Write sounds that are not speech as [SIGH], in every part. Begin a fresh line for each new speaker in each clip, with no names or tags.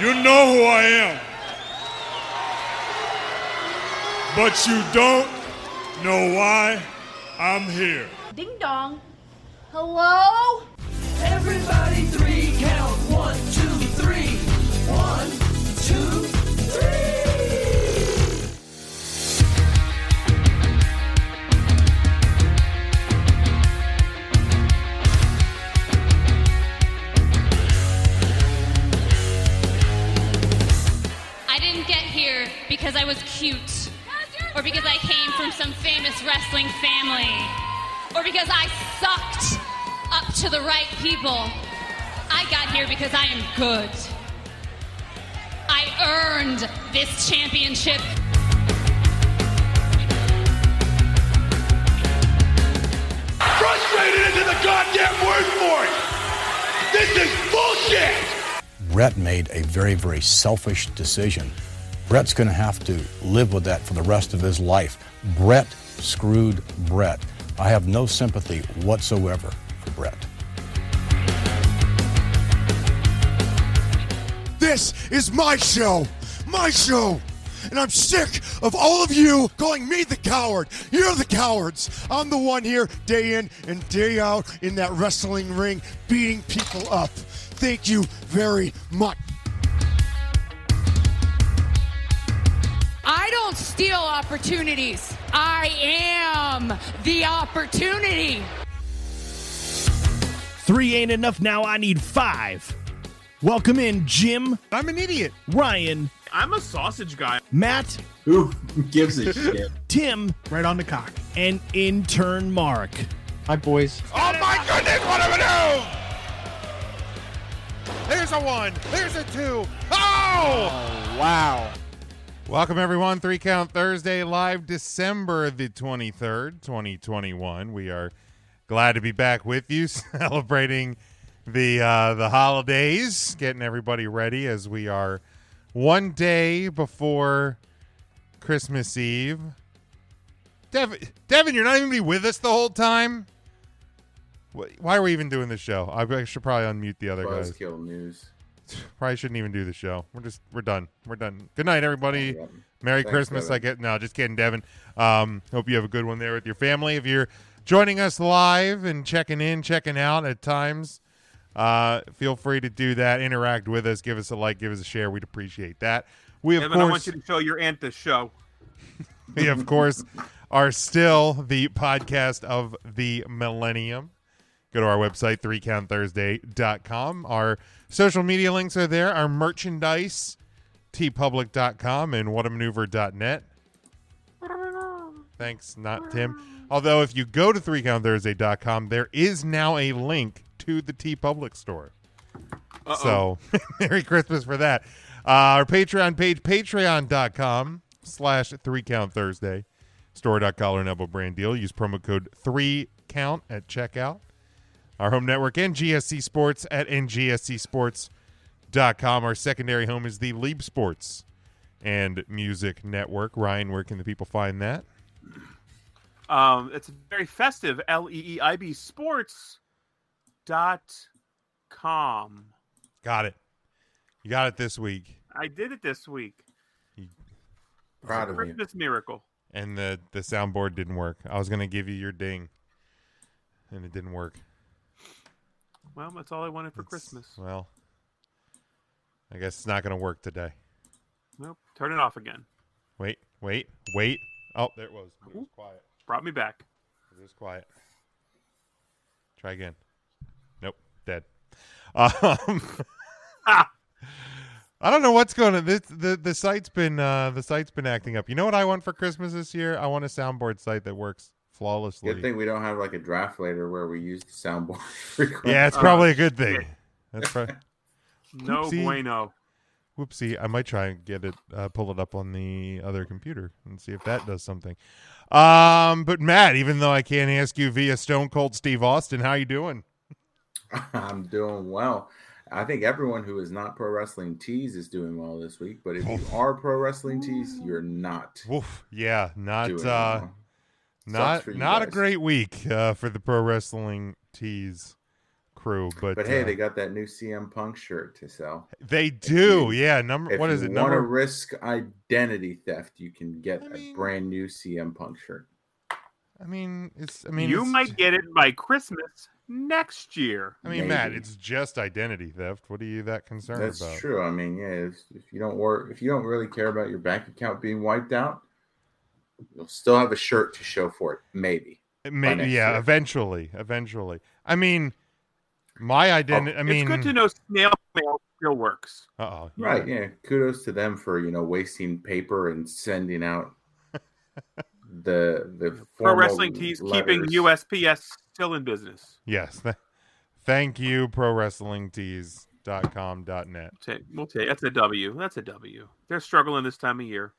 You know who I am. But you don't know why I'm here.
Ding dong. Hello?
Everybody three count. One, two, three. One, two, three.
I didn't get here because I was cute, or because I came from some famous wrestling family, or because I sucked up to the right people. I got here because I am good. I earned this championship.
Frustrated isn't the goddamn word for it. This is bullshit.
Brett made a very, very selfish decision. Brett's going to have to live with that for the rest of his life. Brett screwed Brett. I have no sympathy whatsoever for Brett.
This is my show. My show. And I'm sick of all of you calling me the coward. You're the cowards. I'm the one here day in and day out in that wrestling ring beating people up. Thank you very much.
I don't steal opportunities. I am the opportunity.
Three ain't enough now. I need five. Welcome in, Jim,
I'm an idiot.
Ryan,
I'm a sausage guy.
Matt,
Who [LAUGHS] gives a shit?
Tim,
Right on the cock.
and intern Mark.
Hi, boys.
Oh my goodness, what am I doing?
There's a one. There's a two. Oh!
Wow.
Welcome, everyone. Three Count Thursday, live December the 23rd, 2021. We are glad to be back with you, [LAUGHS] celebrating the uh, the holidays, getting everybody ready as we are one day before Christmas Eve. Devin, Devin you're not even gonna be with us the whole time? Wh- Why are we even doing this show? I I should probably unmute the other guys.
Buzzkill news.
[SIGHS] Probably shouldn't even do the show. We're just we're done. We're done. Good night, everybody. Merry
Thanks,
Christmas.
Devin.
I get no, just kidding, Devin. Um, hope you have a good one there with your family. If you're joining us live and checking in, checking out at times, uh, feel free to do that. Interact with us. Give us a like. Give us a share. We'd appreciate that. We of
Evan, I want
course
you to show your aunt this show.
we of course are still the podcast of the millennium go to our website 3countthursday.com our social media links are there our merchandise tpublic.com and whatamaneuver.net thanks not tim although if you go to 3countthursday.com there is now a link to the tpublic store so [LAUGHS] merry christmas for that uh, our patreon page patreon.com slash three count thursday store.collar and elbow brand deal use promo code three count at checkout our home network and gsc sports at ngscsports.com our secondary home is the leap sports and music network ryan where can the people find that
Um, it's very festive. L E E I B Sports dot com.
got it you got it this week
I did it this week.
Proud of you.
Christmas miracle.
and the the soundboard didn't work i was gonna give you your ding and it didn't work
Well, that's all I wanted for
It's-
Christmas.
well i guess it's not gonna work today
Nope. Turn it off again.
Wait, wait, wait. Oh, there it was. It was quiet.
Brought me back.
It was quiet. Try again. Nope, dead. Um, [LAUGHS] I don't know what's going on. This, the the site's been uh, the site's been acting up. You know what I want for Christmas this year? I want a soundboard site that works flawlessly.
Good thing we don't have like a draft later where we use the soundboard [LAUGHS] frequently.
yeah, it's
Uh,
probably a good thing.
yeah.
That's right.
[LAUGHS]
No
Oopsie.
bueno.
Whoopsie! I might try and get it, uh, pull it up on the other computer and see if that does something. Um, but Matt, even though I can't ask you via Stone Cold Steve Austin, how you doing?
I'm doing well. I think everyone who is not pro wrestling tees is doing well this week, but if you
Oh.
are pro wrestling tees, you're not.
Woof. Yeah, not
doing
uh,
well. Sucks
not
for you
not a
guys.
great week uh, for the pro wrestling tees crew, but
But hey,
uh,
they got that new CM Punk shirt to sell.
They do, yeah. Number
If
what is
you
it?
Want to
Number
risk identity theft? You can get a brand new CM Punk shirt.
I mean, it's. I mean,
you
it's-
might get it by Christmas next year.
I mean, Matt, it's just identity theft. What are you that concerned
That's
about?
true. I mean, yeah, if, if you don't work, if you don't really care about your bank account being wiped out, you'll still have a shirt to show for it. Maybe. by
Maybe,
next
yeah.
year.
Eventually, eventually. I mean, my
Oh,
identity. I mean,
it's good to know snail mail still works.
Uh-oh.
Right. Yeah. Kudos to them for you know wasting paper and sending
[LAUGHS]
out the the
Pro
formal
Wrestling Tees keeping
letters.
USPS still in business.
Yes. th- thank you, pro wrestling tees.com.net.
Ta- We'll take that's a W. That's a W. They're struggling this time of year.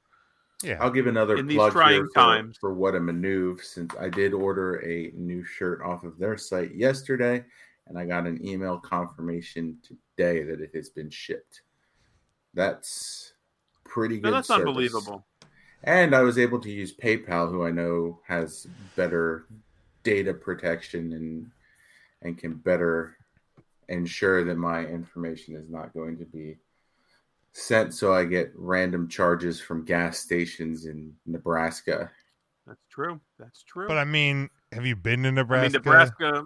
Yeah.
I'll give another
in these
plug
trying
here for,
times.
for what a maneuver since I did order a new shirt off of their site yesterday and I got an email confirmation today that it has been shipped. That's pretty
No,
good.
that's
service.
unbelievable.
And I was able to use PayPal, who I know has better data protection and and can better ensure that my information is not going to be sent so I get random charges from gas stations in Nebraska.
That's true. That's true.
But I mean, have you been to
I
Nebraska,
mean, Nebraska.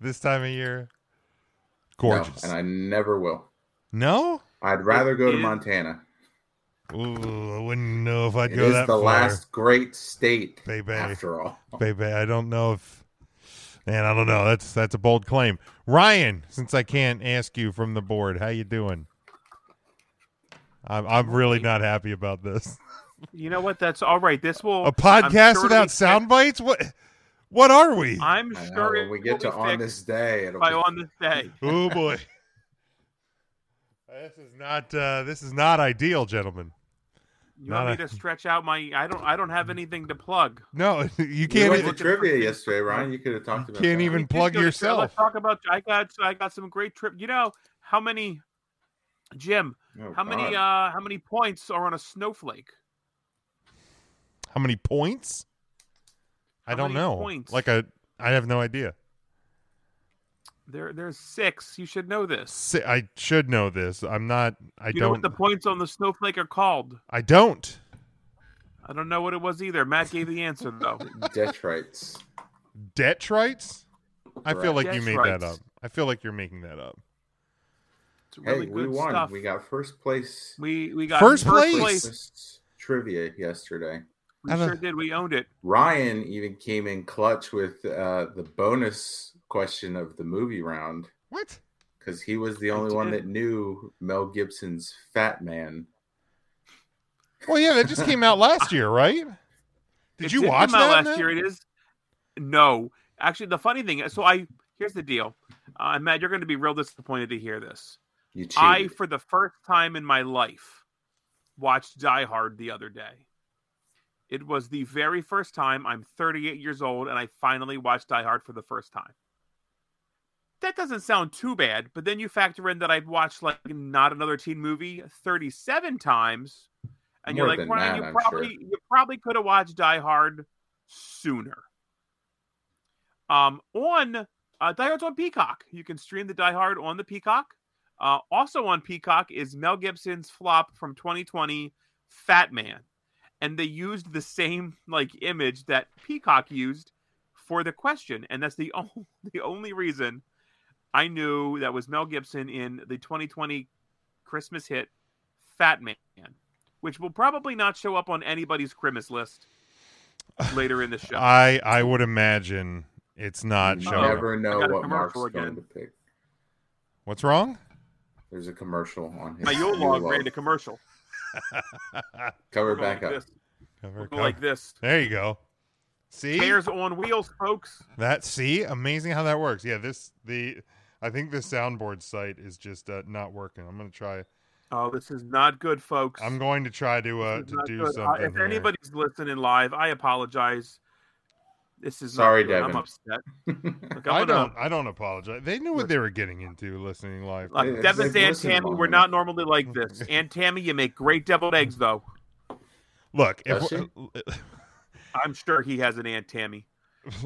this time of year?
No,
Gorgeous.
and I never will.
No?
I'd rather go to
It is-
Montana.
Ooh, I wouldn't know if I'd
It
go
is
that
the
far.
last great state
baby.
after all.
baby. I don't know if, man, I don't know. That's that's a bold claim, Ryan. Since I can't ask you from the board, how you doing? I'm I'm really not happy about this.
You know what? That's all right. This will
A
I'm
podcast
sure
without sound bites? What what are we?
I'm
I know,
sure
when we get to on this day, it'll
by
be-
on this day.
Oh boy, this is not uh, this is not ideal, gentlemen.
You want
Not
me to stretch out my? I don't. I don't have anything to plug.
No, [LAUGHS] you
You
can't. e-
went to
even-
trivia yesterday, Ryan. You could have talked about.
can't
that.
even
We did
plug
go to-
yourself.
Let's talk about. I got. I got some great trip. You know how many, Jim?
Oh,
how many? Uh, how many points are on a snowflake?
How many points? I
How
don't
many
know.
points?
Like a, I have no idea.
There, there's six. You should know this.
Si- I should know this. I'm not. I
you know
don't.
what the points on the snowflake are called?
I don't.
I don't know what it was either. Matt gave the answer
[LAUGHS]
though.
Detrites.
Detrites? I feel
Correct.
like you made that
Detrites.
up. I feel like you're making that up.
hey,
really
we
good
won.
stuff.
We got first place.
We we got
First place?
trivia yesterday.
We
I don't-
sure did. We owned it.
Ryan even came in clutch with uh, the bonus question of the movie round
What?
because he was the only one
did.
that knew Mel Gibson's Fat Man.
Well, yeah, that just came out last year, right?
[LAUGHS]
Did
It
you
did
watch
come out
that?
last
Nat?
year? It is. No, actually, the funny thing. is, So I here's the deal, uh, and Matt, you're going to be real disappointed to hear this.
You
I,
cheated.
for the first time in my life, watched Die Hard the other day. It was the very first time. I'm 38 years old, and I finally watched Die Hard for the first time. That doesn't sound too bad, but then you factor in that I've watched like not another teen movie 37 times, and
More
you're like,
than
Ryan,
that,
you
I'm
probably
sure.
you probably could have watched Die Hard sooner. Um, on uh, Die Hard's on Peacock. You can stream the Die Hard on the Peacock. Uh, also on Peacock is Mel Gibson's flop from 2020, Fat Man, and they used the same like image that Peacock used for the question, and that's the [LAUGHS] only the only reason I knew that was Mel Gibson in the 2020 Christmas hit Fat Man, which will probably not show up on anybody's Christmas list later in the show.
I I would imagine it's not
Mm-hmm.
You
showing. up.
never know
I got a
what Mark's
commercial again.
going to pick.
What's wrong?
There's a commercial on his.
My Yule log ran a commercial.
[LAUGHS] Cover
We're going
back up.
This.
Cover, cover.
We're going like this.
There you go. See
Chairs on wheels, folks.
that? See, amazing how that works. Yeah, this the. I think the soundboard site is just uh, not working. I'm gonna try.
Oh, this is not good, folks.
I'm going to try to uh,
This is
to
not
do
good. Uh,
something.
if
here.
anybody's listening live, I apologize. This is not
Sorry,
good. I'm
Devin. [LAUGHS]
upset. Look, I'm
I
gonna-
don't. I don't apologize. They knew what they were getting into listening live.
Look,
It's-
Devin
they've
and
listened
Tammy,
long
we're
enough.
not normally like
[LAUGHS]
this. And Tammy, you make great deviled eggs, though.
Look,
Does
if we're, [LAUGHS]
I'm sure he has an Aunt Tammy.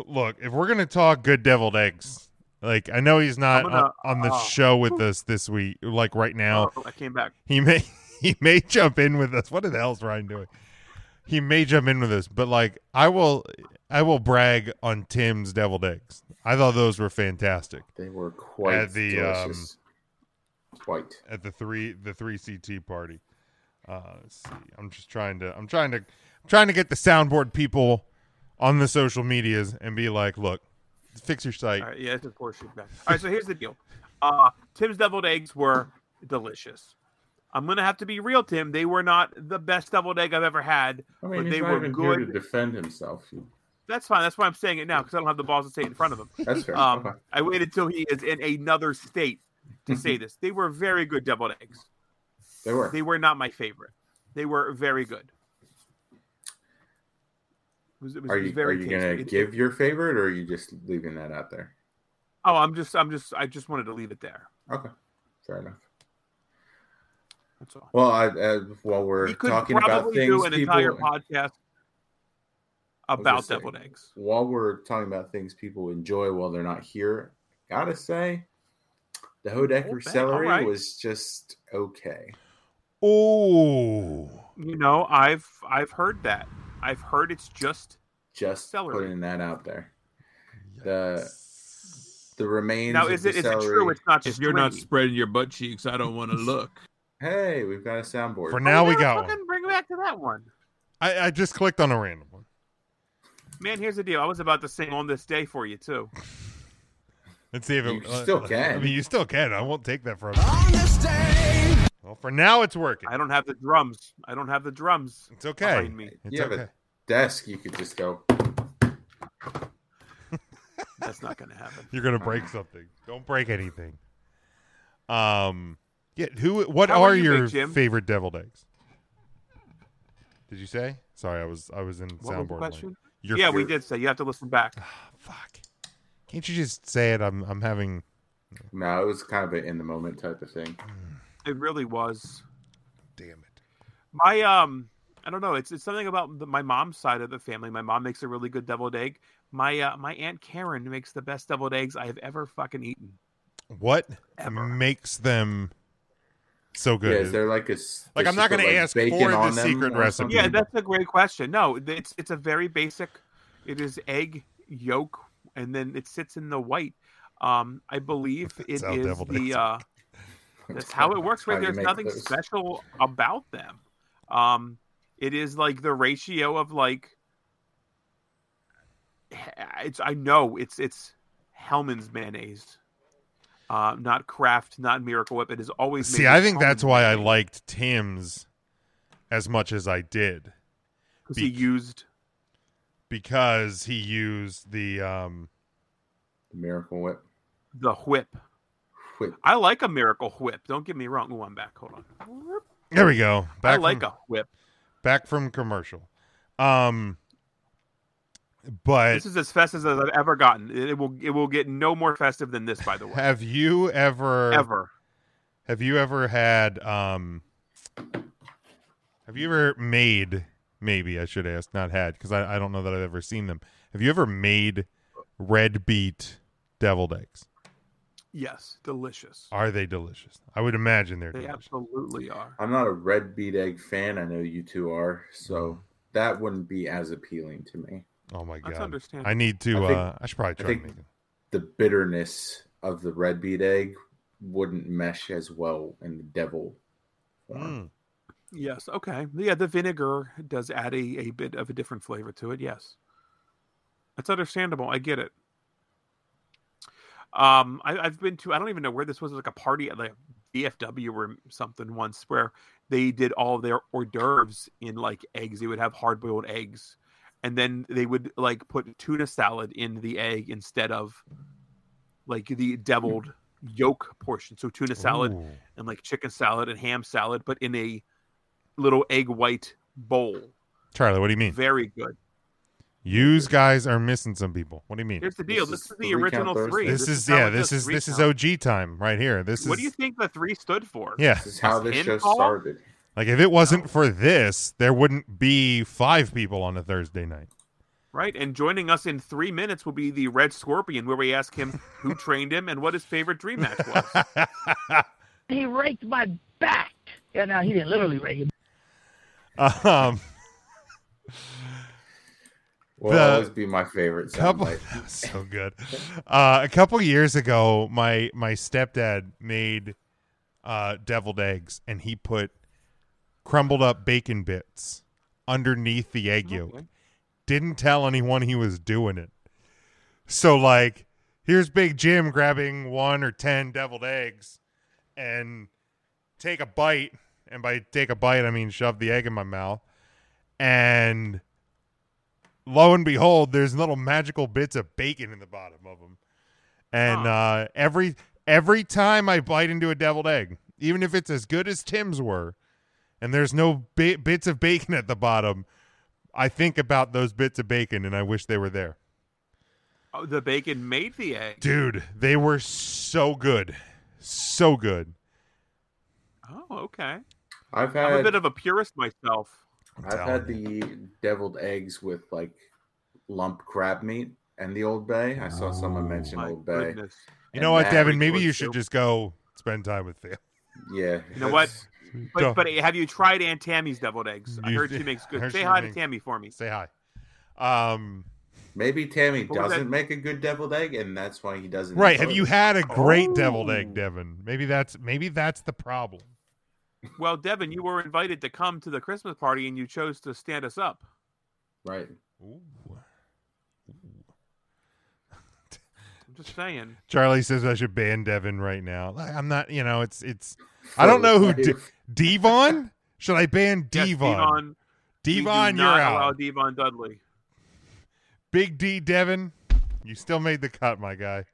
look, if we're gonna talk good deviled eggs, Like I know he's not
I'm gonna-
on, on the
oh.
show with us this week. Like right now,
Oh, I came back.
He may [LAUGHS] he may jump in with us. What the hell is Ryan doing? He may jump in with us, but like I will, I will brag on Tim's deviled eggs. I thought those were fantastic.
They were quite
at the um,
delicious. quite
at the three the three CT party. Uh, let's see, I'm just trying to I'm trying to I'm trying to get the soundboard people on the social medias and be like, look, fix your site.
All right, yeah, it's a poor shit back. All right, so here's the deal. Uh, Tim's deviled eggs were delicious. I'm gonna have to be real, Tim. They were not the best deviled egg I've ever had,
I mean,
but
he's
they
not
were
even
good.
here to defend himself. You-
That's fine. That's why I'm saying it now because I don't have the balls to say it in front of him.
That's fair.
Um,
Okay.
I waited till he is in another state to say this. They were very good deviled eggs.
Mm-hmm. They were.
They were not my favorite. They were very good. It was, it was-
are
it was
you
very
are you gonna
tasty. It-
give your favorite, or are you just leaving that out there?
Oh, I'm just, I'm just, I just wanted to leave it there.
Okay, fair enough.
That's all.
Well, I, uh, while we're
We could
talking about
probably
things,
do an
people
entire podcast
I was
about
just saying,
deviled eggs.
While we're talking about things people enjoy while they're not here, gotta say, the Hodecker
Hold back,
celery
alright.
was just okay.
Oh,
You know, I've, I've heard that. I've heard it's just
Just
Celery.
putting that out there. The the remains
Now,
of
is
the
it- is it
celery-
true it's not
If you're not spreading your butt cheeks, I don't
[LAUGHS]
want to look.
Hey, we've got a soundboard.
For now, we got one.
Oh, Fucking bring back to that one.
I, I just clicked on a random one.
Man, here's the deal. I was about to sing on this day for you too.
Let's see if it
You still
I
can.
mean, you still can. I won't take that from you. Well, for now, it's working.
I don't have the drums. I don't have the drums.
It's okay.
Behind me.
You have a desk, you could just go.
That's not gonna happen.
You're
[SIGHS]
gonna break something. Don't break anything. Um, yeah. Who? What
How
are,
are you, Big
your
Jim?
favorite deviled eggs? Did you say? Sorry, I was I was in
What
soundboard.
was the
land.
question?
Your-
yeah, we
your-
did say you have to
[SIGHS]
listen back.
Can't you just say it? I'm I'm having.
No, it was kind of an in the moment type of thing.
Hmm.
It really was.
Damn it.
My um, I don't know. It's it's something about the, my mom's side of the family. My mom makes a really good deviled egg. My uh, my aunt Karen makes the best deviled eggs I have ever fucking eaten.
What makes them so good?
Yeah, is there like a s-
like
does
I'm
she
not
put,
gonna
like,
ask for
bacon
the
on them
secret
or
recipe.
Yeah, that's a great question. No, it's it's a very basic. It is egg yolk, and then it sits in the white. Um,
[LAUGHS]
I believe it is
how deviled eggs
the. Uh,
[LAUGHS]
that's how it works.
How
Right,
you
there's
make
nothing
those.
special about them. Um, it is like the ratio of like. eh, It's I know it's it's Hellman's mayonnaise, uh, not Kraft, not Miracle Whip. It is always. made
See,
with
I think
Hellmann's
that's why I liked Tim's as much as I did.
'Cause he used
because he used the um
the miracle whip.
The whip.
Whip.
I like a miracle whip. Don't get me wrong. Ooh, I'm back. Hold on.
There we go.
I like a whip.
Back from commercial. Um but
This is as festive as I've ever gotten. It it will it will get no more festive than this, by the way.
have you ever
Ever.
have you ever had um have you ever made maybe I should ask, not had, because I, I don't know that I've ever seen them. Have you ever made red beet deviled eggs?
Yes, delicious.
Are they delicious? I would imagine they're
They
delicious.
absolutely are.
Oh
I'm not a red beet egg fan. I know you two are, so that wouldn't be as appealing to me.
Oh my
That's
God.
understandable.
I need to uh I should probably try to make it.
the bitterness of the red beet egg wouldn't mesh as well in the devil.
Mm.
form.
Yes. Okay. Yeah, the vinegar does add a, a bit of a different flavor to it. Yes. That's understandable. I get it. Um, I, I've been to I don't even know where this was, it was like a party at like DFW or something once where they did all their hors d'oeuvres in like eggs. They would have hard boiled eggs. And then they would like put tuna salad in the egg instead of like the deviled yolk portion. So tuna salad
Ooh.
and like chicken salad and ham salad, but in a little egg white bowl.
Charlie, what do you mean?
Very good.
Yous guys are missing some people. What do you mean?
Here's the deal. This, is, the original three.
This, is
not
yeah.
like
This
just
is this is
recount.
OG time right here. This is
What do you think the three stood for?
Yeah. This is how
this
Pin
show
call?
started.
like if it wasn't for this, there wouldn't be five people on a Thursday night.
Right, and joining us in three minutes will be the Red Scorpion, where we ask him
[LAUGHS]
who trained him and what his favorite dream match was.
He raked my back. Yeah, now he didn't literally rake it.
Um,
Will
The-
always be my favorite.
couple- [LAUGHS]
soundbite.
that was so good. Uh, a couple years ago, my my stepdad made uh, deviled eggs, and he put crumbled up bacon bits underneath the egg yolk. Didn't tell anyone he was doing it. So like, here's Big Jim grabbing one or ten deviled eggs, and take a bite, and by take a bite I mean shove the egg in my mouth, and lo and behold, there's little magical bits of bacon in the bottom of them. And uh, every every time I bite into a deviled egg, even if it's as good as Tim's were, and there's no bi- bits of bacon at the bottom, I think about those bits of bacon and I wish they were there.
Oh, the bacon made the egg.
Dude, they were so good, so good.
Oh, okay.
I've
I'm a
had-
bit of a purist myself.
I've had the deviled eggs with like lump crab meat and the Old Bay. I saw someone mention Old Bay.
Oh. You
And
know what,
that-
Devin? Maybe you should just go spend time with family.
Yeah.
You know what? But,
Don't-
but have you tried Aunt Tammy's deviled eggs? I
You-
heard she makes
I
good.
heard
Say
she
hi to
makes-
Tammy for me.
Say hi. Um,
Maybe Tammy
What was that?
doesn't make a good deviled egg, and that's why he doesn't.
Right.
eat
Have
those.
you had a great deviled
Oh.
egg, Devin? Maybe that's maybe that's the problem.
Well, Devin, you were invited to come to the Christmas party, and you chose to stand us up.
Right.
I'm just saying.
Charlie says I should ban Devin right now. Like, I'm not. You know, it's it's. I don't know who D- Devon. Should I ban
Yes,
Devon?
we do
Devon, you're
not
out.
Allow Devon Dudley.
Big D Devin, you still made the cut, my guy.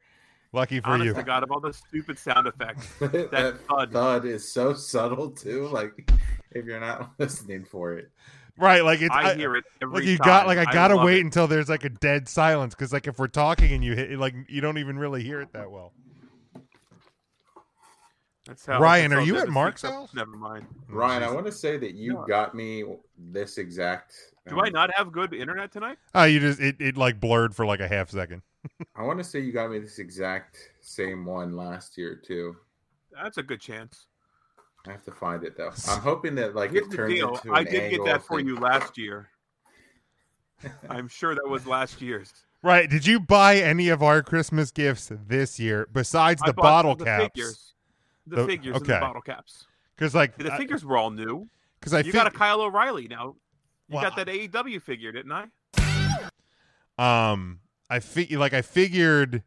Lucky for
Honest
you.
to God, of all the stupid
[LAUGHS]
sound effects, that thud.
Thud is so subtle too. Like if you're not [LAUGHS] listening for it,
Right, like it's
I hear it
like
every
you got like
time.
I
I
gotta
love
wait
it.
until there's like a dead silence because like if we're talking and you hit like you don't even really hear it that well.
That's how
Ryan,
that's
are
how
you
Devin
at Mark's
speaks up.
house?
Never mind.
Ryan, I want to say that you
No.
got me this exact. um,
Do I not have good internet tonight?
Oh, you just it, it like blurred for like a half second.
I want to say you got me this exact same one last year too.
That's a good chance.
I have to find it though. I'm hoping that like
Here's
it
the
turns
deal.
into.
I
an
did get
angle
that for
thing.
you
[LAUGHS]
last year. I'm sure that was last year's.
Right? Did you buy any of our Christmas gifts this year besides
I
the
bought
bottle
the
caps?
Figures, the,
The-
figures and
okay.
the bottle caps.
'Cause, like,
the
I-
figures were all new.
'Cause I
you got a Kyle O'Reilly now. You
Well,
got that AEW figure, didn't I?
Um, I fig like I figured,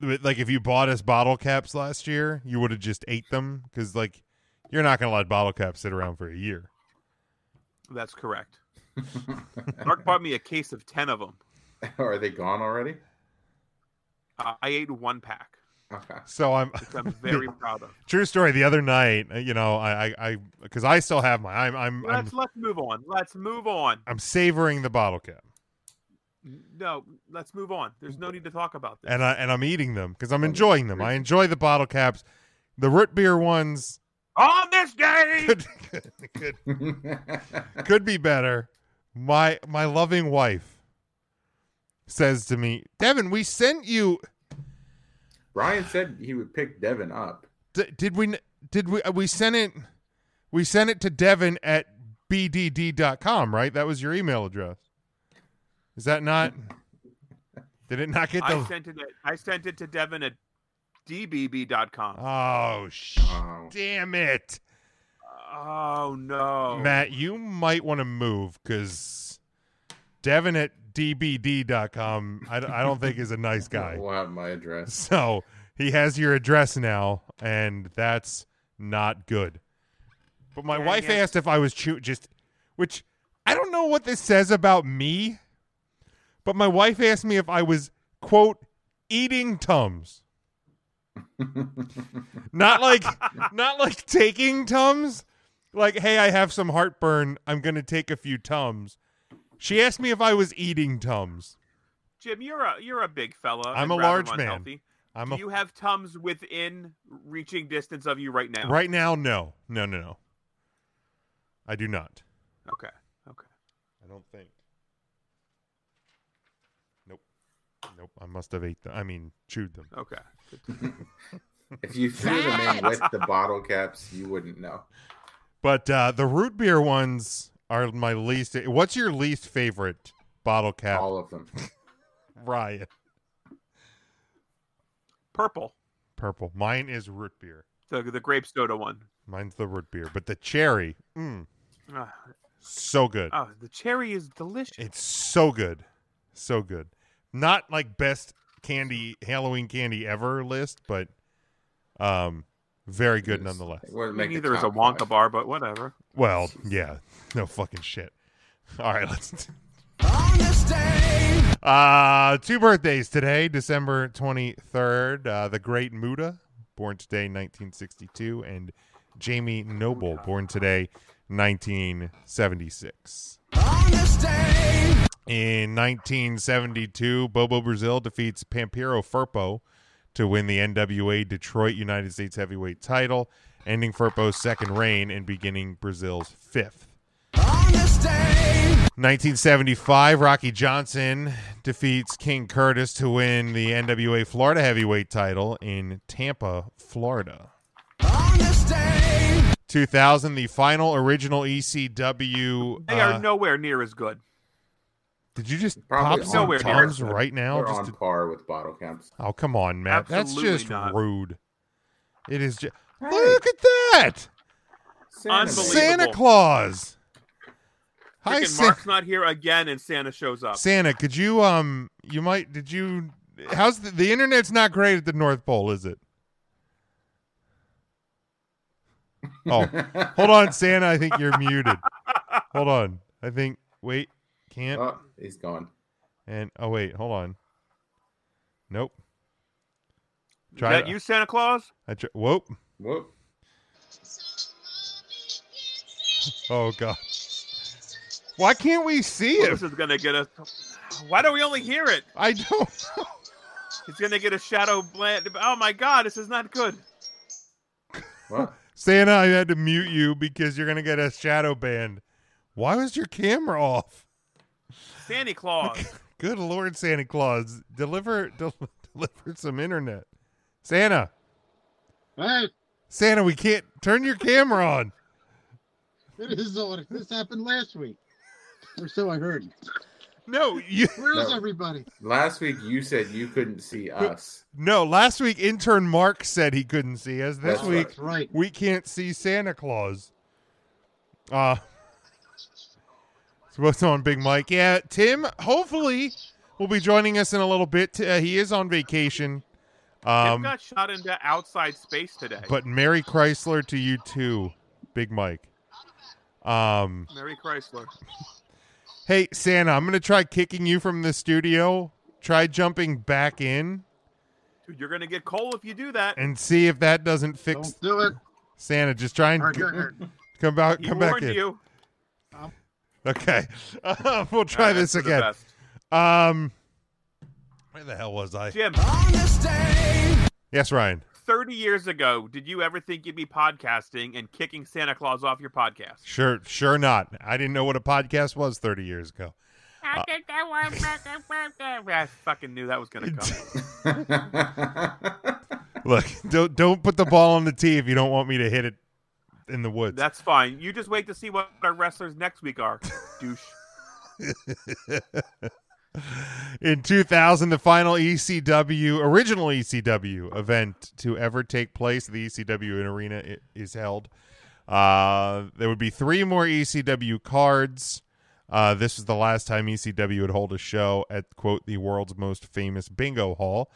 with- like if you bought us bottle caps last year, you would have just ate them because like you're not gonna let bottle caps sit around for a year.
That's correct.
[LAUGHS]
Mark bought me a case of ten of them.
Are they gone already?
Uh, I ate one pack.
So I'm [LAUGHS]
[LAUGHS]
Which I'm very proud of.
True story. The other night, uh, you know, I I because I, still have my I'm I'm I'm,
Let's let's move on. Let's move on.
I'm savoring the bottle cap
No, let's move on. There's no need to talk about this.
and I and I'm eating them because I'm enjoying them. I enjoy the bottle caps. The root beer ones
On this day,
good. could be better. My my loving wife says to me, Devin, we sent you.
Ryan said he would pick Devin up.
D- did we? n- Did we? uh, We sent it. We sent it to Devin at bdd.com, right? That was your email address. Is that not? Did it not get
I
the?
sent it. I sent it to Devin at dbb.com.
Oh sh! Damn it,
Oh no,
Matt! You might want to move because Devin at dbd.com. I, d- I don't think is a nice guy.
We'll have my address.
[LAUGHS] So he has your address now, and that's not good. But my
Dang
wife
it.
asked if I was chew just, which I don't know what this says about me. But my wife asked me if I was quote eating tums, not like not like taking tums. Like, hey, I have some heartburn. I'm gonna take a few tums. She asked me if I was eating tums.
Jim, you're a you're a big fella.
I'm
and
a
rather
large man.
unhealthy.
I'm
Do
a-
you have tums within reaching distance of you right now?
Right now, no, no, no, no. I do not.
Okay. Okay.
I don't think. Nope, I must have ate them. I mean, chewed them.
Okay.
If you threw them in with the bottle caps, you wouldn't know.
But uh, the root beer ones are my least. What's your least favorite bottle cap? All
of them.
[LAUGHS] Ryan.
Purple.
Purple. Mine is root beer.
The the grape soda one.
Mine's the root beer, but the cherry, mm,
Ah,
so good.
oh, the cherry is delicious.
It's so good. So good. Not like best candy Halloween candy ever list, but um very good nonetheless.
Me neither is a Wonka bar, but whatever.
Well, yeah. No fucking shit. All right, let's Uh, two birthdays today, December 23rd. Uh, the Great Muda, born today, 1962, and Jamie Noble, born today, 1976. In 1972, Bobo Brazil defeats Pampiro Furpo to win the NWA Detroit United States Heavyweight title, ending Furpo's second reign and beginning Brazil's fifth. 1975, Rocky Johnson defeats King Curtis to win the NWA Florida Heavyweight title in Tampa, Florida. 2000, the final original ECW.
They
uh,
are nowhere near as good.
did you just
Probably
pop
on
some
par.
tongues right now?
They're
Just
on
to-
par with bottle caps.
oh, come on, Matt.
Absolutely
That's just
not.
rude. It is just. Look at that! Santa Claus. Hi,
Freaking
Sa-
Mark's not here again, and Santa shows up.
Santa, could you um you might did you how's the, the internet's not great at the North Pole, is it? Oh. Hold on, Santa, I think you're muted. Hold on. I think wait, can't.
Oh, he's gone.
And oh wait, hold on. Nope.
is that you, Santa Claus?
I tr- whoop.
Whoop.
Oh god. Why can't we see
Well,
it?
this is gonna get us. Why do we only hear it?
I don't. [LAUGHS]
It's gonna get a shadow bland. Oh my God, this is not good.
Santa, I had to mute you because you're gonna get a shadow banned. Why was your camera off?
Santa Claus.
Good Lord, Santa Claus, deliver [LAUGHS] del- deliver some internet. Santa,
What?
Santa, we can't turn your camera on.
It is on. This happened last week, or so I heard.
No, you.
Where is
No.
everybody?
Last week you said you couldn't see us.
[LAUGHS] No, last week intern Mark said he couldn't see us. This
That's
week,
right.
we can't see Santa Claus. Uh [LAUGHS] so what's on Big Mike? Yeah, Tim. Hopefully, will be joining us in a little bit. Uh, he is on vacation.
Tim
Um,
got shot into outside space today.
But Mary Chrysler to you too, Big Mike. Um,
Mary Chrysler.
hey Santa, I'm gonna try kicking you from the studio. Try jumping back in
Dude, you're gonna get cold if you do that.
and see if that doesn't fix.
Don't do it.
Santa, just try and
Alright, go ahead.
come back.
He
Come back
warned
in.
you.
Okay, [LAUGHS] Uh, we'll try
Alright,
this
that's the
again.
best.
Um, where the hell was I?
Jim,
Yes, Ryan.
30 years ago, did you ever think you'd be podcasting and kicking Santa Claus off your podcast? [LAUGHS]
Sure, sure not. I didn't know what a podcast was 30 years ago. Uh,
Eh, I fucking knew that was gonna come.
Look, [LAUGHS] don't don't put the ball on the tee if you don't want me to hit it in the woods.
[LAUGHS] That's fine. You just wait to see what our wrestlers next week [LAUGHS] are. Douche.
In 2000, the final ECW, original ECW event to ever take place, the ECW arena i- is held. Uh, there would be three more ECW cards. Uh, this is the last time ECW would hold a show at, quote, the world's most famous bingo hall.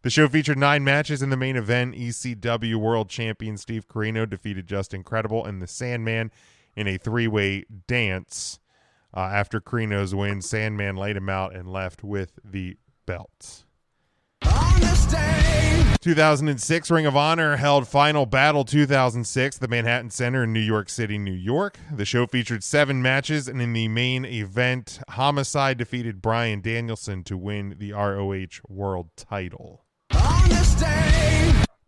The show featured nine matches in the main event. ECW World Champion Steve Corino defeated Just Incredible and the Sandman in a three way dance. Uh, after Corino's win, Sandman laid him out and left with the belt. 2006 Ring of Honor held Final Battle 2006, the Manhattan Center in New York City, New York. The show featured seven matches, and in the main event, Homicide defeated Brian Danielson to win the ROH World title.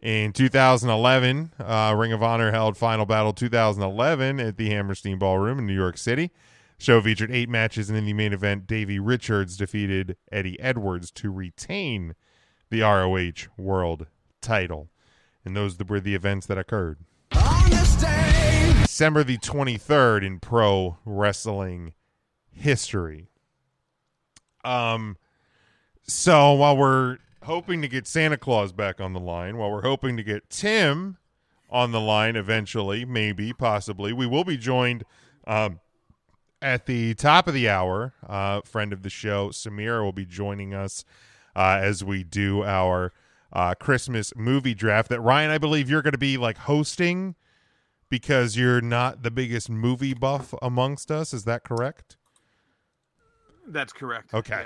In 2011, uh, Ring of Honor held Final Battle 2011 at the Hammerstein Ballroom in New York City. Show featured eight matches, and in the main event, Davey Richards defeated Eddie Edwards to retain the ROH World title. And those were the events that occurred. December the 23rd in pro wrestling history. Um, so while we're hoping to get Santa Claus back on the line, while we're hoping to get Tim on the line eventually, maybe, possibly, we will be joined um, at the top of the hour. Uh, friend of the show, Samira, will be joining us uh, as we do our uh, Christmas movie draft. That Ryan, I believe you're going to be like hosting because you're not the biggest movie buff amongst us. Is that correct?
That's correct.
Okay.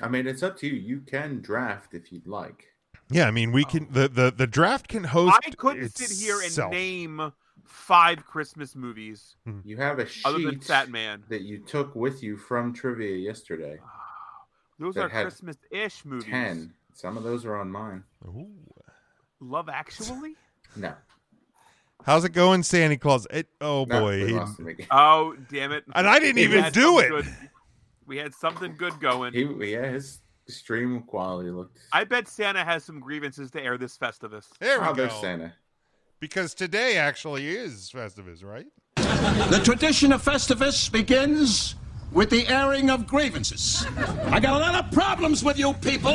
I mean, it's up to you. You can draft if you'd like.
Yeah, I mean, we can the the, the draft can host.
I couldn't sit here and
itself.
name five Christmas movies.
You have a
Other than
sheet
Fat Man. Oh,
that you took with you from trivia yesterday.
Those
that
are
had
Christmas-ish movies.
Ten. Some of those are on mine.
Love Actually.
No.
How's it going, Santa Claus? It, oh
No,
boy,
we
he-
lost him again.
[LAUGHS] Oh damn it!
And I didn't
We
even
had
do
something
it.
good- We had something good going.
He, yeah, his stream quality looked.
I bet Santa has some grievances to air this Festivus.
There we
Oh,
go.
there's Santa.
Because today actually is Festivus, right? [LAUGHS]
The tradition of Festivus begins with the airing of grievances. I got a lot of problems with you people.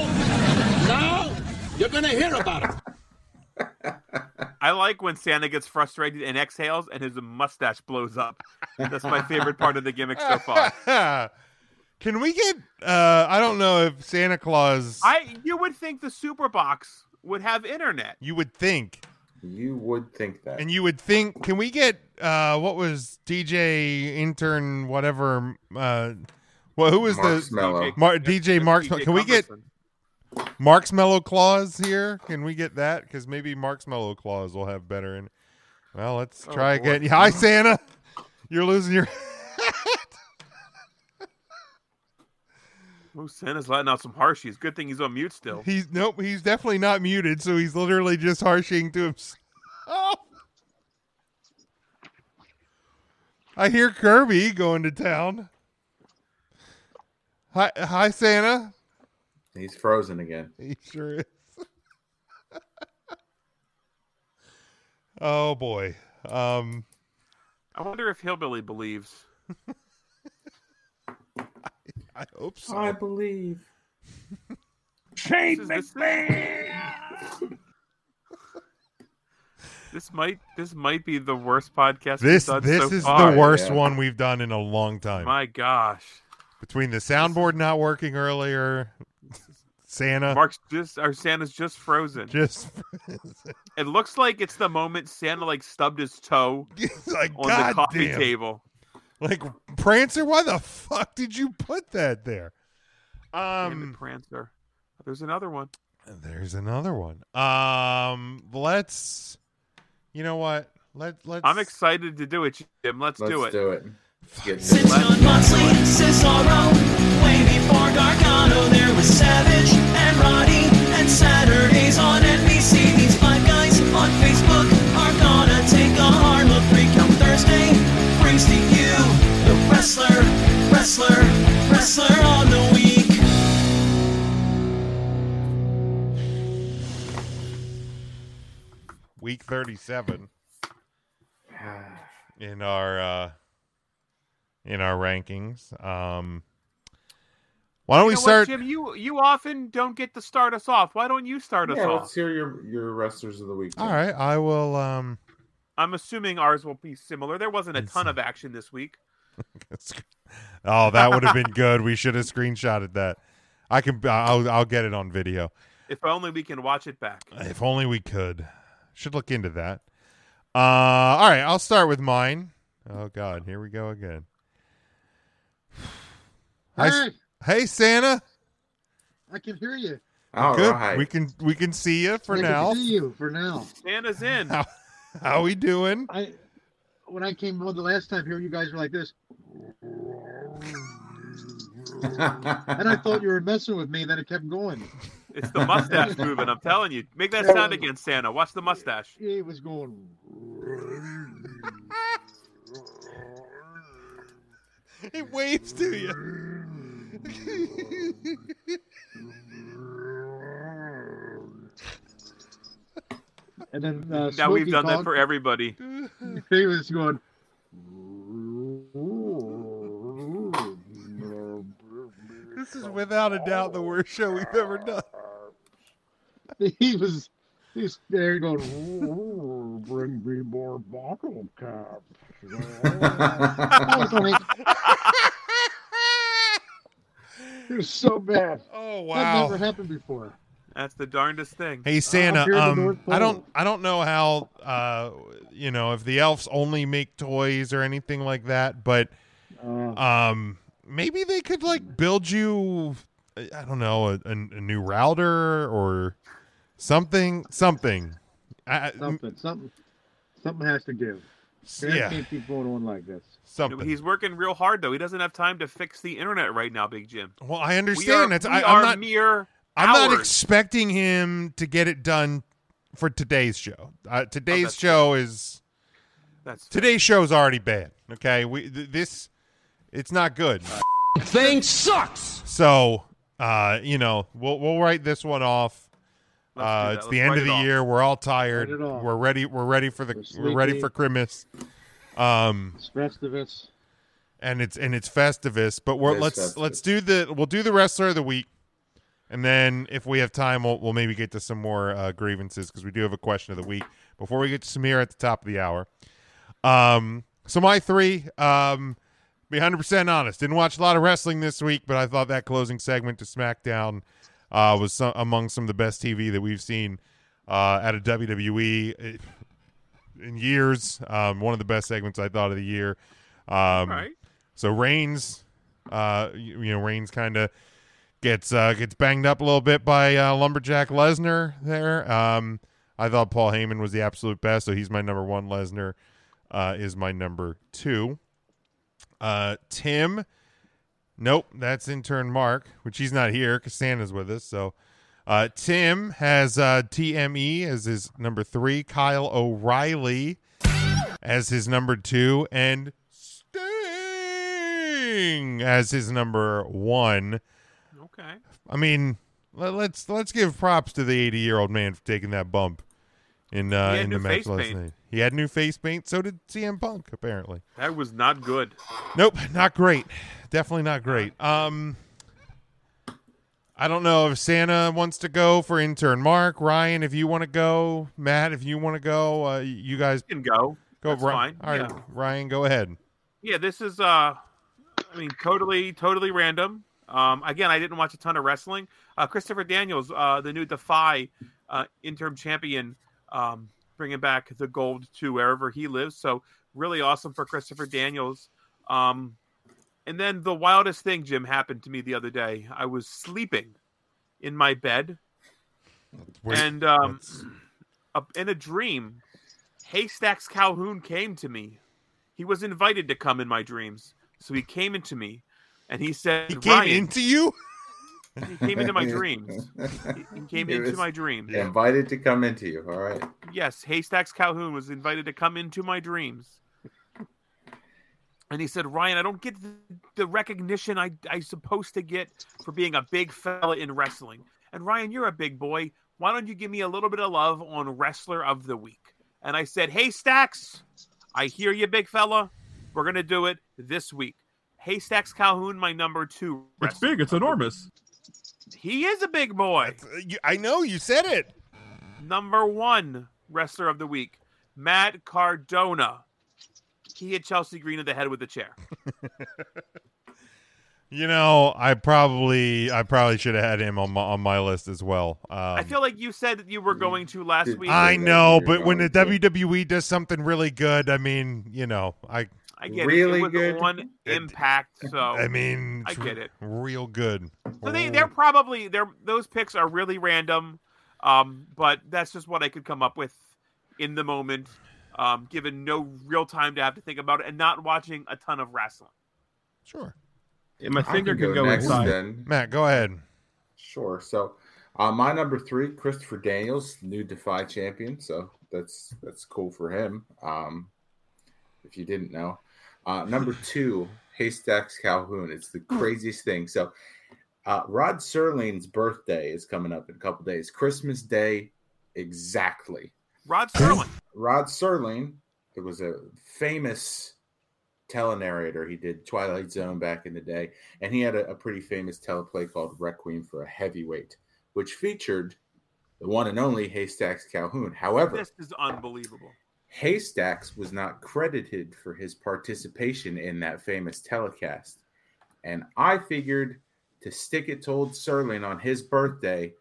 Now you're going to hear about it.
I like when Santa gets frustrated and exhales, and his mustache blows up. That's my favorite part of the gimmick so far.
Can we get? uh I don't know if Santa Claus.
I you would think the super box would have internet.
you would think,
You would think that.
and you would think. Can we get? uh What was DJ intern whatever? uh Well, who was
Mark
the
Smello.
Mar- DJ Mark?
DJ
can we get
Cumberson.
Mark's Mellow Claus here? Can we get that? Because maybe Mark's Mellow Claws will have better. And well, let's
Oh,
try
boy.
again. Hi, Santa. You're losing your.
Oh, Santa's letting out some harshies. Good thing he's on mute still.
He's nope. He's definitely not muted. So he's literally just harshing to himself. Oh. I hear Kirby going to town. Hi, hi, Santa.
He's frozen again.
He sure is. [LAUGHS] oh boy. Um.
I wonder if Hillbilly believes.
I hope so.
I believe.
Shane McMahon. [LAUGHS] This might this might be the worst podcast.
This
we've done
this
so
is
far.
the worst one we've done in a long time.
My gosh,
Between the soundboard not working earlier, Santa
Mark's just our Santa's just frozen.
just [LAUGHS]
It looks like it's the moment Santa like stubbed his toe
like
on the
God
coffee
damn.
table.
like Prancer. Why the fuck did you put that there?
Damn it,
Um,
Prancer. There's another one.
there's another one. Um, let's. You know what? Let let's.
I'm excited to do it, Jim. Let's,
Let's
do it.
do it. Get-
Since John Moxley, Cesaro, way before Gargano, there was Savage and Roddy, and Saturdays on NBC. These five guys on Facebook are gonna take a hard look. Freak Out Thursday brings to you the wrestler, wrestler, wrestler on the week.
week
[SIGHS]
37 in our uh in our rankings. Um, why don't
You
we
know what,
start?
Jim? You you often don't get to start us off. Why don't you start us
Yeah,
off?
let's hear your, your wrestlers of the week.
All right, I will. Um,
I'm assuming ours will be similar. There wasn't a ton of action this week.
oh, that would have
[LAUGHS]
been good. We should have screenshotted that. I can. I'll. I'll get it on video.
If only we can watch it back.
If only we could. Should look into that. Uh, all right, I'll start with mine. Oh God, here we go again. [SIGHS] Hi, S- hey Santa.
I can hear you.
All
Good.
right.
We can we can see you for
I
now.
Can
[LAUGHS]
see you for now.
Santa's in.
How, how we doing?
I when I came on the last time here, you guys were like this, and I thought you were messing with me. Then it kept going.
It's the mustache movement. I'm telling you. Make that sound again, Santa. Watch the mustache.
It was going.
It waves to you.
And then uh,
now we've
Smokey
done that
called.
for everybody.
He was going.
This is without a doubt the worst show we've ever done.
He was. He's there going. "Ooh, Bring me more bottle caps. I was like, it was so bad.
[LAUGHS] Oh
wow.
That never happened before.
That's the darndest thing.
Hey Santa,
here in the
um,
North
I don't, I don't know how, uh, you know, if the elves only make toys or anything like that, but,
Uh.
um, maybe they could like build you, I I don't know, a, a, a new router or something, something. I, I-
Something, something, something has to give. It
Yeah.
can't keep going on like this.
Something.
He's working real hard though. He doesn't have time to fix the internet right now, Big Jim.
Well, I
We are,
understand. That's-
we
I- I'm
are
not-
mere.
I'm not
hours.
expecting him to get it done for today's show. Uh, today's show is
that's
today's show's already bad. Okay, we th- this it's not good.
Thing sucks.
So uh, you know we'll we'll write this one off. Uh,
that.
it's
Let's
the end
write
of
it
the
off.
year. We're all tired.
Write it off.
We're ready. We're ready for the.
We're
We're, ready
sleepy.
for Christmas. Um,
Festivus.
and it's and it's Festivus. But we're,
It is
let's
Festivus.
let's do the we'll do the wrestler of the week, and then if we have time, we'll we'll maybe get to some more uh, grievances because we do have a question of the week before we get to Samir at the top of the hour. Um, so my three, um, be hundred percent honest. Didn't watch a lot of wrestling this week, but I thought that closing segment to SmackDown uh, was some, among some of the best TV that we've seen uh, at a WWE. It, eh, in years. Um, one of the best segments I thought of the year. Um,
right.
So Reigns, uh, you, you know, Reigns kind of gets uh, gets banged up a little bit by uh, lumberjack Lesnar there. Um, I thought Paul Heyman was the absolute best, so he's my number one. Lesnar uh, is my number two. Uh, Tim. Nope, that's intern Mark, which he's not here because Santa's with us. So, uh, Tim has uh, TME as his number three, Kyle O'Reilly as his number two, and Sting as his number one.
Okay.
I mean, let, let's let's give props to the 80 year old man for taking that bump in uh,
He had
in the
new
match
face
last
paint.
night. He had new face paint. So did CM Punk apparently.
That was not good.
Nope, not great. Definitely not great. Um I don't know if Santa wants to go for intern Mark, Ryan if you want to go, Matt if you want to go, uh, you guys
can go.
Go
That's
Ri-
fine,
All right,
yeah.
Ryan, go ahead.
Yeah, this is uh I mean totally totally random. Um again, I didn't watch a ton of wrestling. Uh Christopher Daniels, uh the new Defy uh interim champion um bringing back the gold to wherever he lives. So really awesome for Christopher Daniels. Um and then the wildest thing Jim happened to me the other day. I was sleeping in my bed
Wait,
and um a- in a dream Haystacks Calhoun came to me he was invited to come in my dreams. So he came into me and he said,
He came
Ryan,
into you?
He came
[LAUGHS]
into my dreams. He came
He
into
was
my dreams.
Invited to come into you. All right.
Yes, Haystacks Calhoun was invited to come into my dreams. And he said, Ryan, I don't get the, the recognition I, I supposed to get for being a big fella in wrestling. And Ryan, you're a big boy. Why don't you give me a little bit of love on Wrestler of the Week? And I said, Haystacks, I hear you, big fella. We're going to do it this week. Haystacks Calhoun, my number two.
It's big. It's enormous.
He is a big boy.
I know uh, you said it.
Number one wrestler of the week, Matt Cardona. He hit Chelsea Green in the head with a chair.
You know, I probably I probably should have had him on my on my list as well. Um, mm,
I feel like you said that you were going to last week.
I know, but when the WWE does something really good, I mean, you know, I
I get it. It was on
[LAUGHS]
impact, so
I mean,
Oh, I
it's
get it.
Real good.
So they they're probably they're those picks are really random, um, but that's just what I could come up with in the moment, um, given no real time to have to think about it and not watching a ton of wrestling.
Sure.
Yeah, my
I
finger
can
can
go
go,
next
inside.
then.
Matt, go ahead.
Sure. So, uh, my number three, Christopher Daniels, new Defy champion. So that's that's cool for him. Um, if you didn't know, Uh,
[LAUGHS]
number two, Haystacks Calhoun. It's the craziest thing. So, uh, Rod Serling's birthday is coming up in a couple days. Christmas Day, exactly.
Rod Serling.
Rod Serling. It was a famous telenarrator. He did Twilight Zone back in the day, and he had a, a pretty famous teleplay called Requiem for a Heavyweight, which featured the one and only Haystacks Calhoun. However,
This is unbelievable.
Haystacks was not credited for his participation in that famous telecast. And I figured to stick it to old Serling on his birthday,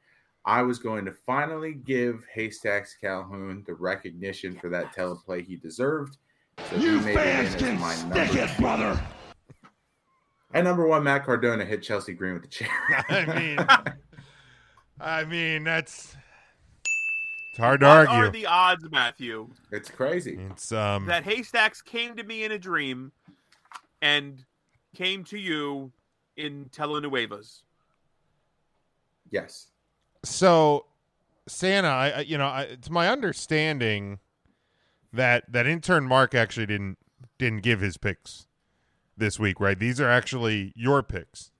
I was going to finally give Haystacks Calhoun the recognition for that teleplay he deserved. So he
You
made it in
fans
as
can
my
stick
number
it, brother.
And number one, Matt Cardona hit Chelsea Green with the chair.
I mean, I mean that's it's hard to
What
argue.
are the odds, Matthew,
it's crazy.
It's um
that Haystacks came to me in a dream and came to you in Telenuevas?
Yes.
so Santa, I I- you know, I, it's my understanding that that intern Mark actually didn't didn't give his picks this week, right? These are actually your picks.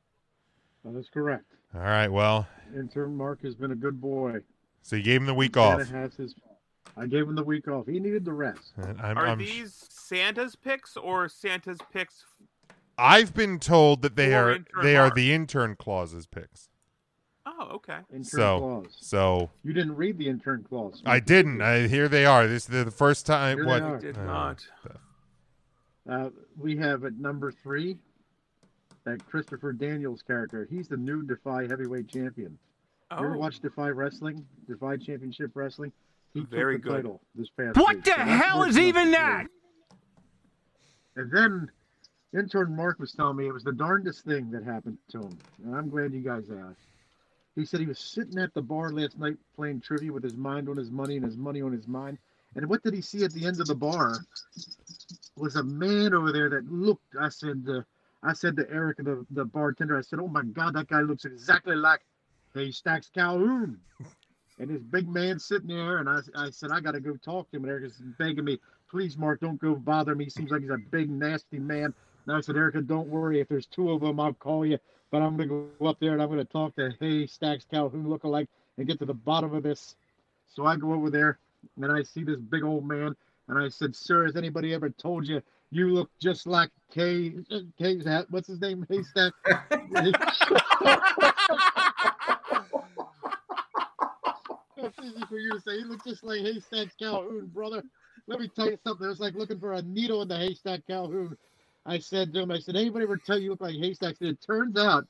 That is correct.
All right. Well,
Intern Mark has been a good boy.
so you gave him the week
Santa
off.
has his. I gave him the week off. He needed the rest.
And I'm,
are
I'm,
these Santa's picks or Santa's picks?
I've been told that they
Or
are
intern
they are
Mark.
the intern clauses picks.
Oh, okay.
Intern
so
clause.
so
You didn't read the intern clause.
I didn't. I here they are. This is the first time.
Here they
what?
are.
Did
uh,
not.
Uh, we have at number three that Christopher Daniels character. He's the new Defy heavyweight champion. You ever
Oh.
watch Defy Wrestling? Defy Championship Wrestling? He
Very
took the
good.
title this past
What
week,
the
so that's
hell
worth
is even
number
that?
three. And then intern Mark was telling me it was the darndest thing that happened to him. And I'm glad you guys asked. He said he was sitting at the bar last night playing trivia with his mind on his money and his money on his mind. And what did he see at the end of the bar? was a man over there that looked. I said, uh, I said to Eric, the, the bartender, I said, "Oh my God, that guy looks exactly like Haystacks Calhoun." And this big man sitting there, and I, I said, "I got to go talk to him." And Eric is begging me, "Please, Mark, don't go bother me. He seems like he's a big nasty man." And I said, "Erica, don't worry. If there's two of them, I'll call you. But I'm gonna go up there and I'm gonna talk to Haystacks Calhoun lookalike and get to the bottom of this." So I go over there and I see this big old man, and I said, "Sir, has anybody ever told you you look just like K? K what's his name? Haystack." That's easy for you to say. He looks just like Haystack Calhoun, brother. Let me tell you something. It was like looking for a needle in the haystack, Calhoun. I said to him, I said, anybody ever tell you you look like haystacks? And it turns out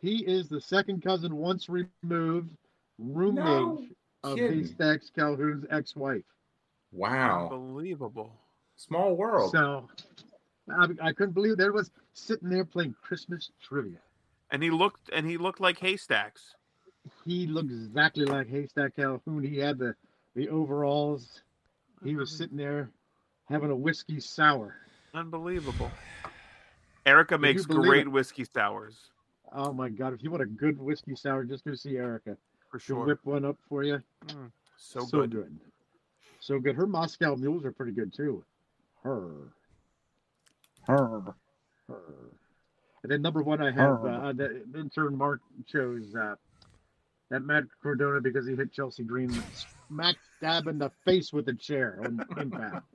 he is the second cousin once removed roommate
No
uh,
of
kidding.
Haystacks Calhoun's ex-wife.
Wow.
Unbelievable.
Small world.
So I, I couldn't believe there was sitting there playing Christmas trivia.
And he looked and he looked like haystacks.
He looked exactly like Haystack Calhoun. He had the, the overalls. He was sitting there having a whiskey sour.
Unbelievable. Erica
Would you
makes
believe
great
it?
whiskey sours.
Oh my god! If you want a good whiskey sour, just go see Erica.
For
She'll
sure.
whip one up for you.
Mm, so,
so
good.
good. So good. Her Moscow mules are pretty good too. Her, her, her. And then number one, I have uh,
Her.
uh, the intern Mark chose uh, that Matt Cordona because he hit Chelsea Green smack dab in the face with a chair on impact.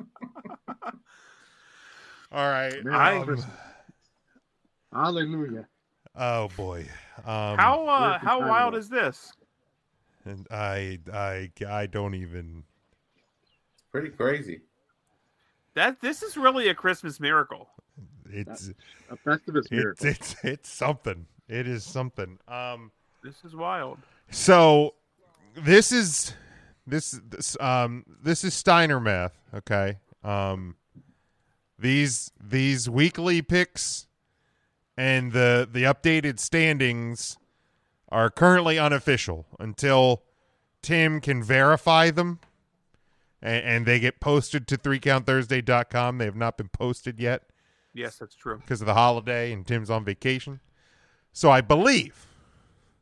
All right.
Merry
um,
Christmas. Hallelujah.
oh boy. Um,
How uh, how wild is this?
And I I I don't even.
Pretty crazy.
That this is really a Christmas miracle.
It's
a Festivus
miracle.
It's it's, it's something. It is something. Um,
this is wild.
So this is this this um this is Steiner math, okay? Um these these weekly picks and the the updated standings are currently unofficial until Tim can verify them and, and they get posted to 3countthursday.com. They have not been posted yet
Yes, that's true.
because of the holiday and Tim's on vacation. So I believe,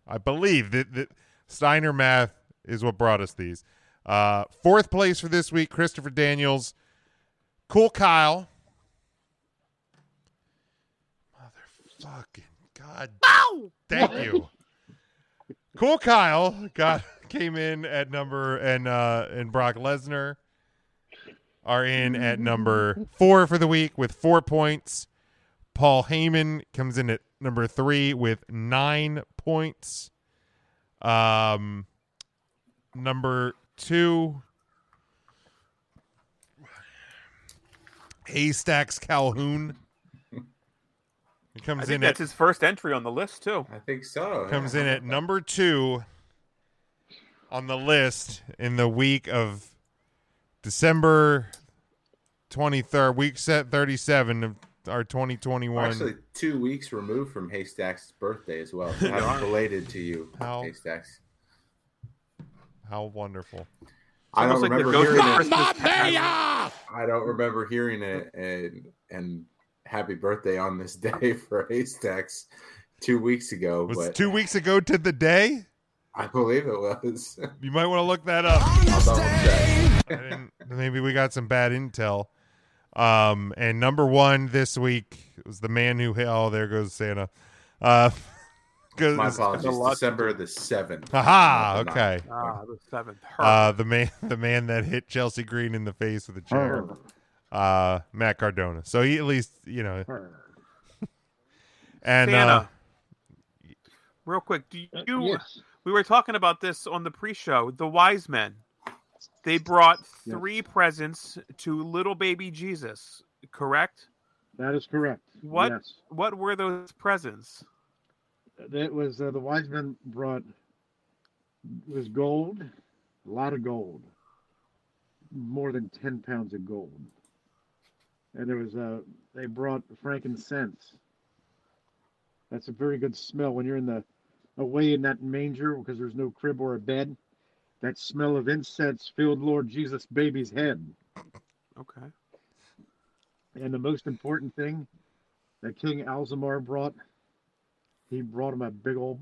I believe that, that Steiner math is what brought us these. Uh, fourth place for this week, Christopher Daniels, Cool Kyle, Fucking God. Thank you. Cool Kyle got [LAUGHS] came in at number and uh and Brock Lesnar are in at number four for the week with four points. Paul Heyman comes in at number three with nine points. Um number two Haystacks Calhoun. He
I
comes
think
in
that's
at
his first entry on the list too.
I think so.
comes in at number two on the list in the week of December 23rd, week set 37 of our 2021.
Actually, two weeks removed from Haystack's birthday as
[LAUGHS]
well. So
Yeah.
I'm related to you,
How-
Haystacks.
How wonderful.
I don't
Almost like the
remember
ghost
hearing
of
it.
Christmas past.
I don't remember hearing it, and and happy birthday on this [LAUGHS] day for Haystacks two weeks ago.
Was
oh, but
two weeks ago to the day?
I believe it was.
You might want to look
[LAUGHS]
that up.
I'll double check.
I didn't, maybe we got some bad intel. Um, and number one this week was the man who hit. Oh, there goes Santa. Uh, [LAUGHS] goes,
My apologies. December the seventh.
Aha,
Not the
okay.
ninth.
Ah, the seventh. Her.
Uh, the man, [LAUGHS] the man that hit Chelsea Green in the face with a chair, uh, Matt Cardona. So he at least, you know, and uh,
Santa. Real quick, do you?
Uh, yes.
We were talking about this on the pre-show. The wise men, they brought
Yes.
three presents to little baby Jesus. Correct.
That is correct.
What?
Yes.
What were those presents?
That was uh, the wise men brought it was gold, a lot of gold, more than ten pounds of gold, and there was uh, they brought frankincense. That's a very good smell when you're in the away in that manger because there's no crib or a bed. That smell of incense filled Lord Jesus' baby's head.
Okay.
And the most important thing that King Alzamar brought, he brought him a big old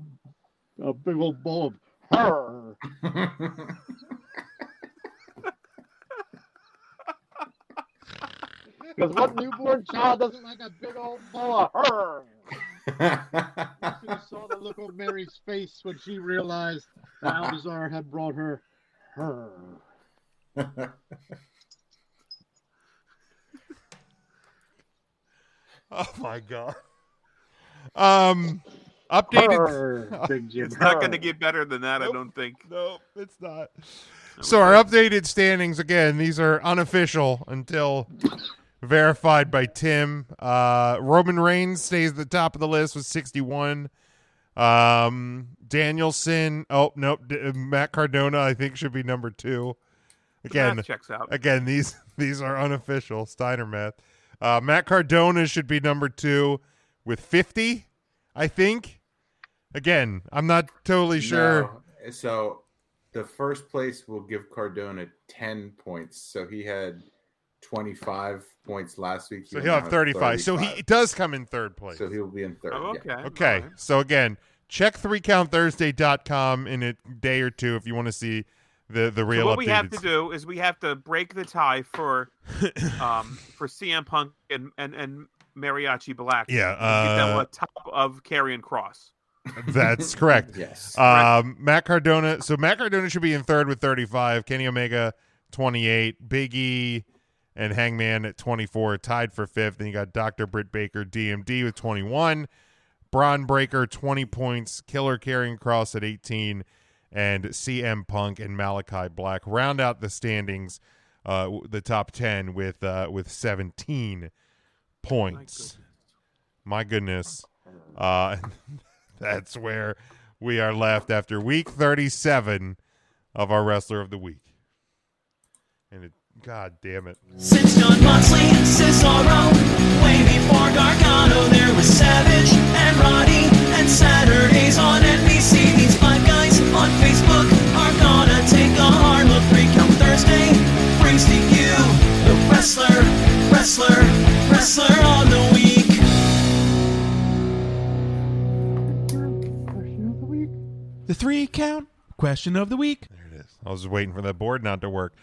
a big old bowl of [LAUGHS] her. Because what newborn child doesn't like a big old bowl of her? You should have saw the look on Mary's face when she realized that Alzamar had brought her her.
[LAUGHS] oh my god. Um, updated.
Her, Big Jim.
It's not going to get better than that, I don't think.
[LAUGHS] No, it's not. So our updated standings again. These are unofficial until verified by Tim. Uh, Roman Reigns stays at the top of the list with 61. Um, Danielson. Oh nope. D- Matt Cardona. I think should be number two. Again,
math checks out.
Again, these [LAUGHS] these are unofficial Steiner math. Uh, Matt Cardona should be number two with 50. I think. Again, I'm not totally sure.
No. So the first place will give Cardona 10 points. So he had 25 points last week.
So he'll have 35. So he does come in third place.
So he'll be in third.
Oh,
yeah.
okay.
Okay. So again, check 3countthursday.com in a day or two if you want to see the the real
So what
updated.
we have to do is we have to break the tie for,
[LAUGHS]
um, for CM Punk and and and Mariachi Black.
Yeah,
And give them
uh,
a top of Carrion Cross.
That's correct.
Yes.
Um, Matt Cardona. So Matt Cardona should be in third with 35. Kenny Omega, 28. Big E and Hangman at 24, tied for fifth. Then you got Dr. Britt Baker, DMD, with 21. Braun Breaker, 20 points. Killer Carrying Cross at 18. And CM Punk and Malachi Black round out the standings, uh, w- the top 10 with uh, with 17 points. My goodness. Uh, [LAUGHS] that's where we are left after week 37 of our wrestler of the week. And it, God damn it.
Since John Moxley, Cesaro, way before Gargano, there was Savage and Roddy, and Saturdays on NBC. These five guys on Facebook are gonna take a hard look. Three Count Thursday brings to you the wrestler, wrestler, wrestler on the week.
The three count question of the week.
I was just waiting for that board not to work.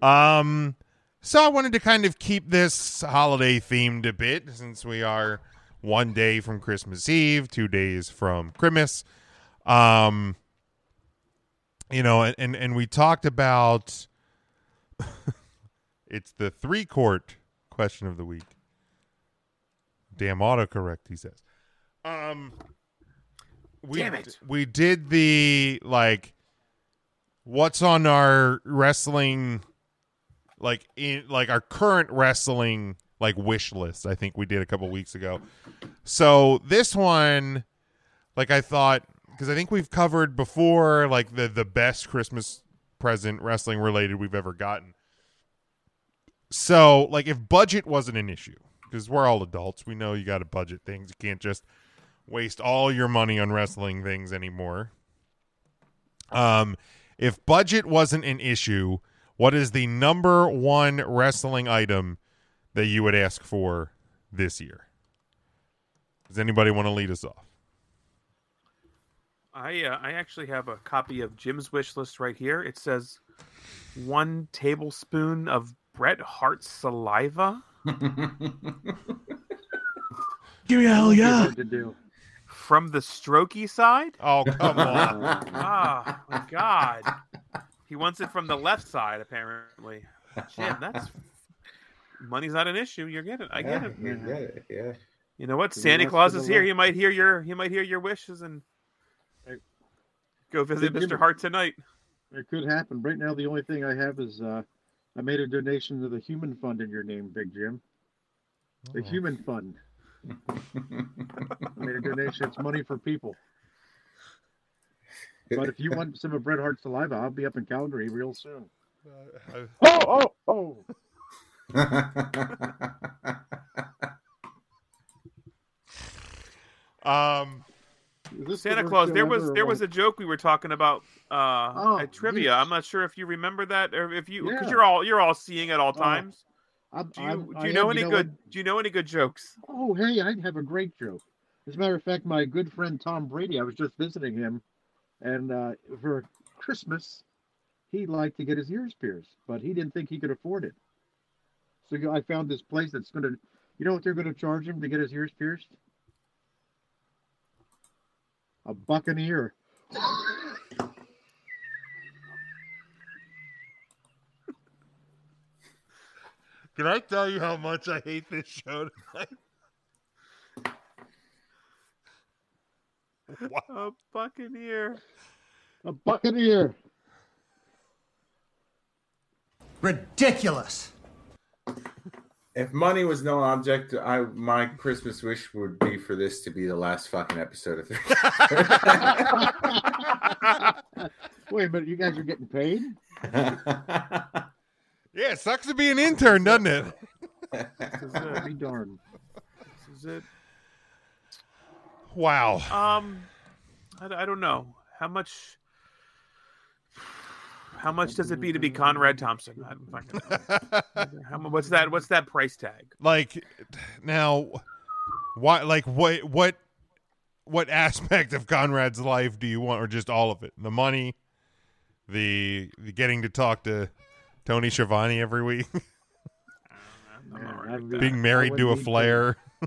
Um, so I wanted to kind of keep this holiday themed a bit since we are one day from Christmas Eve, two days from Christmas. Um, you know, and, and, and we talked about [LAUGHS] it's the three court question of the week. Damn autocorrect, he says. Um, we
Damn it.
we did the like what's on our wrestling like in like our current wrestling like wish list i think we did a couple weeks ago so this one like i thought because i think we've covered before like the the best christmas present wrestling related we've ever gotten so like if budget wasn't an issue because we're all adults we know you got to budget things you can't just waste all your money on wrestling things anymore um, if budget wasn't an issue, what is the number one wrestling item that you would ask for this year? Does anybody want to lead us off?
I uh, I actually have a copy of Jim's wish list right here. It says one tablespoon of Bret Hart saliva.
[LAUGHS] Give me a hell yeah.
to do.
From the strokey side?
Oh, [LAUGHS]
come on.
oh, my God. He wants it from the left side, apparently. Jim, that's. Money's not an issue. You're getting I get it.
You get it. Yeah.
You know what?
To the
Santa
left,
Claus
to the
is here.
left.
He might hear your he might hear your wishes and go visit
Hey, Jim.
Mr. Hart tonight.
It could happen. Right now, the only thing I have is uh, I made a donation to the Human Fund in your name, Big Jim. The Human Fund. I made a donation. It's money for people. But if you want some of Bret Hart's saliva, I'll be up in Calgary real soon. Oh, oh, oh.
Um,
this the
Santa
worst
Claus.
show
There was
ever,
there
or
was a
what?
joke we were talking about uh,
Oh,
at trivia.
yes.
I'm not sure if you remember that or if you because
Yeah.
you're all you're all seeing at all
Oh,
times.
I'm-
do you
I'm-
do
I
you
am,
know any
what?
good do you know any good jokes?
Oh, hey, I have a great joke. As a matter of fact, my good friend Tom Brady, I was just visiting him, and uh, for Christmas, he liked to get his ears pierced, but he didn't think he could afford it. So I found this place that's going to, you know what they're going to charge him to get his ears pierced? A buck an ear.
Can I tell you how much I hate this show tonight? [LAUGHS]
A buccaneer.
A buck an ear.
Ridiculous. If money was no object, I my Christmas wish would be for this to be the last fucking episode of
Wait a minute, you guys are getting paid?
Yeah, it sucks to be an intern, doesn't it?
[LAUGHS] Be darned.
This is it.
Wow.
Um, I, I don't know how much. How much does it be to be Conrad Thompson? I don't fucking know. how, mu- what's that? What's that price tag?
like now why like what what what aspect of conrad's life do you want or just all of it the money the, the getting to talk to tony Schiavone every week [LAUGHS] being married to a flair [LAUGHS]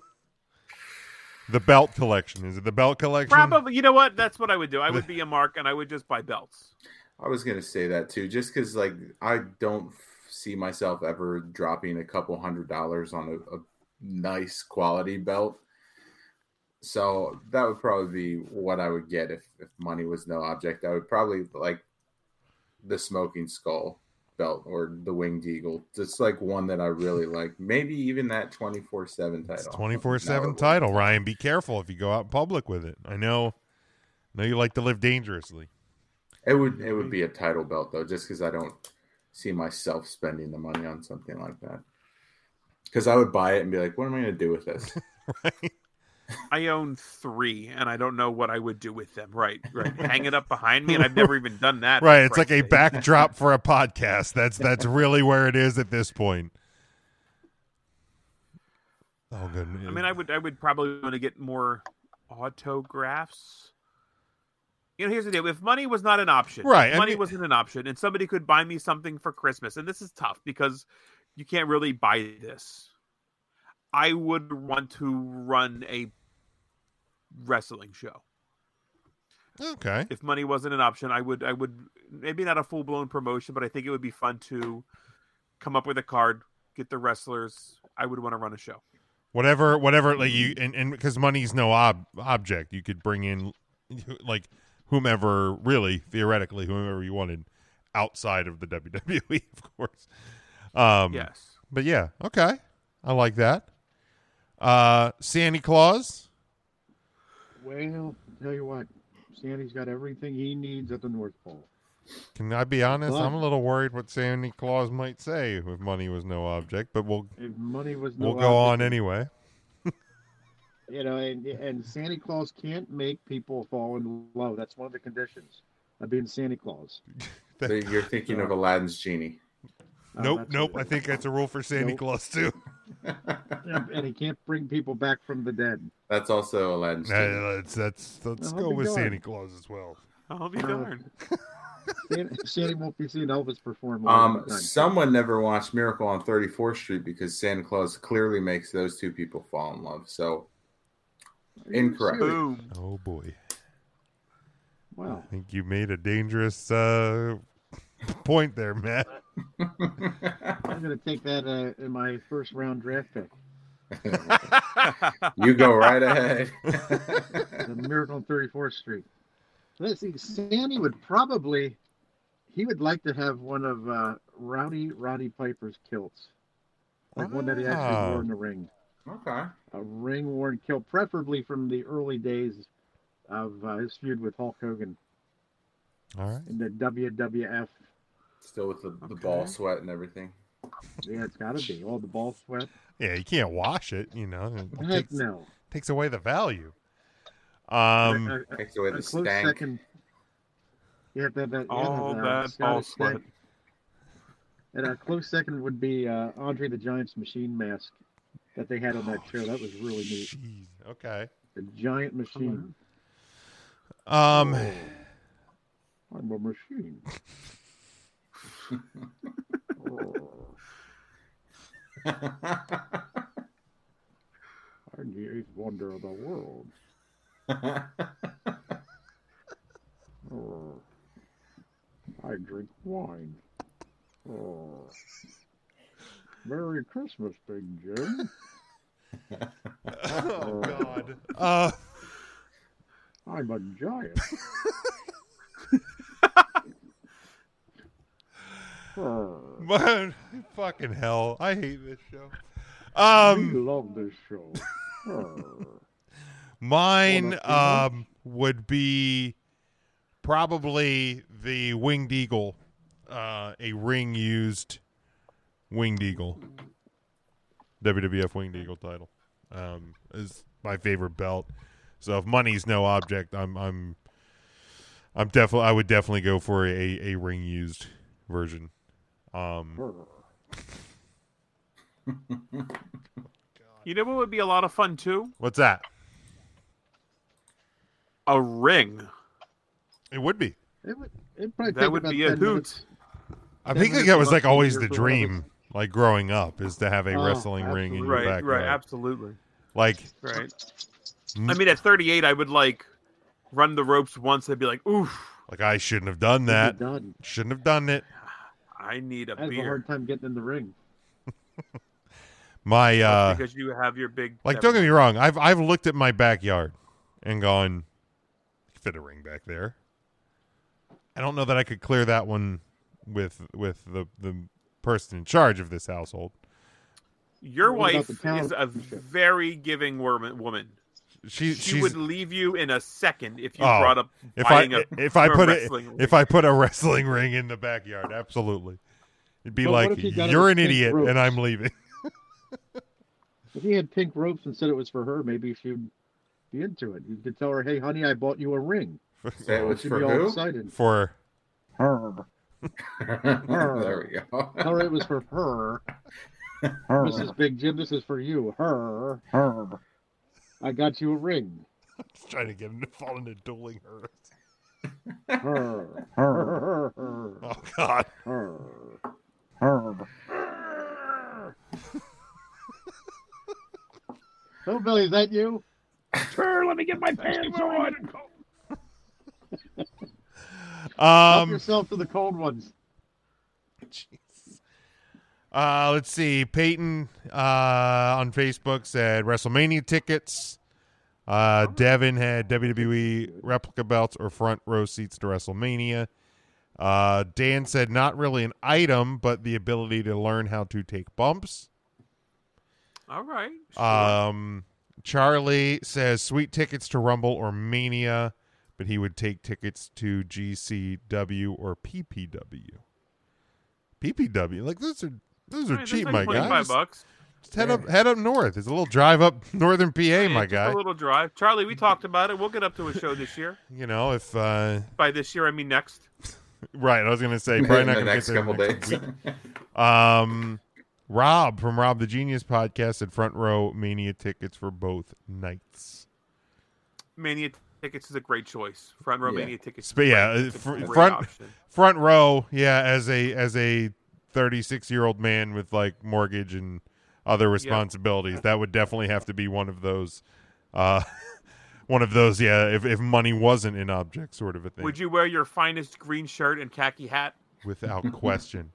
the belt collection is it the belt collection
Probably. You know what? That's what I would do. I would be a mark, and I would just buy belts.
I was gonna say that too, just because like I don't f- see myself ever dropping a couple hundred dollars on a, a nice quality belt. So that would probably be what I would get if, if money was no object. I would probably like the smoking skull belt or the winged eagle. Just like one that I really like. Maybe even that twenty four seven title.
24 7 title ryan be careful if you go out in public with it i know I know you like to live dangerously
It would it would be a title belt though, just because I don't see myself spending the money on something like that. Because I would buy it and be like, "What am I going to do with this?"
I own three, and I don't know what I would do with them. Right, right. Hang it up behind me, and I've never even done
[LAUGHS]
that.
right it's like a
Christ.
backdrop for
[LAUGHS]
a podcast that's that's really where it is at this point oh good
I mean, I would, I would probably want to get more autographs. You know, here's the deal: if money was not an option, if
Right, I
money
mean-
wasn't an option, and somebody could buy me something for Christmas, and this is tough because you can't really buy this. I would want to run a wrestling show.
Okay.
If money wasn't an option, I would I would maybe not a full blown promotion, but I think it would be fun to come up with a card, get the wrestlers. I would want to run a show.
whatever whatever like you and and because money's no ob- object you could bring in [LAUGHS] like whomever really theoretically whomever you wanted outside of the WWE [LAUGHS] of course um
Yes.
but yeah okay I like that uh Santa Claus
Well, tell you what, Sandy's got everything he needs at the North Pole.
can I be honest
Well-
I'm a little worried what Santa Claus might say if money was no object but we'll
If money was no
we'll go on
object- Oh,
anyway
You know, and and Santa Claus can't make people fall in love. That's one of the conditions of being Santa Claus.
So you're thinking of Aladdin's genie.
Uh,
nope
that's
nope
it.
I think that's a rule for Santa
Nope.
Claus
[LAUGHS]
too
and and he can't bring people back from the dead.
That's also Aladdin's
Nah,
genie.
let's that's let's
I'll
go
be
with
darned.
Santa Claus as well
I'll be
Uh,
darned.
Santa, Santa won't be seeing Elvis perform. later
Um,
on.
someone never watched Miracle on 34th Street because Santa Claus clearly makes those two people fall in love. So incorrect.
Boom.
Oh boy.
Wow.
I think you made a dangerous uh, point there, Matt.
I'm going to take that uh, in my first round draft pick.
You go right ahead.
the Miracle on 34th Street. Let's see. Sandy would probably, he would like to have one of uh, Rowdy Roddy Piper's kilts, [LAUGHS] like one that he actually
Ah.
wore in the ring,
Okay.
a ring worn kilt, preferably from the early days of uh, his feud with Hulk Hogan
All right.
in the WWF.
Still with the, the ball sweat and everything.
Yeah, it's got to be all the ball sweat.
Yeah, you can't wash it, you know. and It
Heck
takes,
no.
takes away the value.
A-
Um,
a-
Takes away
a
the
close
stank.
second. You have to have that. you have to
All
have
that ball
Scottish
sweat.
stank. And a close second would be uh, Andre the Giant's machine mask that they had on that show. That was really neat.
okay.
The giant machine.
Um,
I'm a machine. [LAUGHS] I'm the eighth wonder of the world. Oh, I drink wine. Oh. Merry Christmas, Big Jim.
oh
Oh.
God. [LAUGHS] Uh,
I'm a giant. Oh.
man, fucking hell! I hate this show.
we
Um,
love this show. Oh.
mine
Wanna see
um would be probably the winged eagle, uh, a ring used winged eagle. WWF Winged Eagle title. Um, is my favorite belt. So if money's no object, I'm I'm I'm definitely I would definitely go for a a ring used version. Um,
You know what would be a lot of fun too?
what's that?
A ring.
It would be.
It would, it'd probably
That
take
would
about
be a
10
hoot.
minutes.
I
Ten
think like
minutes
that was
to
like
watch
always
your
the
football.
dream, like growing up, is to have a
Oh,
wrestling ring in your
Right,
backyard.
right, absolutely.
Like
Right.
Mm.
I mean at 38 I would like run the ropes once and be like, "Oof,
like I shouldn't have done that.
done.
Shouldn't have done it.
I need a
I have a
beer."
hard time getting in the ring.
My
That's
uh,
because you have your big
Like,
that-
don't get me wrong. I've I've looked at my backyard and gone, fit a ring back there. I don't know that I could clear that one with with the the person in charge of this household.
Your
What about
wife
the talent
is a very giving worm- woman.
She
She
she's,
would leave you in a second if you
oh,
brought up
if I
buying a
if I
a
put it
wrestling ring.
if I put a wrestling ring in the backyard, absolutely. It'd be
But what
like
if you got
you're
it
an
with pink
idiot
ropes?"
and I'm leaving. [LAUGHS]
If he had pink ropes and said it was for her, maybe she'd be into it. You could tell her, hey, honey, I bought you a ring.
Say it was
She'd
for
be all
who?
excited.
For
Her.
[LAUGHS] there we go.
Tell her it was for [LAUGHS] her. Mrs. Big Jim, this is for you. Her. Her. I got you a ring.
trying to get him to fall into dueling her.
Her. Her. Her.
Oh God.
Her. [LAUGHS] Oh, Billy, is that you?
Sir, let me get
[LAUGHS]
my pants on.
Help
Um,
yourself to the cold ones.
Uh, let's see. Peyton uh, on Facebook said WrestleMania tickets. Uh, Devin had WWE replica belts or front row seats to WrestleMania. Uh, Dan said not really an item, but the ability to learn how to take bumps.
All right.
Um, Charlie says sweet tickets to Rumble or Mania, but he would take tickets to GCW or PPW. PPW, like those are those are
Right, that's
cheap,
like
my
25
guy. Just-
bucks.
Just head up, head up north. It's a little drive up [LAUGHS] northern PA, my
Just
guy.
A little drive. Charlie, we talked about it. We'll get up to a show this year.
You know, if uh,
By this year, I mean next.
right, I was gonna
[LAUGHS]
say
In
probably
the
not gonna
next
get there
couple
next
days. [LAUGHS]
week. um, Rob from Rob the Genius podcast at front row mania tickets for both nights.
Mania tickets is a great choice. Front row
Yeah.
Mania tickets. is
But yeah,
great.
uh,
It's a
fr-
great
front
option.
front row, yeah, as a as a 36-year-old man with like mortgage and other responsibilities, that would definitely have to be one of those uh [LAUGHS] one of those yeah, if if money wasn't an object sort of a thing
Would you wear your finest green shirt and khaki
[LAUGHS]
hat? [LAUGHS]
without question.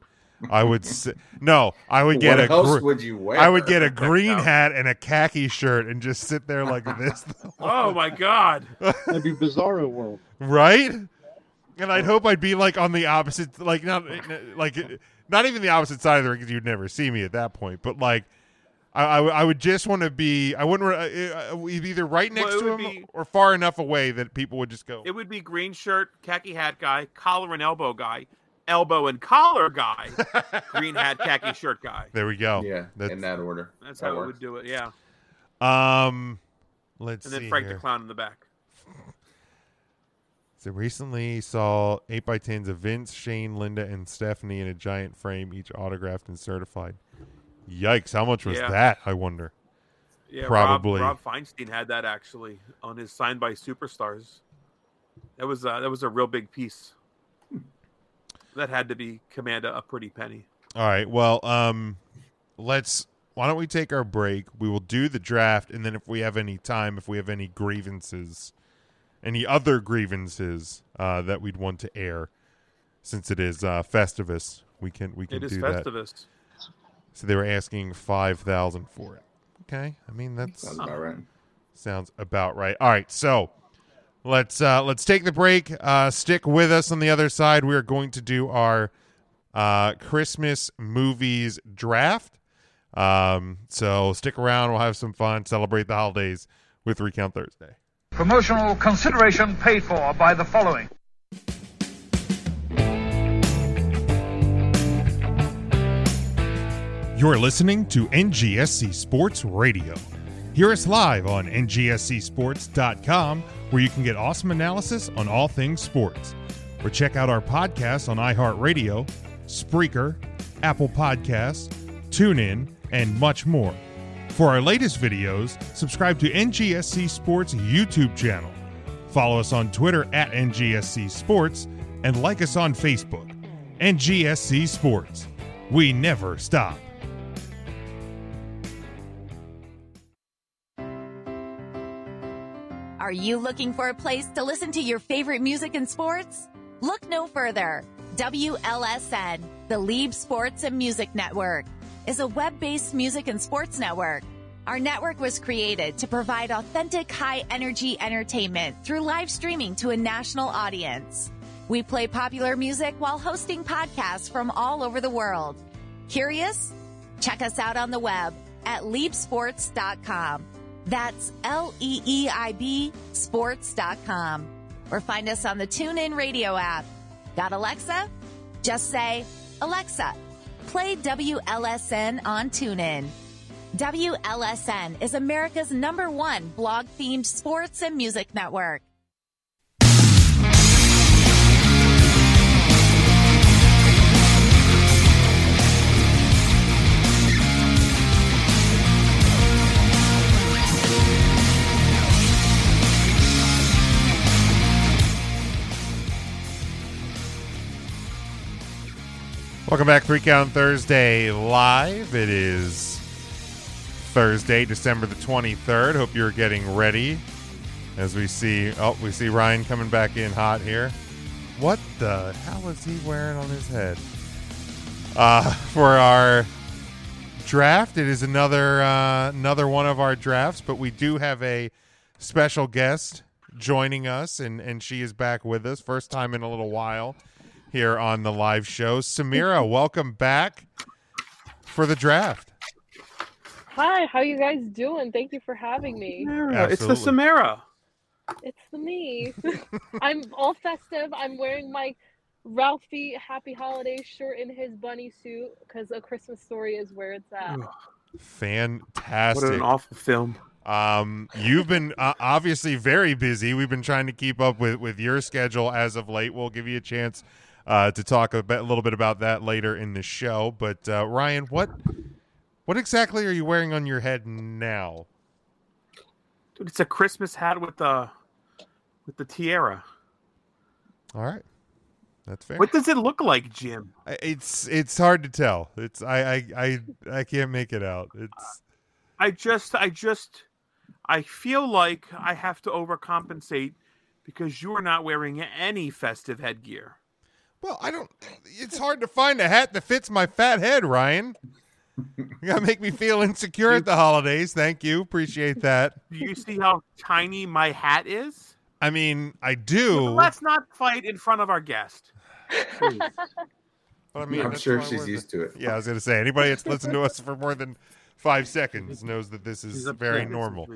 I would say, no, I would get
What
a
else
gr-
would you
I would get
[LAUGHS]
a
wear?
green hat and a khaki shirt and just sit there like this.
Oh my God!
That'd be Bizarro World.
right? And I'd hope I'd be like on the opposite, like not like not even the opposite side of the ring because you'd never see me at that point. But like, I I would- I would just want to be. I wouldn't. I- I- I'd be either right
Well,
next
it
to him
would be-
or far enough away that people would just go.
It would be green shirt, khaki hat guy, collar and elbow guy, elbow and
[LAUGHS]
collar guy, green hat, khaki shirt guy.
There we go.
Yeah,
That's,
in that order.
That's
That
how we
works.
would do it. Yeah,
um, let's
and then
see
Frank
here.
the clown in the back.
So recently saw 8x10s of Vince, Shane, Linda, and Stephanie in a giant frame, each autographed and certified. Yikes, how much was
Yeah.
that, I wonder?
Yeah,
Probably.
Rob, Rob Feinstein had that actually on his signed by superstars. That was uh, that was a real big piece. That had to be command a a pretty penny.
All right, well, um, let's. Why don't we take our break? We will do the draft, and then if we have any time, if we have any grievances, any other grievances uh, that we'd want to air, since it is uh, Festivus, we can we can
It is
do that.
Festivus.
So they were asking five thousand for it. Okay, I mean that's
Sounds about right.
Sounds about right. All right, so let's uh, let's take the break. Uh, stick with us on the other side. We are going to do our uh, Christmas movies draft. Um, so stick around. We'll have some fun. Celebrate the holidays with Recount Thursday.
Promotional consideration paid for by the following.
You're listening to NGSC Sports Radio. Hear us live on ngscsports.com, where you can get awesome analysis on all things sports. Or check out our podcasts on iHeartRadio, Spreaker, Apple Podcasts, TuneIn, and much more. For our latest videos, subscribe to NGSC Sports YouTube channel. Follow us on Twitter at NGSC Sports and like us on Facebook. NGSC Sports. We never stop.
Are you looking for a place to listen to your favorite music and sports? Look no further. WLSN, the Lieb Sports and Music Network, is a web based music and sports network. Our network was created to provide authentic high energy entertainment through live streaming to a national audience. We play popular music while hosting podcasts from all over the world. Curious? Check us out on the web at leapsports.com. That's L E E I B sports.com. Or find us on the TuneIn Radio app. Got Alexa? Just say, Alexa, play WLSN on TuneIn. WLSN is America's number one blog themed sports and music network.
Welcome back, Three Count Thursday Live. It is Thursday, December the 23rd. Hope you're getting ready. As we see, oh, we see Ryan coming back in hot here. What the hell is he wearing on his head? Uh, [LAUGHS] for our draft, it is another uh, another one of our drafts, but we do have a special guest joining us, and and she is back with us, first time in a little while here on the live show. Samira, welcome back for the draft.
Hi, how you guys doing? Thank you for having me.
It's the Samara.
It's the
[LAUGHS]
me. [LAUGHS] I'm all festive. I'm wearing my Ralphie Happy Holidays shirt and his bunny suit because A Christmas Story is where it's at.
Fantastic.
What an awful film.
Um, you've been uh, obviously very busy. We've been trying to keep up with, with your schedule as of late. We'll give you a chance uh, to talk a, bit, a little bit about that later in the show. But uh, Ryan, what what exactly are you wearing on your head now?
Dude, it's a Christmas hat with the with the tiara.
All right, that's fair.
What does it look like, Jim?
I- It's it's hard to tell. It's I I I, I can't make it out. It's
I just, I just, I feel like I have to overcompensate because you are not wearing any festive headgear.
Well, I don't. It's hard to find a hat that fits my fat head, Ryan. You gotta make me feel insecure at the holidays. Thank you, appreciate that.
Do you see how tiny my hat is?
I mean, I do.
Let's not fight in front of our guest.
But I
I'm
that's
sure
why
she's
we're-
used to it.
Yeah, I was gonna say anybody that's listened to us for more than five seconds knows that this is
He's upset.
very
This is
normal.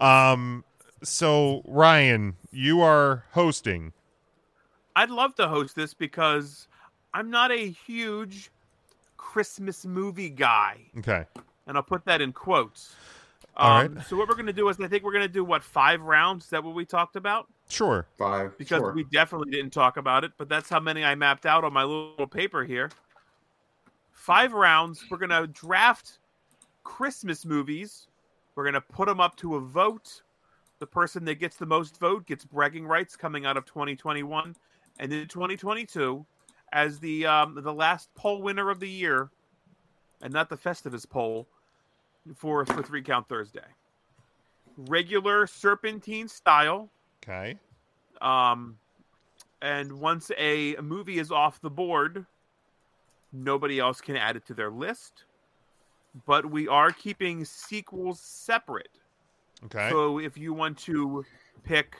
Um, so Ryan, you are hosting.
I'd love to host this because I'm not a huge Christmas movie guy.
Okay.
and I'll put that in quotes.
All
Um, So what we're going to do is I think we're going to do what five rounds? Is that what we talked about?
Sure.
Five.
Because
sure.
we definitely didn't talk about it, but that's how many I mapped out on my little paper here. Five rounds. We're going to draft Christmas movies. We're going to put them up to a vote. The person that gets the most vote gets bragging rights coming out of 2021 and in 2022 as the um, the last poll winner of the year, and not the Festivus poll for for three count Thursday. Regular serpentine style.
Okay.
Um, and once a movie is off the board, nobody else can add it to their list. But we are keeping sequels separate.
Okay.
So if you want to pick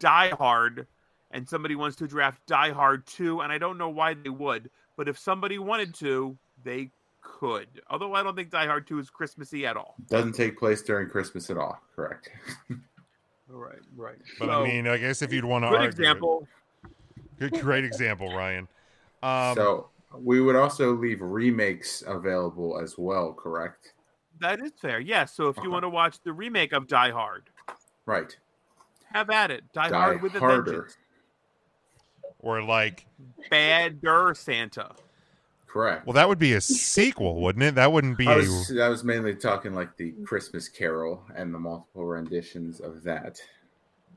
Die Hard and somebody wants to draft Die Hard 2, and I don't know why they would, but if somebody wanted to, they could. Although I don't think Die Hard 2 is Christmassy at all.
Doesn't take place during Christmas at all. Correct.
Right, right.
But I mean, I guess if you'd want to
Good
argue, it-
example.
Good, great example, Ryan. Um,
so we would also leave remakes available as well. Correct.
That is fair. Yes. so if you want to watch the remake of Die Hard,
Uh-huh. Right.
have at it. Die,
Die
Hard with a
Harder.
Vengeance.
Or like
Badder Santa.
Correct.
well, that would be a sequel, wouldn't it? That wouldn't be
I
a
was, I was mainly talking like the Christmas Carol and the multiple renditions of that.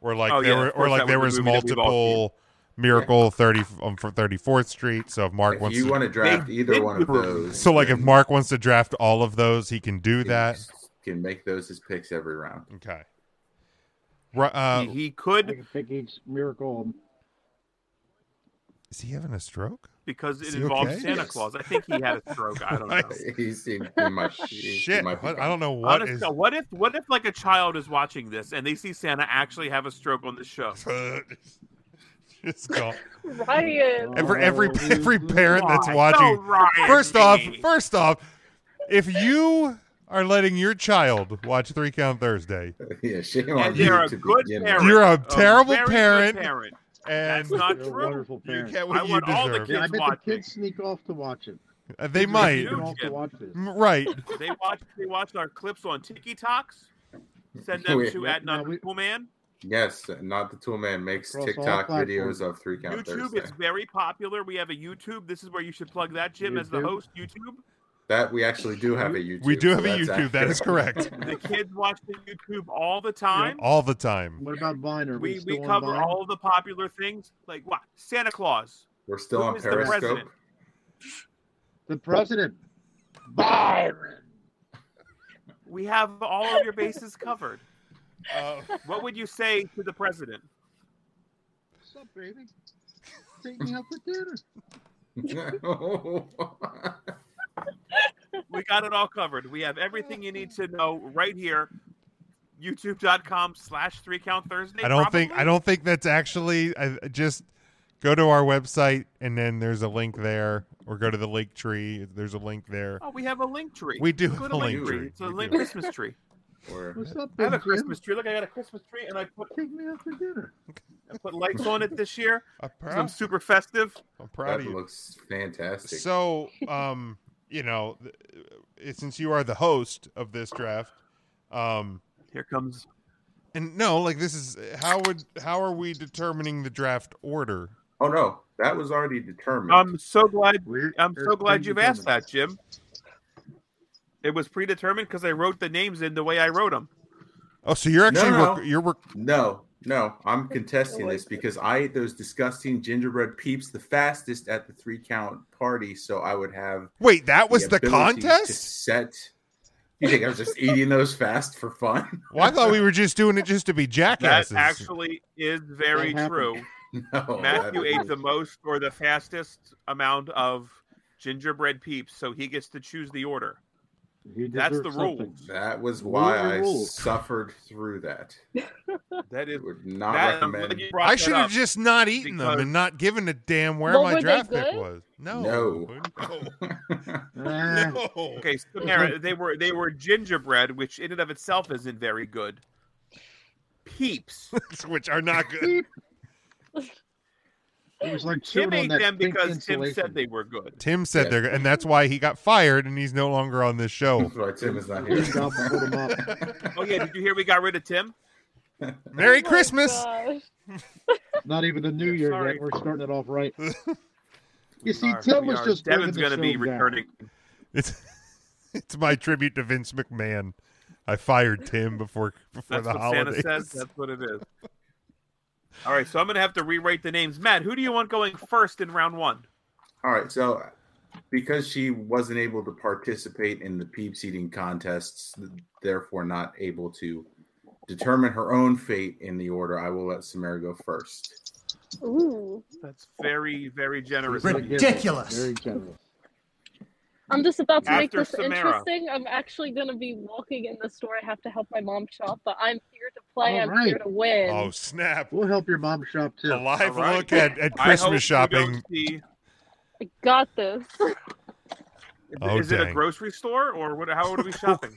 or like
Oh,
there
yeah,
were,
of
or
course,
like
that
there
was
was
the movie that we've all
multiple miracle thirty um, for thirty fourth street. So if Mark
If
wants,
you
to,
wanna draft They either did one of do- those,
so like if Mark wants to draft all of those, he can do that.
Can make those his picks every round. [LAUGHS]
Okay. Ri- Uh,
he could
pick each miracle.
is he having a stroke?
because it
Is he
involves
okay?
Santa Claus. I think he had a stroke.
[LAUGHS]
I don't know.
He's in, my
Shit, what- I don't know what
Honest
is-
to- what if what if like a child is watching this and they see Santa actually have a stroke on the show?
[LAUGHS] It's gone.
Ryan.
And for every every
Oh,
parent that's
Why?
watching,
No, Ryan,
first off,
please.
first off, if you are letting your child watch Three Count Thursday,
yeah, shame
on And you they're a to good begin with. parent.
You're a
A
terrible
very good
parent.
parent.
And
That's not
You're a
true.
wonderful parent.
get what I you want all the deserve. kids
I bet
watching.
the kids sneak off to watch it.
Uh, they
They're
might.
sneaking off to watch this.
M- right?
they watch they watch our clips on Tiki Talks. Send them
Wait.
to at not cool man.
Yes, not the tool man makes
Across all
TikTok
platforms.
videos of three count
YouTube
Thursday.
is very popular. We have a YouTube. This is where you should plug that, Jim, as the
YouTube?
host. YouTube.
That we actually do have a YouTube.
We do
so
have a
that's
YouTube, that is
accurate.
correct.
The kids watch the YouTube all the time.
All the time.
What about Vine? Are we,
We, we
still on
cover
Vine?
all the popular things like what Santa Claus.
We're still
Who
on
is the
Periscope.
president?
The president.
We have all of your bases covered.
Oh.
what would you say to the president?
What's up, baby? Take me out for dinner.
we got it all covered. We have everything you need to know right here. YouTube.com slash three count Thursday.
I don't think I don't think that's actually. I just go to our website and then there's a link there, or go to the link tree. There's a link there.
Oh, we have a link tree.
We do
Go
have
to
a link tree.
It's a
We
link
do.
Christmas tree.
[LAUGHS]
Or- What's
up,
I have a
Benjamin?
Christmas tree. Look, I got a Christmas tree, and I put
Take me out for dinner.
I put lights on it
[LAUGHS]
this year.
I'm
So I'm super festive.
I'm proud of
That
you.
looks fantastic.
So, um, you know, th- uh, since you are the host of this draft, um,
here comes.
And no, like this is how would how are we determining the draft order?
Oh no, that was already determined.
I'm so glad. I'm
it's
so glad you've asked
predetermined.
that, Jim. It was predetermined because I wrote the names in the way I wrote them.
Oh, so you're actually
no,
rec- you're rec-
no, no. I'm contesting
[LAUGHS]
this because I ate those disgusting gingerbread peeps the fastest at the three count party, so I would have.
Wait, that was the
ability to [LAUGHS]
contest?
set. You think I was just eating those fast for fun?
Well, I thought we were just doing it just to be
That
jackasses.
actually is very
That
true.
happened. [LAUGHS] No,
Matthew
that
ate
happened.
the most or the fastest amount of gingerbread peeps, so he gets to choose the order. That's the rule.
That was why
Rule,
I
rule.
suffered through that.
That is
would not
that- I'm glad
recommend.
you brought
I
that
should have
up.
just not eaten them
because-
and not given a damn where
Well, were
my
they
draft pick
good?
was. No,
No.
No.
Okay, so Mara, they were they were gingerbread, which in and of itself isn't very good. Peeps,
[LAUGHS] which are not
[LAUGHS]
good.
It was like chewing
Tim
on
ate
that
them
pink
because Tim
insulation.
said they were good.
Tim said they're, and that's why he got fired, and he's no longer on this show. That's
why Tim is not
oh yeah, did you hear we got rid of Tim?
Merry
Oh my
Christmas.
gosh.
Not even the new year yet. We're starting it off
[LAUGHS]
right. you see,
All right,
Tim
we
was
are-
just bringing
Devin's
the
gonna be
show back.
returning.
It's [LAUGHS] it's my tribute to Vince McMahon. I fired Tim before before
That's
the
what
holidays.
Santa says.
[LAUGHS]
That's what it is. All right, so I'm gonna have to rewrite the names. Matt, who do you want going first in round one?
All right, so because she wasn't able to participate in the peeps eating contests, therefore not able to determine her own fate in the order, I will let Samara go first.
Ooh.
That's very, very generous.
Ridiculous. Very
generous.
I'm just about to make
After
this
Samara.
interesting. I'm actually going to be walking in the store. I have to help my mom shop, but I'm here to play.
All
I'm
right.
here to win.
Oh snap!
We'll help your mom shop too.
A live
All right.
look at, at
I
Christmas
hope you don't
shopping.
see-
I got this.
Is,
Oh,
is it a
dang.
grocery store or what? How are we shopping?
[LAUGHS]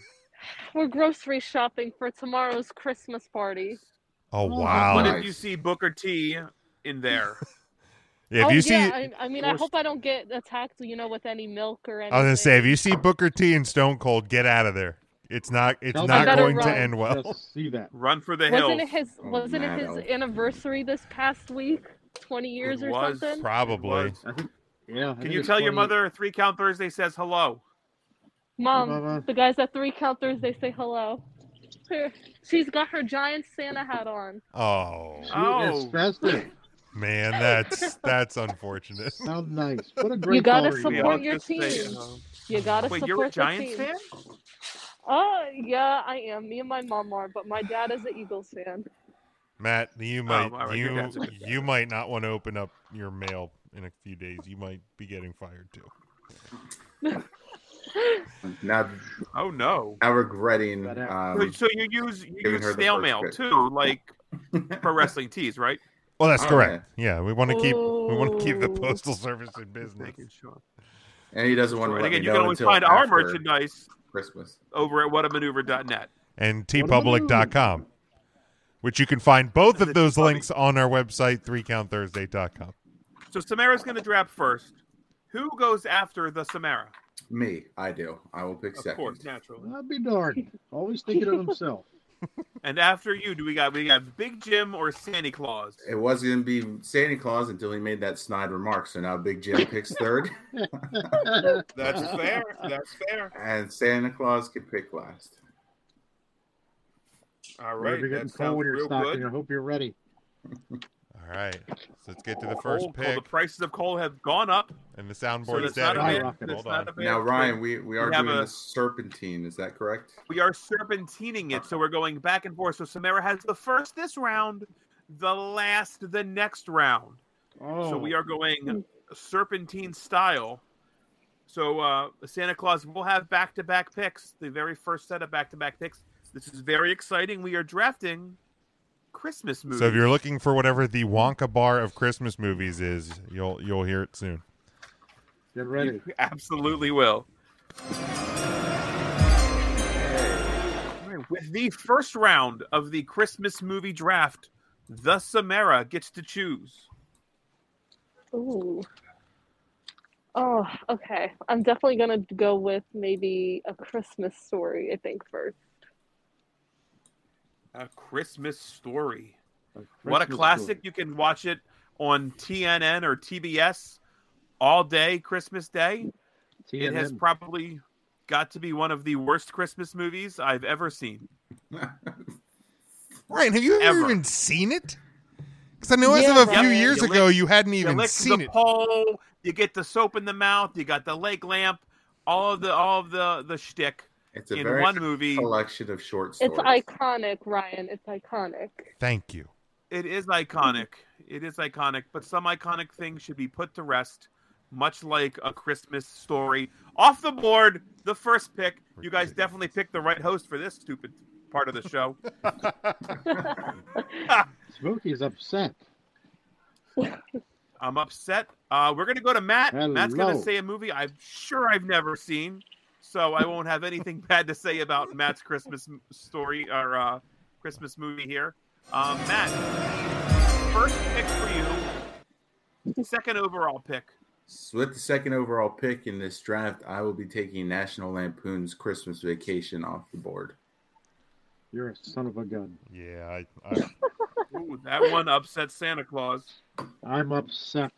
We're grocery shopping for tomorrow's Christmas party.
Oh
What
wow!
did you see Booker T in there?
Yeah, if
oh,
you see,
yeah,
I,
I, I mean, I
Or-
hope I don't get attacked, you know, with any milk or anything.
was gonna say if you see Booker T and Stone Cold, get out of there. It's not it's
Tell them
not
I gotta
going to
run.
end well.
See that?
Run for the
wasn't
hills.
it his wasn't it his anniversary this past week? Twenty years or
was
something?
[LAUGHS] Probably.
Yeah.
Can you tell your mother Three Count Thursday says hello?
Mom,
Mama.
the guys at Three Count Thursday say hello. Here, She's got her giant Santa hat on.
Oh
Oh.
man, that's that's unfortunate. [LAUGHS]
How nice! What a great.
You gotta
caller you
support
are.
your team.
uh,
You gotta
Wait,
support
you're a
the team.
Giants fan?
Oh yeah, I am. Me and my mom are, but my dad is an Eagles fan.
Matt, you might
Oh, all right, your
you
dad's a good
you might not want to open up your mail in a few days. You might be getting fired too.
Now,
oh no,
[LAUGHS] now regretting.
So-
Um,
so you use you
giving her
use
the
snail
first
mail
pick.
too,
[LAUGHS]
like pro wrestling tees, right?
Well, that's
Oh,
correct. Yeah, we want to keep we want to keep the
Ooh.
postal service in business.
and he doesn't want to
And
let
again,
me
you
know
can always
until
find our
after
merchandise
Christmas.
over at whatamaneuver.net.
And tpublic.com, which you can find both of those links on our website, threecountthursday.com.
So Samara's going to draft first. Who goes after the Samara?
Me, I do. I will pick
Of
second.
course, naturally.
I'll be darned. Always thinking of himself.
And after you, do we got we got Big Jim or Santa Claus?
It was going to be Santa Claus until he made that snide remark. So now Big Jim picks third, [LAUGHS]
That's fair. That's fair.
and Santa Claus can pick last.
All
Whatever
right,
you're
that
getting
sounds
cold in your
real
stocking.
good.
I hope you're ready.
All right. So let's get to the
Coal,
first
coal.
pick.
the prices of coal have gone up.
And the soundboard
Oh, so
is dead.
that's Not a bad,
Skyrocketed.
that's
Hold
not
on.
a bad
Now,
thing.
Ryan, we-
We are
have
doing
a-
the serpentine. Is that correct?
We are serpentining it, so we're going back and forth. So Samara has the first this round, the last the next round.
Oh.
So we are going serpentine style. So uh, Santa Claus will have back to back picks, the very first set of back to back picks. This is very exciting. We are drafting Christmas movies.
So if you're looking for whatever the Wonka bar of Christmas movies is, you'll you'll hear it soon.
Get ready.
You [LAUGHS] absolutely will. With the first round of the Christmas movie draft, the Samara gets to choose.
Ooh. Oh, okay. I'm definitely gonna go with maybe a Christmas story. I think first.
A Christmas Story. what a
Christmas
classic.
Story.
You can watch it on TNN or TBS all day, Christmas Day. It has
TNN.
probably got to be one of the worst Christmas movies I've ever seen.
Ryan, have you ever,
Ever.
even seen it? Because I know as of a few years ago, you hadn't even
lick
seen
the
it.
Pole, you get the soap in the mouth. You got the lake lamp. All of the all of the the shtick
It's a
in
very
one movie.
collection of short
It's
stories.
iconic, Ryan. It's iconic.
Thank you.
It is iconic. It is iconic, but some iconic things should be put to rest, much like a Christmas story. Off the board, the first pick. You guys definitely picked the right host for this stupid part of the show. [LAUGHS]
Smokey is upset.
I'm upset. Uh, we're going to go to Matt. Matt's going to
Hello.
say a movie I'm sure I've never seen, so I won't have anything [LAUGHS] bad to say about Matt's Christmas m- story or uh, Christmas movie here. Um, Matt, first pick for you, second overall pick.
So with the second overall pick in this draft, I will be taking National Lampoon's Christmas Vacation off the board.
You're a son of a gun.
Yeah, I, I, [LAUGHS]
Ooh, that one upset Santa Claus.
I'm upset.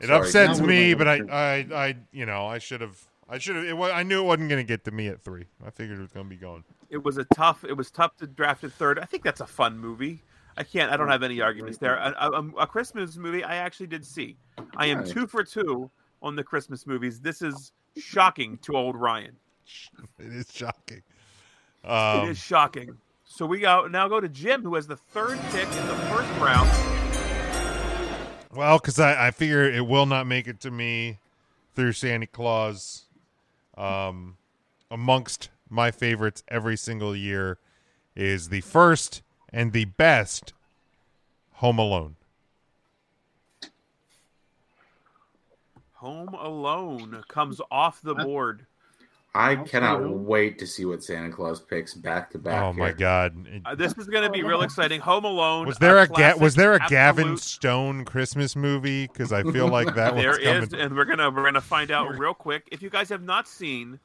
it upsets me, but I, I, I, you know, I should have, I should have. I knew it wasn't going to get to me at three. I figured it was going to be gone.
It was a tough. It was tough to draft at third. I think that's a fun movie. I can't. I don't have any arguments there. A, a- a Christmas movie I actually did see. I am
Nice.
two for two on the Christmas movies. This is shocking to old Ryan.
It is shocking.
it
Um,
is shocking. So we go now go to Jim, who has the third pick in the first round.
well, because I, I figure it will not make it to me through Santa Claus, um, amongst my favorites every single year, is the first and the best Home Alone.
Home Alone comes off the board.
I
I'll
cannot
say no.
wait to see what Santa Claus picks back to back.
Oh my
here.
God! It-
Uh, this is going to be real exciting. Home Alone.
Was there a,
classic,
ga- was there a Gavin
absolute-
Stone Christmas movie? Because I feel like that
[LAUGHS] There
one's coming.
is, and we're gonna we're gonna find out real quick. If you guys have not seen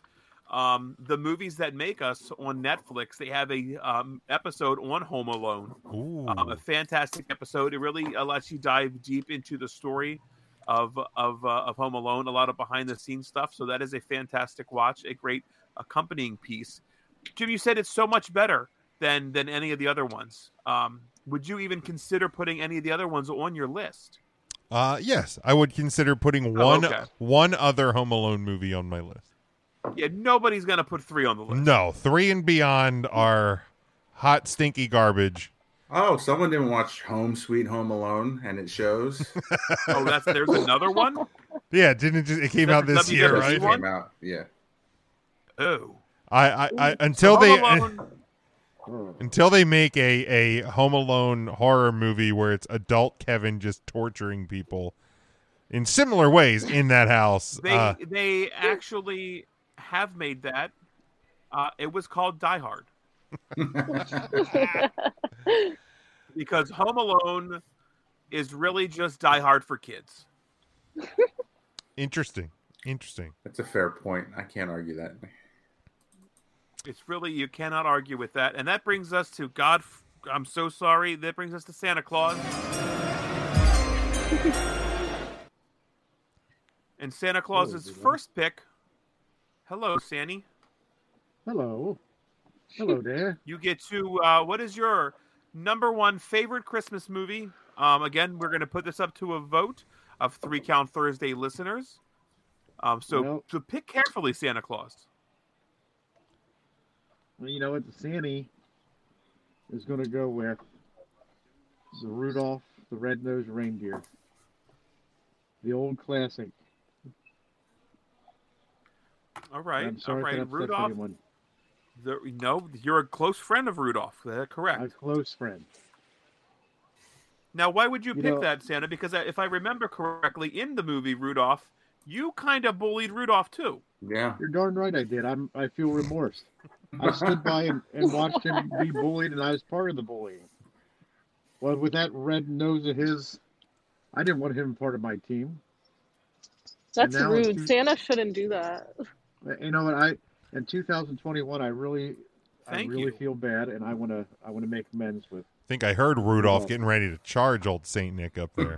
um, the movies that make us on Netflix, they have a um, episode on Home Alone.
Ooh.
Um, a fantastic episode. It really uh, lets you dive deep into the story of of uh, of Home Alone. A lot of behind the scenes stuff. So that is a fantastic watch. A great accompanying piece. Jim, you said it's so much better than than any of the other ones. Um, would you even consider putting any of the other ones on your list?
Uh, yes, I would consider putting
Oh,
one
okay.
one other Home Alone movie on my list.
Yeah, nobody's gonna put three on the
[LAUGHS]
list.
No, three and beyond are hot, stinky garbage.
Oh, someone didn't watch Home Sweet Home Alone, and it shows.
Oh, that's there's another one.
Yeah, it didn't it, just, it came out this year, right?
Came out, yeah.
Oh,
I, I, I until
Home
they
Alone-
[LAUGHS] until they make a a Home Alone horror movie where it's adult Kevin just torturing people in similar ways in that house.
they
uh,
they actually have made that. Uh, it was called Die Hard because Home Alone is really just Die Hard for kids.
interesting, interesting.
That's a fair point. I can't argue that.
It's really you cannot argue with that, and that brings us to God. f- I'm so sorry. That brings us to Santa Claus. and Santa Claus's first pick. Hello, Sandy.
Hello. Hello there.
You get to uh, what is your number one favorite Christmas movie? Um, again, we're going to put this up to a vote of three count Thursday listeners. Um, so,
Well-
so pick carefully, Santa Claus.
Well, you know what? Sandy is going to go with the Rudolph the Red-Nosed Reindeer. The old classic.
All right,
I'm
all
sorry if that
right,
upsets
Rudolph.
anyone.
the- no, you're a close friend of Rudolph. That's correct.
A close friend.
Now, why would you,
You
pick
know-
that, Santa? Because I- if I remember correctly, in the movie Rudolph, you kind of bullied Rudolph too.
Yeah.
You're darn right I did. I'm I feel remorse. I stood by and, and watched him be bullied and I was part of the bullying. Well, with that red nose of his, I didn't want him part of my team.
That's
Now it's
rude.
too-
Santa shouldn't do that.
You know what I in 2021 I really
Thank
I really feel bad and I want to I want to make amends with.
think I heard Rudolph getting ready to charge old Saint Nick up there.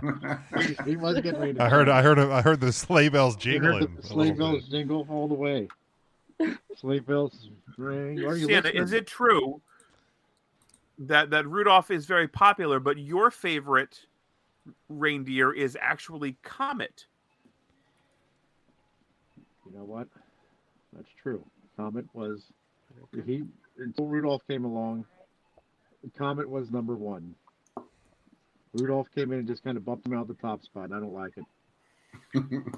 He, he was getting ready to
I heard, I heard, I heard the sleigh bells
I heard
jingling. a
the
little
sleigh bells jingle all the way. Sleigh bells ring. Are you
Santa,
listening?
is it true that that Rudolph is very popular, but your favorite reindeer is actually Comet?
You know what? That's true. Comet was he until Rudolph came along. Comet was number one. Rudolph came in and just kind of bumped him out the top spot. and I don't like it.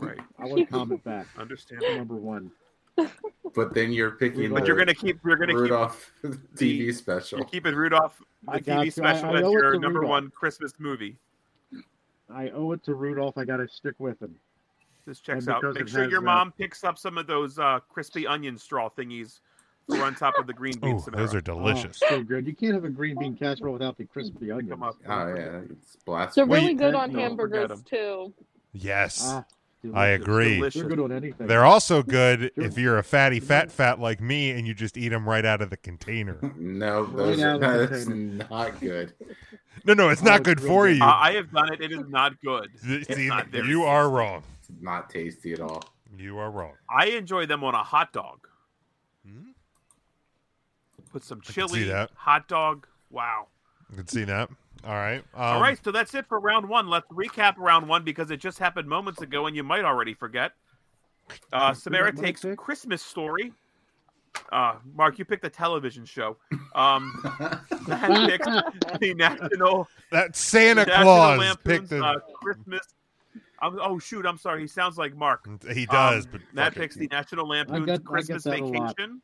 right. Uh,
I want Comet back.
Understand
number one.
But then you're picking.
But
the
you're gonna keep- you're gonna keep
[LAUGHS] Rudolph TV special.
You're keeping Rudolph
I
the
got
TV
you. I-
special
I
as
owe it
your
to
number
Rudolph.
one Christmas movie.
I owe it to Rudolph. I got to stick with him.
This checks
And
out.
because
Make
it
sure
has,
your
uh,
mom picks up some of those uh, crispy onion straw thingies that were on top of the green beans.
Ooh, Oh, those are delicious.
so good. You can't have a green bean casserole without the crispy onions.
Oh yeah, it's blast.
They're
Well,
really
you-
good on
No, forget
hamburgers
'em.
too.
Yes,
Ah,
I
delicious.
agree.
Delicious. They're good on anything.
They're also good if you're a fatty fat fat like me and you just eat them right out of the container.
No, those
out
are,
of the
that's not good.
No, no, it's not good for you.
Uh, I have done it. It is not good.
It's
ah. It's
either-
not there.
you are wrong.
Not tasty at all.
You are wrong.
I enjoy them on a hot dog. Put some
Hmm? see
chili,
that.
hot dog. Wow.
I can see that. All right. Um,
All right, so that's it for round one. Let's recap round one because it just happened moments ago and you might already forget. Uh, Samara
my
takes Christmas Story. Uh, Mark, you picked the television show. Um, Matt picked the national.
That Santa
the National
Claus picked
Lampoon's,
the-
uh, Christmas. I'm, oh shoot! I'm sorry. He sounds like Mark.
He does,
Um,
but
Matt
fuck it.
picks the National
I get- I
Lampoon's
get
Christmas
that a lot.
Vacation.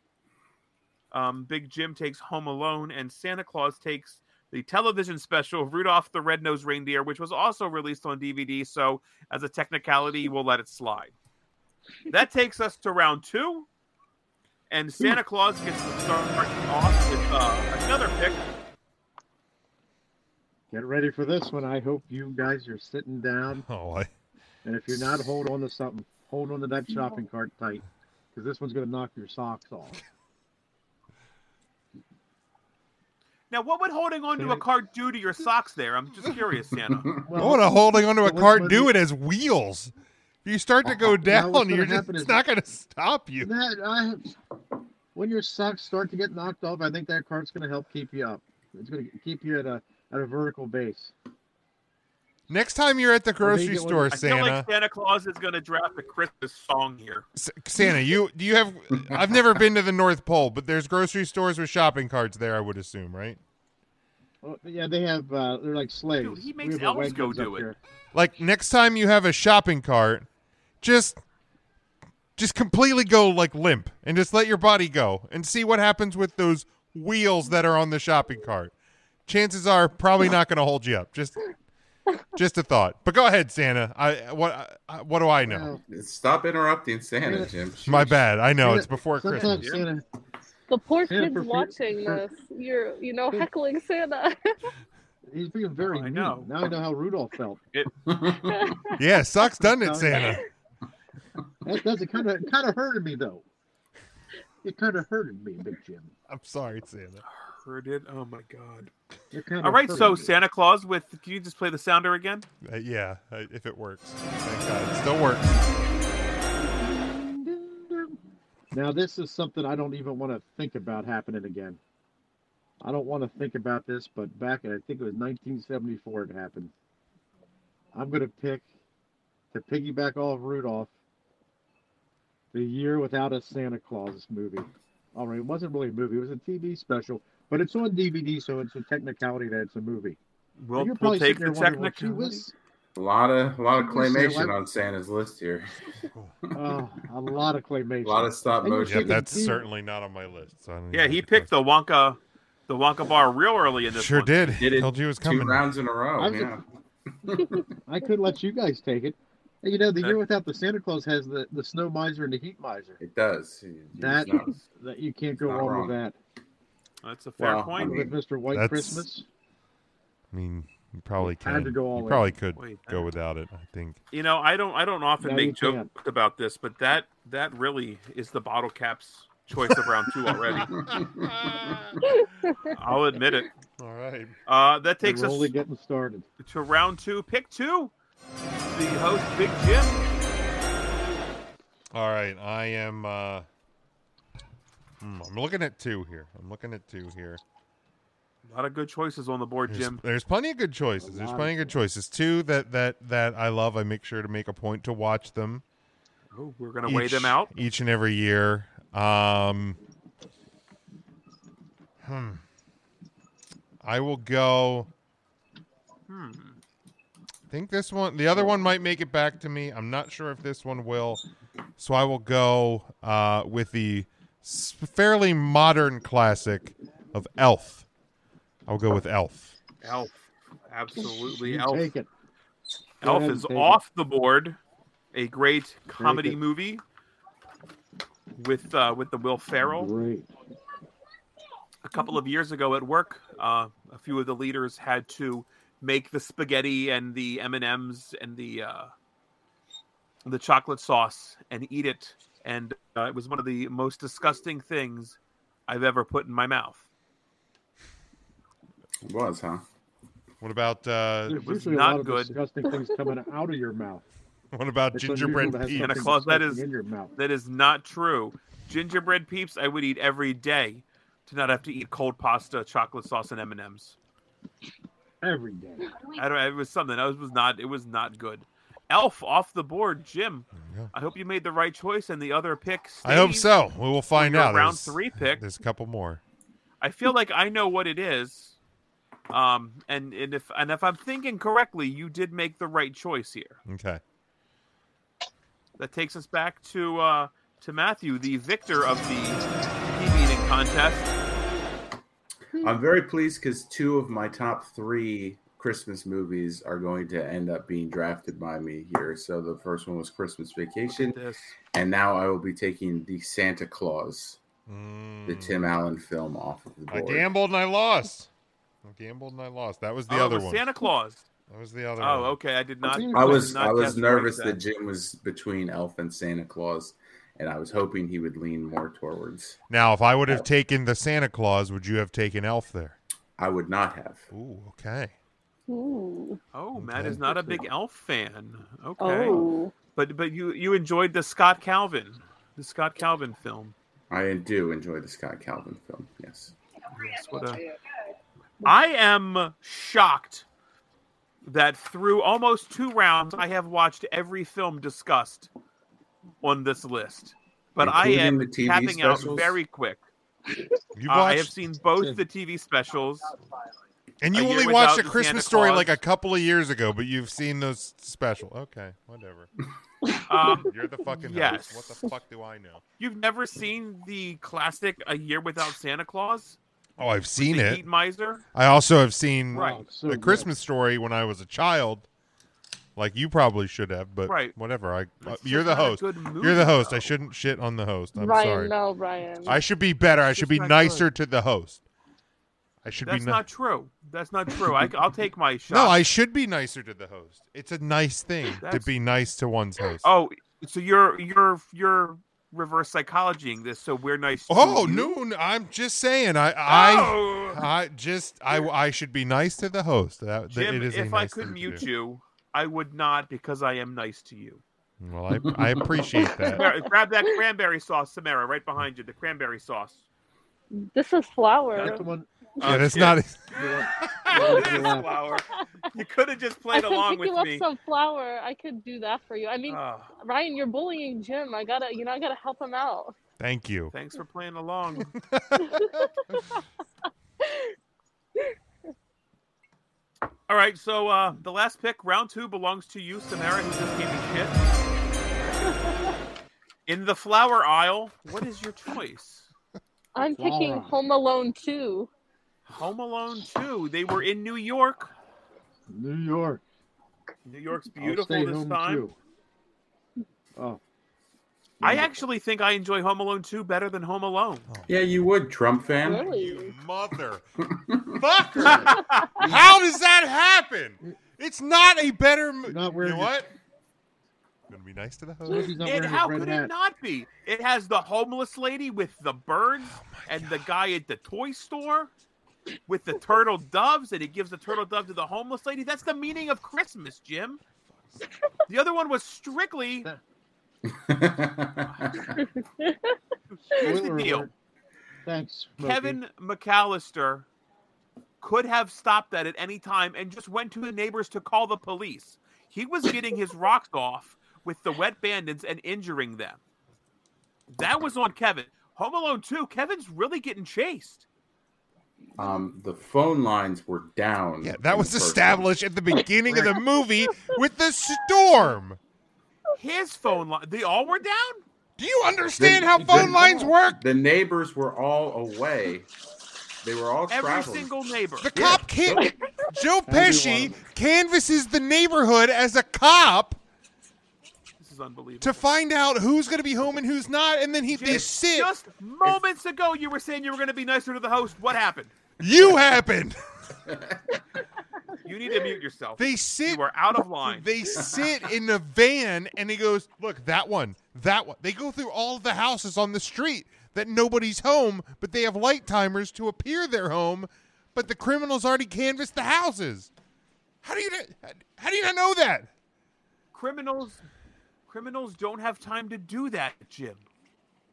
Um, Big Jim takes Home Alone, and Santa Claus takes the television special Rudolph the Red-Nosed Reindeer, which was also released on DVD. So, as a technicality, we'll let it slide. That takes us to round two, and Santa Claus gets to start off with uh, another pick.
Get ready for this one. I hope you guys are sitting down.
Oh, I...
And if you're not, hold on to something. Hold on to that shopping cart tight, because this one's going to knock your socks off.
Now, what would holding onto a cart do to your socks? There, I'm just curious,
[LAUGHS]
Santa.
I want to holding onto a
Well,
cart.
when
Do
you-
it as wheels. If you start to
[LAUGHS] Now,
go
what's
down,
gonna
you're just
happen
it's
is-
not going to stop you.
That, I, when your socks start to get knocked off, I think that cart's going to help keep you up. It's going to keep you at a at a vertical base.
Next time you're at the grocery
get one-
store,
I feel
Santa,
like Santa Claus is going to draft a Christmas song here.
S- Santa, you do you have? I've never been to the North Pole, but there's grocery stores with shopping carts there. I would assume, right?
Well, yeah, they have. Uh, they're like slaves.
Dude, he
We
makes
have a
elves go
Wegmans up
do it.
here.
Like next time you have a shopping cart, just just completely go like limp and just let your body go and see what happens with those wheels that are on the shopping cart. Chances are probably not going to hold you up. Just just a thought. But go ahead, Santa. I what I, what do I know?
Stop interrupting Santa, Jim.
My bad. I know it's before
Sometimes
Christmas.
Santa,
The poor
Santa,
kids
for fear-
watching
for-
this. You're you know heckling Santa. [LAUGHS]
he's being very mean.
know.
Now I know how Rudolph felt.
Yeah, sucks, doesn't it, Santa?
That, that's kind of kind of hurted me though. It kind of hurted me, Big Jim.
I'm sorry, Santa.
Heard it? Oh my god!
It kinda
All right,
hurted
so
me.
Santa Claus with. Can you just play the sounder again?
Uh, yeah, uh, if it works. Thank God, it still works.
Now this is something I don't even want to think about happening again. I don't want to think about this, but back in I think it was 1974 it happened. I'm going to pick to piggyback off Rudolph. The Year Without a Santa Claus movie. All right, it wasn't really a movie; it was a TV special, but it's on DVD, so it's a technicality that it's a movie.
We'll,
And you're
we'll
probably
take the
sitting there wondering, well, gee
technical.
whiz,
A lot of a lot of
Listen,
claymation
I-
on Santa's list here.
Oh, a lot
[LAUGHS]
of claymation.
A lot of stop
And you're
motion.
Yeah, that's
Dude.
certainly not on my list. So I don't
Yeah, he picked the Wonka, the Wonka bar real early in this.
Sure
one.
did. Did it Told you it was two coming. rounds
in a row.
I was a- I could let you guys take it. You know, the year without the Santa Claus has the, the snow miser and the heat miser.
It does.
That
not-
[LAUGHS] that you can't go
not
wrong,
wrong.
with that.
That's a
fair Well, point. I
with
mean,
Mr. White
that's-
Christmas.
I mean, you probably
had
can.
to go all
you
in.
probably could
Wait, I
go without it. I think.
You know, I don't I don't often
No, you
make jokes about this, but that that really is the bottle caps choice of round
[LAUGHS]
two already. I'll admit it.
All right.
Uh, that takes
we're
us
only getting started.
to round two, pick two. The host, Big Jim.
All right, I am. uh hmm, I'm looking at two here. I'm looking at two here.
A lot of good choices on the board,
There's,
Jim.
there's plenty of good choices. There's
lot
plenty
of
of good choices. Two that that that I love. I make sure to make a point to watch them.
Oh, we're gonna weigh
each-
them out.
each and every year. Um, hmm. I will go.
Hmm.
I think this one, the other one might make it back to me. I'm not sure if this one will. So I will go uh, with the s- fairly modern classic of Elf. I'll go with Elf.
Elf, absolutely.
You
Elf.
take it. Go
Elf
ahead
is
and take
off the board. A great comedy
it.
movie with uh, with the Will Ferrell.
Great.
A couple of years ago at work, uh, a few of the leaders had to make the spaghetti and the M and M's and the uh, the chocolate sauce and eat it, and uh, it was one of the most disgusting things I've ever put in my mouth.
It was, huh?
What about
[LAUGHS]
uh,
There's
was
usually
not
a lot of
good.
disgusting things coming out of your
[LAUGHS]
mouth.
what about
It's
gingerbread
unusual to have
peas?
Santa
something
Claus, that
disgusting
is
in your mouth.
that is not true. Gingerbread peeps, I would eat every day to not have to eat cold pasta, chocolate sauce, and M and M's.
every day.
I don't. It was something. It was not. It was not good. Elf off the board, Jim. I hope you made the right choice and the other pick.
I hope
stays.
so. We will find
your
out.
round
There's-
three pick.
There's a couple more.
I feel like I know what it is. Um, and, and if and if I'm thinking correctly, you did make the right choice here.
Okay.
That takes us back to uh, to Matthew, the victor of the pea eating contest.
I'm very pleased because two of my top three Christmas movies are going to end up being drafted by me here. So the first one was Christmas Vacation,
This.
and now I will be taking the Santa Claus, the
Mm.
Tim Allen film, off of the
I
board.
gambled and I lost. I gambled and I lost. That was the
oh, it
other
was
one. Uh,
Santa Claus.
That was the other
Oh,
one.
okay. I did not.
I was
did not
I was
guess right
nervous
then.
that Jim was between Elf and Santa Claus, and I was hoping he would lean more towards.
Now, if I would have taken the Santa Claus, would you have taken Elf there?
I would not have.
Ooh, okay.
Oh, Matt
Okay.
is not a big Elf fan. Okay,
Oh.
but but you you enjoyed the Scott Calvin, the Scott Calvin film.
I do enjoy the Scott Calvin film. Yes.
Yes, what a- I am shocked that through almost two rounds, I have watched every film discussed on this list, but I
Including
am
the TV
tapping out
specials?
very quick.
You
Uh, I have
watched-
seen both the
[LAUGHS]
TV specials.
And you
A Year
only watched
Without
a
the
Christmas
Santa
story
Claus.
like a couple of years ago, but you've seen those special. Okay, whatever.
Um,
You're the fucking
yes.
host. What the fuck do I know?
You've never seen the classic "A Year Without Santa Claus"?
Oh, I've seen
the
it.
Heat Miser.
I also have seen
Right. Oh,
the
good.
Christmas story when I was a child. Like you probably should have, but
Right.
whatever. I uh,
just
you're the
not a
host.
good
you're
movie,
the host. I shouldn't shit on the host. I'm
Ryan,
sorry.
no, Ryan.
I should be better. I should be
not
nicer to the host. I should
That's
be ni-
not true. That's not true. I, will take my
[LAUGHS]
shot.
No, I should be nicer to the host. It's a nice thing to
That's-
be nice to one's host.
Oh, so you're you're you're reverse psychologying this. So we're nice. to
Oh,
you?
no, no, I'm just saying. I I,
Oh.
I just I I should be nice to the host. That, that
Jim,
it is a
if I
nice
could
thing to
mute
do.
you, I would not because I am nice
[LAUGHS]
to you.
Well, I I appreciate
[LAUGHS]
that.
Samara, grab that
[LAUGHS]
cranberry sauce, Samara, right behind you. The cranberry sauce.
This is flour.
That's the one.
Yeah, that's not-
flower. You could have just played
I could
along
pick
with
you up
me.
some flour. I could do that for you. I mean,
Ah.
Ryan, you're bullying Jim. I gotta, you know, I gotta help him out.
Thank you.
Thanks for playing along. All right, so uh, the last pick, round two, belongs to you, Samara, who just gave me shit. In the flower aisle, what is your choice?
I'm picking
Flour.
Home Alone 2.
Home Alone 2. They were in New York.
New York.
New York's
I'll
beautiful
stay
this
home
time.
too. Oh,
I actually think I enjoy Home Alone 2 better than Home Alone.
Yeah, you would, Trump fan.
You
mother.
Fucker. How does that happen? It's not a better. mo-
Not
you know what?
Gonna be nice to the host.
And how could it not be? It has the homeless lady with the birds and the guy at the toy store with the turtle doves, and he gives the turtle dove to the homeless lady. That's the meaning of Christmas, Jim. The other one was strictly. Here's the
Spoiler
deal
alert. thanks, Smokey.
Kevin McAllister could have stopped that at any time and just went to the neighbors to call the police. He was getting his rocks off with the wet bandits and injuring them. That was on Kevin. Home Alone 2, Kevin's really getting chased.
Um, the phone lines were down. Yeah,
That was established at the beginning of the movie with the storm.
His phone line, they all were down?
Do you understand how phone lines work?
The neighbors were all away. They were all
Every
traveling.
single neighbor.
The cop can't. Joe
Every
Pesci canvasses the neighborhood as a cop
This is unbelievable.
to find out who's going to be home and who's not, and then he they sit.
Just moments ago, you were saying you were going to be nicer to the host. What happened?
you happened.
You need to mute yourself.
They sit.
You are out of line.
They [LAUGHS] sit in the van, and he goes, "Look, that one, that one." They go through all the houses on the street that nobody's home, but they have light timers to appear they're home. But the criminals already canvassed the houses. How do you? not- How do you not know that?
criminals criminals don't have time to do that, Jim.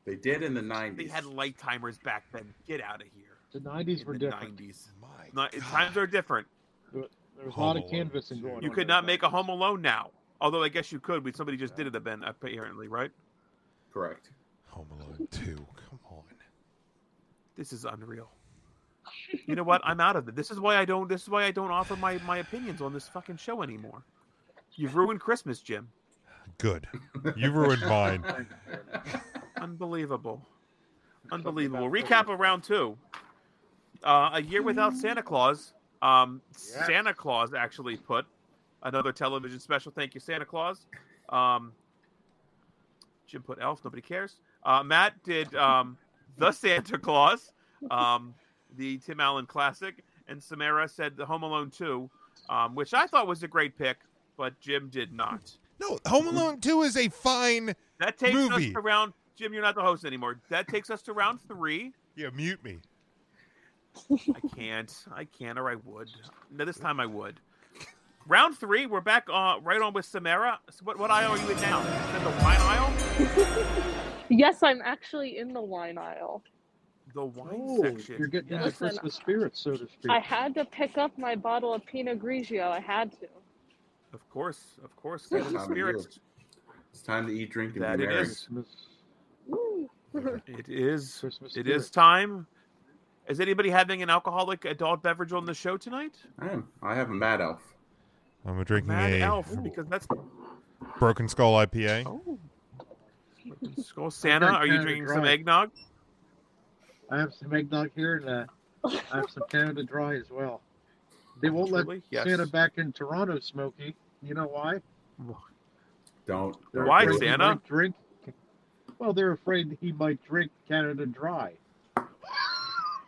They did in the
They
nineties.
had light timers back then. Get out of here.
The 90s were
the
different.
90s. Ni- times are different.
There was a lot of canvassing going on.
You could not make a Home Alone now. Although I guess you could. We somebody just did it then apparently, right?
Correct.
Home Alone Two. Come on.
This is unreal. You know what? I'm out of it. This is why I don't. This is why I don't offer my my opinions on this fucking show anymore. You've ruined Christmas, Jim.
Good. You ruined mine.
Unbelievable. Unbelievable. Recap of round two. Uh, a year without Santa Claus. Um, Santa Claus actually put another television special. Thank you, Santa Claus. Um, Jim put Elf. Nobody cares. Uh, Matt did um, the Santa Claus, um, the Tim Allen classic, and Samara said the Home Alone two, um, which I thought was a great pick, but Jim did not.
No, Home Alone Two is a fine
That takes us
movie.
to round. Jim, you're not the host anymore. That takes us to round three.
Yeah, mute me.
I can't. I can't, or I would. No, this time I would. Round three. We're back uh, right on with Samara. So what, what aisle are you in now? Is that the wine aisle?
Yes, I'm actually in the wine aisle.
The wine
Oh,
section.
you're getting into
Listen,
Christmas spirit, so to speak.
I had to pick up my bottle of Pinot Grigio. I had to.
Of course, of course.
That
Christmas
time of
spirits.
It's time to eat, drink, and
That
be
it
merry.
is. It is.
Christmas
It
spirit.
is time. Is anybody having an alcoholic adult beverage on the show tonight?
I am. I have a mad elf.
I'm drinking
Mad
a
Elf, because that's
Broken Skull
[LAUGHS]
IPA.
Skull Santa.
got
Are you
Canada
drinking some
Dry.
eggnog?
I have some eggnog here, and uh, I have some
[LAUGHS]
Canada Dry as well. They won't let
Truly? Yes.
Santa back in Toronto, Smokey. You know why?
Don't.
They're
Why,
afraid he
Santa?
might Drink. Well, they're afraid he might drink Canada Dry.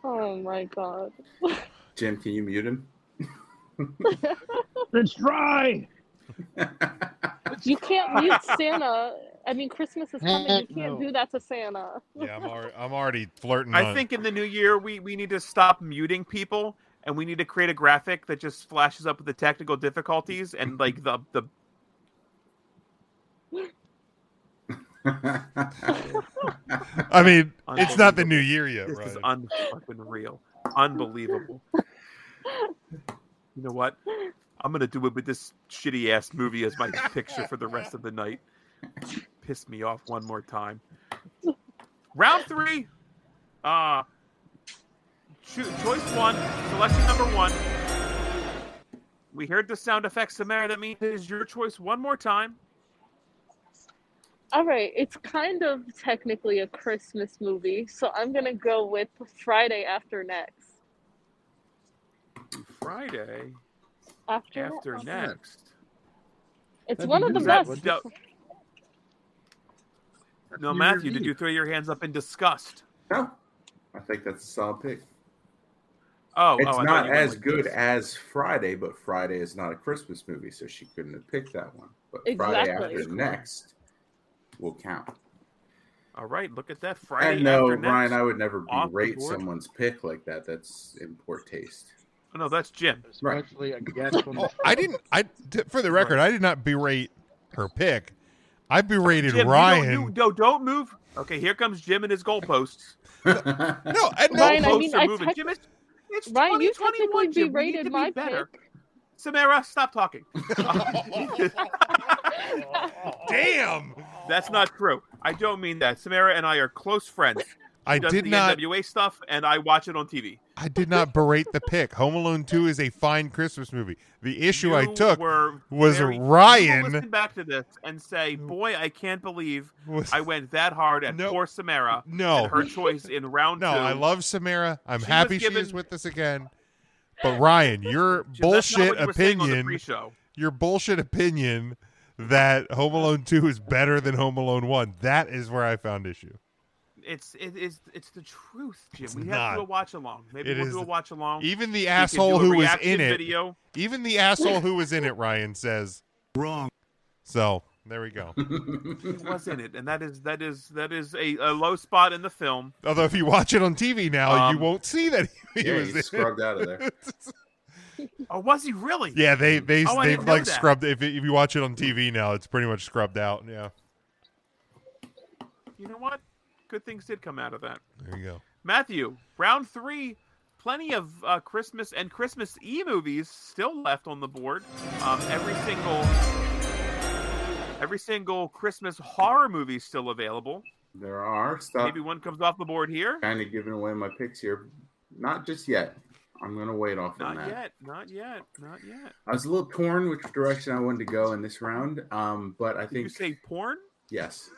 Oh my god.
Jim, can you mute him?
It's dry.
You can't mute Santa. I mean, Christmas is coming.
Heck
You can't
no.
do that to Santa.
Yeah, I'm already, I'm already flirting.
I
on-
think in the new year we, we need to stop muting people and we need to create a graphic that just flashes up with the technical difficulties and like the the
I mean, it's not the new year yet,
This
right?
is unfucking real. Unbelievable. you know what? I'm gonna do it with this shitty ass movie as my picture for the rest of the night. Piss me off one more time. Round three. Uh cho- choice one, selection number one. We heard the sound effects, Samara. That means it is your choice one more time.
All right, it's kind of technically a Christmas movie, so I'm gonna go with Friday After Next.
Friday
After,
after next.
It's one of the
Is that-
best.
no- No,
New
Matthew,
Year's
did you throw your hands up in disgust?
No. I think that's a solid pick.
Oh,
it's
oh, I thought
not
you went
as
like
good
this.
as Friday, but Friday is not a Christmas movie, so she couldn't have picked that one. But Friday
Exactly.
after next will count.
All right, look at that
I
Friday.
know,
after next.
Ryan. I would never
Off the
berate
board.
someone's pick like that. That's in poor taste.
[LAUGHS] Oh, no, that's Jim.
Right.
Oh, I didn't. I d- for the record, I did not berate her pick. I berated
Jim, you don't-
Ryan.
you- no, don't move. Okay, here comes Jim and his goalposts.
[LAUGHS] no, oh,
Ed, no.
Ryan, I
Goalposts
mean,
are
I
moving.
tec-
Jim, it's, it's
Ryan, you
2021,
technically
Jim. We need
berated
to be
my
better. Samara, stop talking.
Damn.
That's not true. I don't mean that. Samara and I are close friends. She
I
does
did
the
not-
NWA stuff, and I watch it on TV.
I did not berate the pick. Home Alone Two is a fine Christmas movie. The issue I
You
took
were
was
very- you will Listen
Ryan. Mm.
back to this and say, "Boy, I can't believe
Was-
I went that hard at poor Samara
No.
and her choice in round
No,
two.
I love Samara. I'm
She was
happy she
given-
is with us again. But Ryan, your
that's not
bullshit
what you were saying on the
opinion,
pre-show.
your bullshit opinion that Home Alone Two is better than Home Alone One. That is where I found issue.
It's it is it's the truth, Jim.
It's
we
not.
have to do a watch along. Maybe
It
we'll
is-
do a watch along.
Even the asshole who was in it.
Video.
Even the asshole who was in it, Ryan says wrong. So there we go. [LAUGHS]
He was in it, and that is that is that is a, a low spot in the film.
Although if you watch it on TV now,
Um,
you won't see that he,
yeah,
was
he's scrubbed out of there. Oh, was he really?
yeah, they they
Oh, I
they've
didn't know
like
that.
scrubbed. If, if you watch it on TV now, it's pretty much scrubbed out. Yeah,
You know what? Good things did come out of that.
there you go.
Matthew, round three, plenty of uh, Christmas and Christmas E movies still left on the board. Um, every single, every single Christmas horror movie is still available.
There are
Uh,
stuff
Maybe one comes off the board here.
kind of giving away my picks here. Not just yet. I'm gonna wait off on
Not
that.
yet. Not yet. Not yet.
I was a little torn which direction I wanted to go in this round, um, but I
Did you
think
say porn?
yes.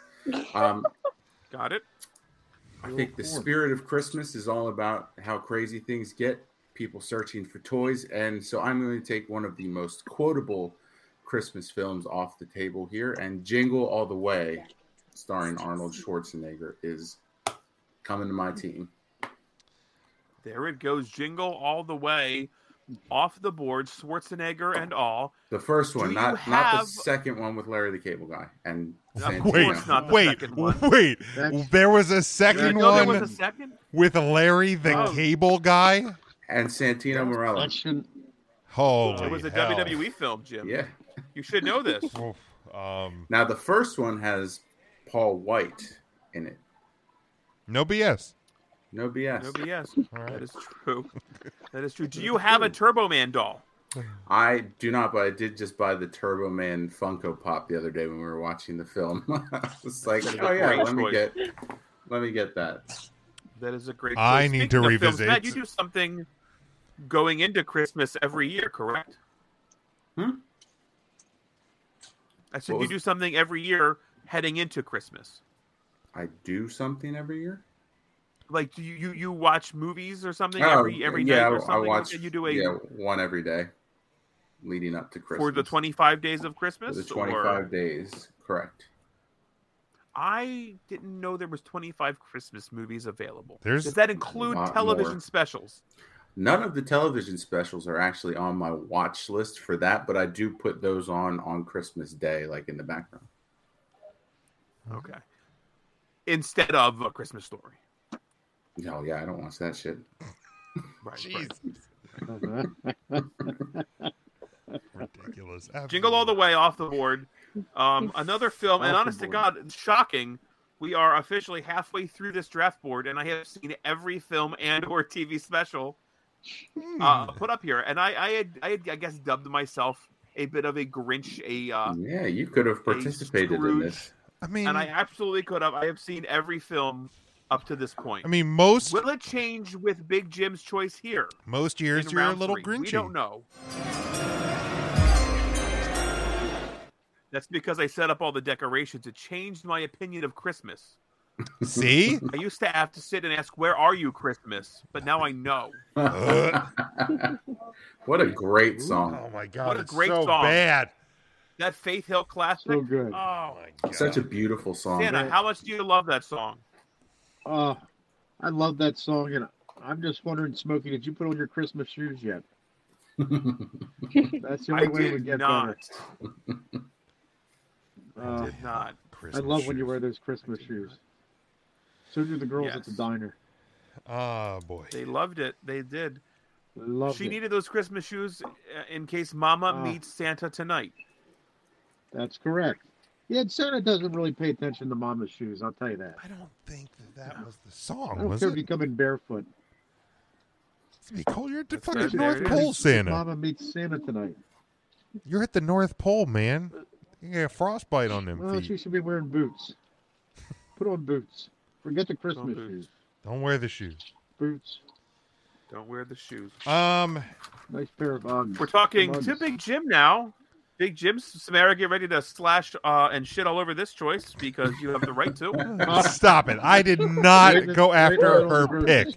Um,
Got it.
I think the spirit of Christmas is all about how crazy things get, people searching for toys. And so I'm going to take one of the most quotable Christmas films off the table here. And Jingle All the Way, starring Arnold Schwarzenegger, is coming to my team.
There it goes. Jingle all the way off the board. Schwarzenegger and all.
The first one,
Do
not
you
not the
have- Uh,
second one with Larry the Cable Guy. And
Wait,
Santino.
wait, wait. There was a second
know there
one.
was a second?
with Larry the
Oh.
Cable Guy.
And Santino Morella.
Holy
it was a E
hell.
WWE film, Jim.
Yeah.
You should know this.
Um,
now the first one has Paul White in it.
No BS.
No BS.
No BS. That is true. That is true. Do you have a Turbo Man doll?
I do not, but I did just buy the Turbo Man Funko Pop the other day when we were watching the film. [LAUGHS] I was like,
That is a
oh yeah,
great
let me
choice.
get, let me get that.
That is a great.
I
choice.
need
Speaking
to
of films,
revisit.
Matt, you do something going into Christmas every year, correct?
Hmm?
I said
What
you
was-
do something every year heading into Christmas.
I do something every year.
Like do you you, you watch movies or something
Oh,
every every
yeah,
night or something
I
like
watch.
that? You do a
yeah, one every day, leading up to Christmas.
for the twenty five days of
For
Christmas.
the
or-
twenty-five days, correct?
I didn't know there was twenty five Christmas movies available.
There's
Does that include
a lot
television
more.
specials?
None of the television specials are actually on my watch list for that, but I do put those on on Christmas Day, like in the background.
Okay. Instead of a Christmas story.
Hell yeah, I don't watch that shit.
Right.
[LAUGHS]
Ridiculous.
Jingle all the way off the board. Um, another film, and honest to God, it's shocking. we are officially halfway through this draft board, and I have seen every film and or TV special
Hmm.
uh, put up here. And I, I had, I had, I guess, dubbed myself a bit of a Grinch. A uh,
Yeah, you could have participated in this.
I mean,
and I absolutely could have. I have seen every film up to this point.
I mean, most-
will it change with Big Jim's choice here?
Most years
in
you're a
round
little
three?
grinchy.
We don't know. That's because I set up all the decorations. It changed my opinion of Christmas.
See?
I used to have to sit and ask, "Where are you, Christmas?" But now I know.
[LAUGHS] what a great song.
Oh my god,
what a
it's
great
so
song!
bad.
That Faith Hill classic.
So good.
Oh,
Such a beautiful song.
Santa, how much do you love that song?
Oh, I love that song, and I'm just wondering, Smokey, did you put on your Christmas shoes yet? That's the only
I
way it would get
did not.
better.
I did not.
Uh, I love when you wear those Christmas shoes. So do the girls at the
Yes.
diner.
Oh boy,
They loved it. They did.
Loved
she
it.
needed those Christmas shoes uh, in case Mama
Ah.
Oh.
meets Santa tonight.
That's correct. Yeah, Santa doesn't really pay attention to Mama's shoes. I'll tell you that. I
don't think that, that was the
I
song.
don't
was
care
it?
if you come in barefoot.
You call your
That's
fucking
right, there
North
it is.
Pole Santa.
Mama meets Santa tonight.
You're at the North Pole, man. You got a frostbite on them
Well,
feet.
she should be wearing boots. Put on boots. Forget the Christmas shoes.
Don't wear the shoes.
Boots.
Don't wear the shoes.
[LAUGHS]
Um,
nice pair of Uggs.
We're talking to Big Jim now. Big Jim, Samara, get ready to slash uh, and shit all over this choice because you have the
[LAUGHS]
right to.
Stop it. I did not Uh, go after her pick.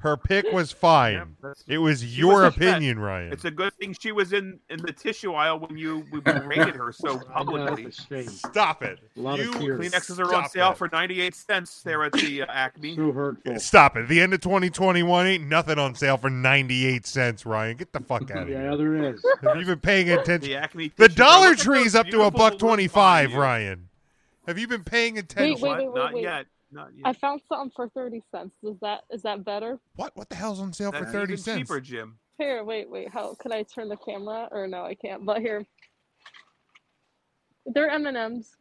Her pick was fine. It was
She
your
was upset.
opinion, Ryan.
It's a good thing she was in, in the tissue aisle when you we rated her so publicly.
Stop it.
Love
You- tears.
Kleenexes are on
Stop
sale for 98 cents there at the uh, Acme.
Stop it. The end of 2021 ain't nothing on sale for 98 cents, Ryan. Get the fuck out of here.
Yeah, there is.
Have you been paying attention?
The Acme
The
tissue-
Dollar
Look at
Tree's
those
up to a
beautiful
buck 25, Ryan. Have you been paying attention?
What? Not yet. Not yet.
I found something for thirty cents. Is that is that better?
What? What the hell's on sale for
That's
30
even
cents?
cheaper, Jim.
Here, wait, wait. How can I turn the camera? Or no, I can't. But here, they're M and M's.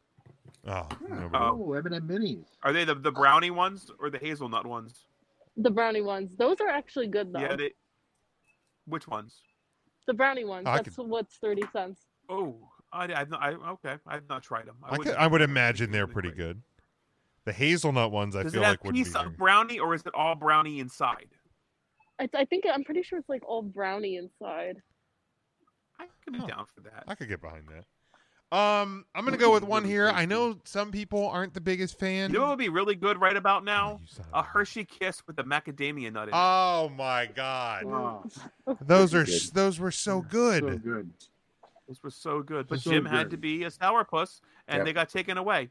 Oh,
Oh, M&M minis.
Are they the, the brownie ones or the hazelnut ones?
The brownie ones. Those are actually good though.
Yeah, they. Which ones?
The brownie ones.
I
that's what's thirty cents.
Oh, I, I've not. I, okay, I've not tried them. I,
I, could,
wouldn't-
I would imagine they're pretty good. The hazelnut ones, I
Does
feel
it have
like would be.
piece of brownie or is it all brownie inside?
I, I think I'm pretty sure it's like all brownie inside.
I could be down for that.
I could get behind that. Um, I'm gonna go with one here. I know some people aren't the biggest fan.
You know what would be really good right about now? A Hershey Kiss with a macadamia nut in it.
Oh my god! Those are s- those were so good.
good.
Those were so good. But
So
Jim had
good.
to be a sourpuss, and
Yep.
they got taken away.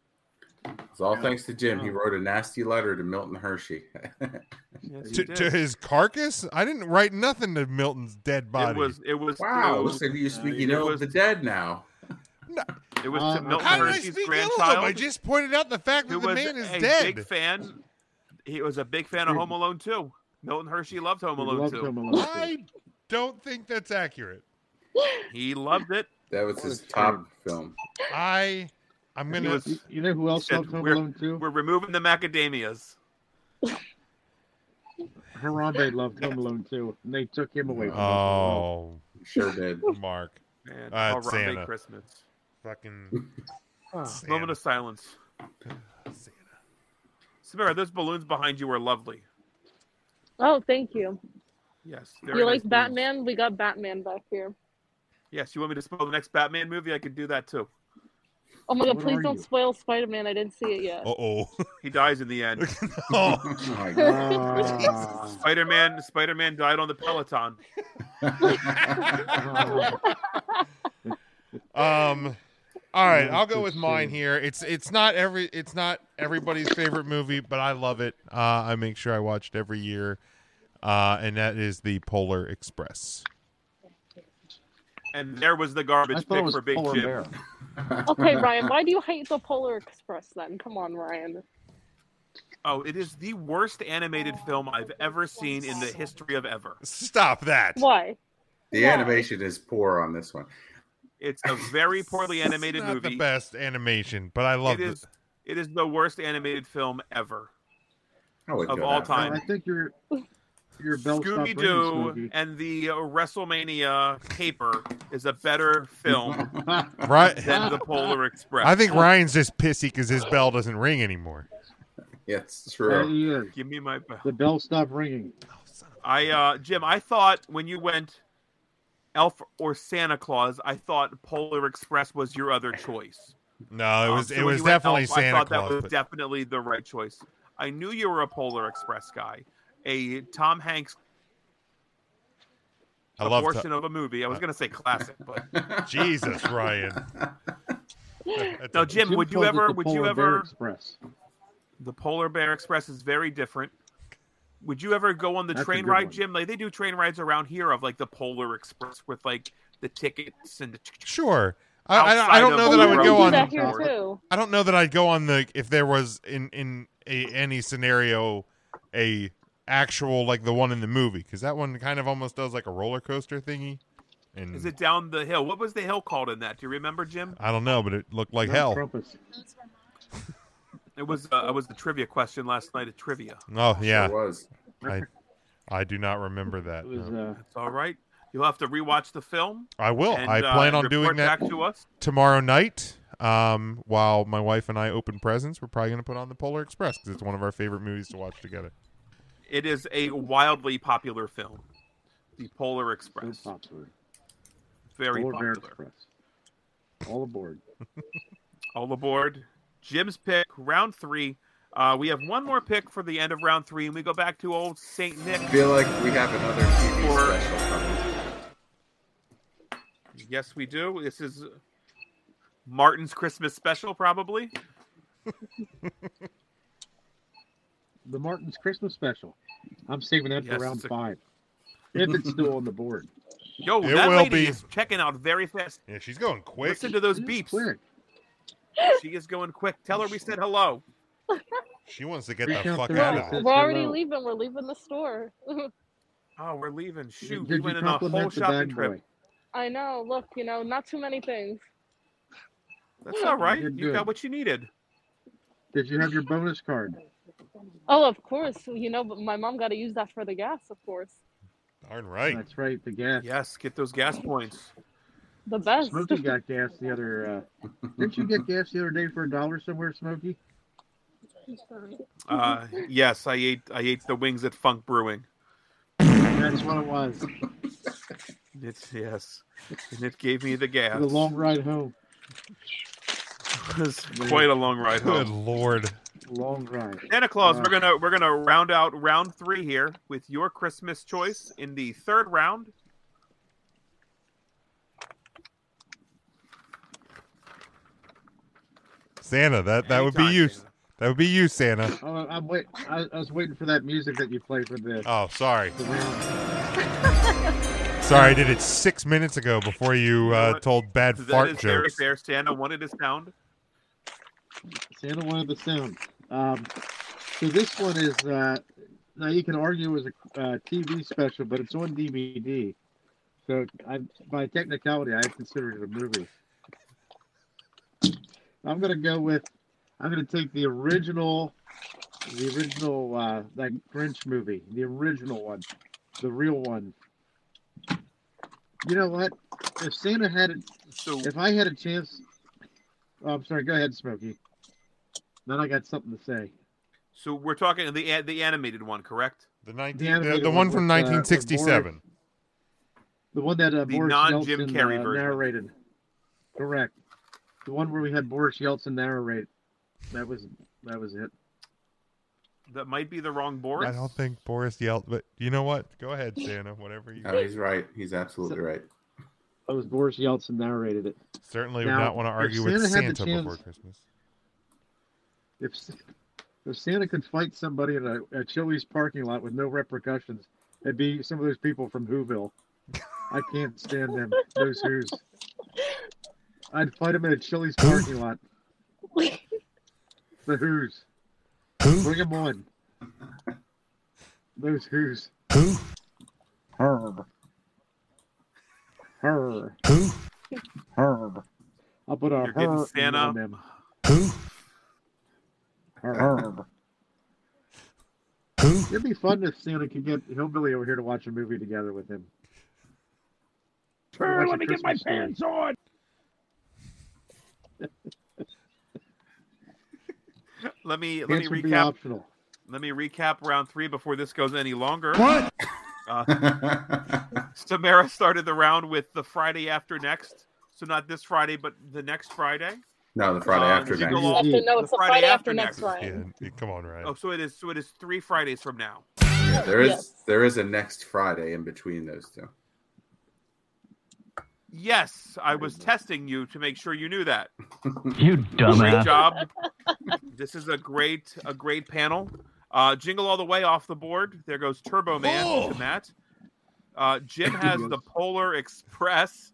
It's all thanks to Jim. He wrote a nasty letter to Milton Hershey.
Yes,
To, to
he did.
his carcass, I didn't write nothing to Milton's dead body.
It was. It was.
Wow,
to-
looks like you're speaking
it
ill
was-
of the dead now.
It was to
Uh,
Milton
How did I
Hershey's
speak ill of him?
grandchild.
I just pointed out the fact that
who
the
was
man is
a
dead.
big fan. He was a big fan of Home Alone too. Milton Hershey loved Home Alone
loved
too.
Home Alone, too. I don't think that's accurate.
He loved it.
That was his top film.
I, I'm
He
gonna.
[LAUGHS]
was-
You know who else
said,
loved Home
we're,
Alone too?
We're removing the macadamias. [LAUGHS]
Harambe loved Home Alone too, and they took him away. From
Oh,
sure [LAUGHS] did,
Mark.
Man,
Uh,
Harambe
Santa.
Christmas.
Fucking
moment of silence. Samara, those balloons behind you are lovely.
Oh, thank you.
Yes, very
You
nice
like
balloons.
Batman? We got Batman back here.
Yes, you want me to spoil the next Batman movie? I could do that too.
Oh my god!
What
please
are
don't
you?
spoil Spider Man. I didn't see it yet.
[LAUGHS] oh.
He dies in the [LAUGHS] end.
[LAUGHS]
my
Oh God.
Spider Man Spider Man died on the Peloton.
Um, all right,
Oh,
I'll go
for
with mine
sure.
here. It's it's not every it's not everybody's favorite movie, but I love it. Uh, I make sure I watch it every year, uh, and that is the Polar Express.
and there was the garbage pick for Big Jim. [LAUGHS]
okay, Ryan. Why do you hate the Polar Express then? Come on, Ryan.
Oh, it is the worst animated film I've ever seen in the history of ever.
Stop that.
Why?
The animation is poor on this one.
[LAUGHS] It's a very poorly animated
Not
movie.
the best animation, but I love
It
it.
is It is the worst animated film ever
I would
of
go
all
that
time.
I think your your bell stopped ringing,
Scooby Doo
Smokey.
and the uh, WrestleMania Caper is a
[LAUGHS]
better film [LAUGHS]
Right.
than the Polar Express.
I think Ryan's just pissy because his bell doesn't ring anymore.
Yes,
That he is.
Give me my bell.
The bell stopped ringing.
I uh Jim, I thought when you went Elf or Santa Claus, I thought Polar Express was your other choice.
No, it
Um,
was
so
it
when
was
you went
definitely
Elf, I
Santa
thought
Claus.
that was
but-
definitely the right choice. I knew you were a Polar Express guy, a Tom Hanks
I love
portion
Tom-
of a movie. I was going to say classic, but
[LAUGHS] Jesus, Ryan.
[LAUGHS] now, Jim, would you
calls it
ever?
the
Would you
Polar Bear
ever?
Express.
The Polar Bear Express is very different. Would you ever go on the
That's a
train
good
ride,
one.
Jim? Like they do train rides around here of like the Polar Express with like the tickets and the
Sure. I, I, I
Outside
don't
of
know that I would
Europe.
go
We do
on.
that here, too.
I don't know that I'd go on the if there was in in a, any scenario a actual like the one in the movie because that one kind of almost does like a roller coaster thingy. And
Is it down the hill? What was the hill called in that? Do you remember, Jim?
I don't know, but it looked like hell.
It was uh, it was the trivia question last night at trivia.
Oh yeah,
was.
I I do not
[LAUGHS]
remember that. no.
uh,
It's all right. You'll have to rewatch the film.
I will.
and,
I
uh,
plan on
report
doing that
back to us.
tomorrow night. Um, while my wife and I open presents, we're probably going to put on the Polar Express because it's one of our favorite movies to watch together.
It is a wildly popular film, The Polar Express. Very
Polar Bear
popular.
All aboard.
All aboard. Jim's pick, round three. Uh, we have one more pick for the end of round three, and we go back to old Saint Nick.
I feel like we have another TV special coming.
Yes, we do. This is Martin's Christmas special, probably.
The Martin's Christmas special. I'm saving that
Yes,
for round
it's a-
five. If it's still on the
[LAUGHS]
board.
Yo,
It
that
will
lady
be.
is checking out very fast.
Yeah, she's going quick.
Listen to those beeps. She is going quick. Tell her we said hello.
She wants to get
Reach
the
out
fuck
to
out
Ryan.
of
Says
here.
Well,
We're already
hello.
leaving. We're leaving the store.
Oh, we're leaving.
Did
Shoot, we
you
went on a whole
compliment the
shopping
bag
trip.
boy?
I know. Look, you know, not too many things.
That's all right.
You're
You
good.
got what you needed.
Did you have your bonus card?
Oh, of course. You know, but my mom got to use that for the gas, of course.
Darn right.
That's right. The gas.
Yes, get those gas points.
The best.
Smokey got gas the other. Uh, didn't you get gas the other day for a dollar somewhere, Smokey?
Uh, yes, I ate. I ate the wings at Funk Brewing.
That's what it was.
[LAUGHS]
It's yes, and it gave me the gas.
The long ride home.
[LAUGHS] It was quite a
[LAUGHS]
long ride
Good
home.
lord.
Long ride.
Santa Claus,
Uh,
we're gonna we're gonna round out round three here with your Christmas choice in the third round.
Santa, that that would be you. That would be you, Santa.
Oh, I'm wait. I, I was waiting for that music that you played for the.
[LAUGHS] Oh, sorry.
the round.
Sorry, I did it six minutes ago before you uh, told bad
That
fart
is very
jokes.
fair. Santa wanted his sound.
Santa wanted the sound. Um, so this one is uh, now you can argue it was a uh, TV special, but it's on DVD. So I, by technicality, I consider it a movie. I'm gonna go with. I'm gonna take the original, the original uh, that Grinch movie, the original one, the real one. You know what? If Santa had it, if I had a chance, oh, I'm sorry. Go ahead, Smokey. Then I got something to say.
So we're talking the a- the animated one, correct?
The
The
nineteen, the,
animated
the one from
with, uh, with Boris-
1967.
The one that uh,
The
Boris
non-Jim
Yeltsin
Carrey
uh,
version.
narrated. Correct. The one where we had Boris Yeltsin narrate. That was that was it.
That might be the wrong Boris.
I don't think Boris yelled, but you know what? Go ahead, [LAUGHS] Santa. Whatever you.
No, he's right. He's absolutely right.
That was Boris Yeltsin narrated it.
Certainly would
Now,
not want to
if
argue with
Santa had
Santa
the chance-
before Christmas.
If if Santa could fight somebody in a, a Chili's parking lot with no repercussions, it'd be some of those people from Whoville. I can't stand them. Those who's. I'd fight them in a Chili's parking lot. The Who's. Bring them on. Those Who's. Who? Herb. Herb. Who? Herb. I'll put a
You're getting
her in
Santa
on them. Who? It'd be fun if Santa could get Hillbilly over here to watch a movie together with him.
Sure,
Watch
let
a
me get my
Christmas story.
pants on.
Let me let
Pants
me
would be
recap.
optional.
Let me recap round three before this goes any longer.
What?
[LAUGHS]
Uh, Samara started the round with the Friday after next, so not this Friday, but the next Friday.
No, the Friday after
Jingle
next.
All-
Actually,
no, it's the Friday after next
[LAUGHS]
Friday.
come on, Ryan.
Oh, so it is. So it is three Fridays from now.
There is
Yes.
there is a next Friday in between those two.
Yes, I was testing you to make sure you knew that.
You
Great job. this is a great a great panel. Uh, jingle all the way off the board. There goes Turbo Man
Oh.
to Matt. Uh, Jim has the Polar Express.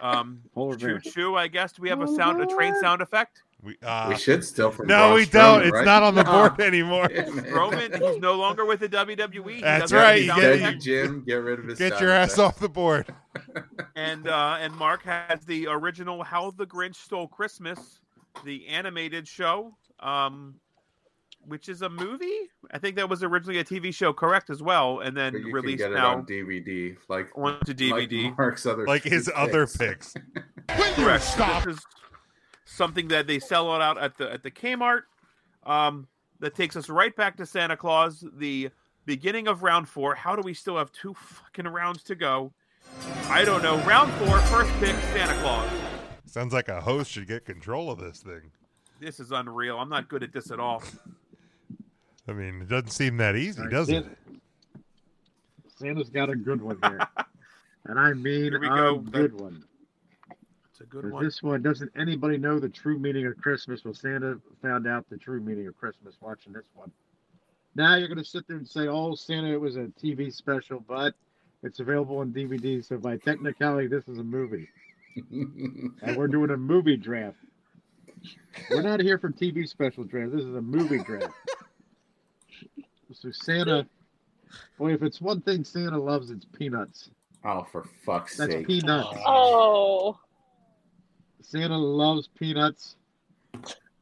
Um,
Polar
choo
Bear.
choo. I guess. Do we have a sound a train sound effect?
We, uh,
we should still from
No,
Braun
we don't.
Strowman,
It's
right? [LAUGHS]
not on the
[LAUGHS]
board anymore.
Roman, he's no longer with the WWE. He
That's
doesn't
right.
have a
You
sound
get-
effect.
Jim, get rid of his.
Get
sound
your ass
effect.
off the board.
[LAUGHS]
and uh, and Mark has the original "How the Grinch Stole Christmas," the animated show, um, which is a movie. I think that was originally a TV show, correct as well, and then
But you can
released
get it
now
on DVD, like
onto DVD.
like Mark's other
Like his
two
other
picks.
picks.
Correct. This is something that they sell out at the at the Kmart. Um, that takes us right back to Santa Claus, the beginning of round four. How do we still have two fucking rounds to go? I don't know. Round four, first pick, Santa Claus.
Sounds like a host should get control of this thing.
This is unreal. I'm not good at this at all.
I mean, it doesn't seem that easy, does it?
Santa's got a good one
[LAUGHS]
here. and I mean
Here we
a
go.
good one.
It's a good
For
one.
This one, doesn't anybody know the true meaning of Christmas? Well, Santa found out the true meaning of Christmas watching this one. Now you're going to sit there and say, oh, Santa, it was a TV special, but it's available on DVD. So by technicality, this is
[LAUGHS]
a movie. and we're doing a movie draft. We're not here for TV special draft. This is a movie draft. So Santa, boy, if it's one thing Santa loves, it's peanuts.
Oh, for fuck's
That's
sake!
peanuts.
Oh.
Santa loves peanuts.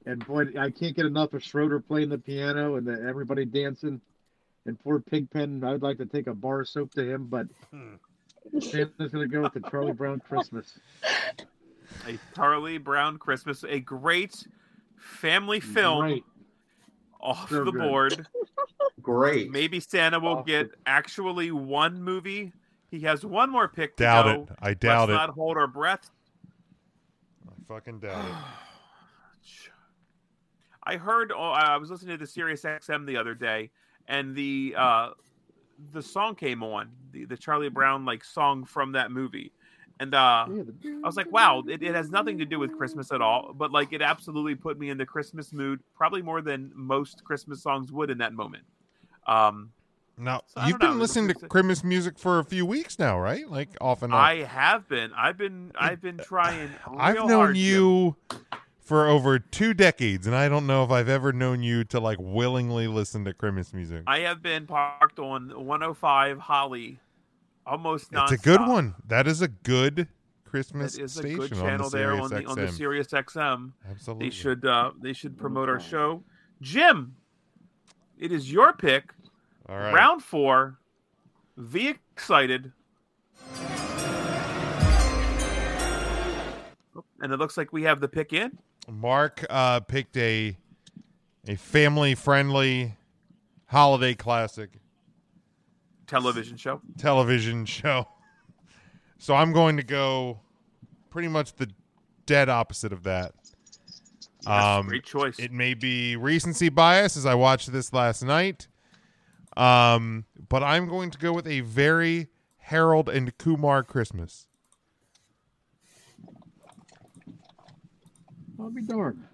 And boy, I can't get enough of Schroeder playing the piano and the, everybody dancing. And poor Pigpen, I would like to take a bar of soap to him, but
Hmm.
Santa's going to go with the Charlie Brown Christmas.
a Charlie Brown Christmas, a great family [LAUGHS] film
Great.
off
So
the
good. [LAUGHS]
board.
Great.
Maybe Santa will get actually one movie. He has one more pick. to
Doubt
go.
it. I doubt
Let's
it.
Not hold our breath.
I fucking doubt
[SIGHS]
it.
I heard. Oh, I was listening to the Sirius XM the other day, and the uh, the song came on the, the Charlie Brown like song from that movie, and uh, I was like, wow, it, it has nothing to do with Christmas at all, but like it absolutely put me in the Christmas mood, probably more than most Christmas songs would in that moment. Um,
Now
So I
you've
don't
been
know.
listening to Christmas music for a few weeks now, right? Like off and on.
I have been, I've been, I've been trying.
[SIGHS] I've
real
known
hard, Jim.
you for over two decades, and I don't know if I've ever known you to like willingly listen to Christmas music.
I have been parked on 105 Holly, almost nonstop.
It's a good one. That is a good Christmas
It is a
station
good
on
channel
the
there on
Sirius
the on the
XM.
Sirius XM.
Absolutely.
They should uh, they should promote our show. Jim, it is your pick.
All right.
Round four. Be excited. Oh, And it looks like we have the pick in.
Mark uh, picked a a family friendly holiday classic
Television show.
television show. So I'm going to go pretty much the dead opposite of that. Um,
great choice.
It may be recency bias as I watched this last night. Um, but I'm going to go with a very Harold and Kumar Christmas.
I'll be darned.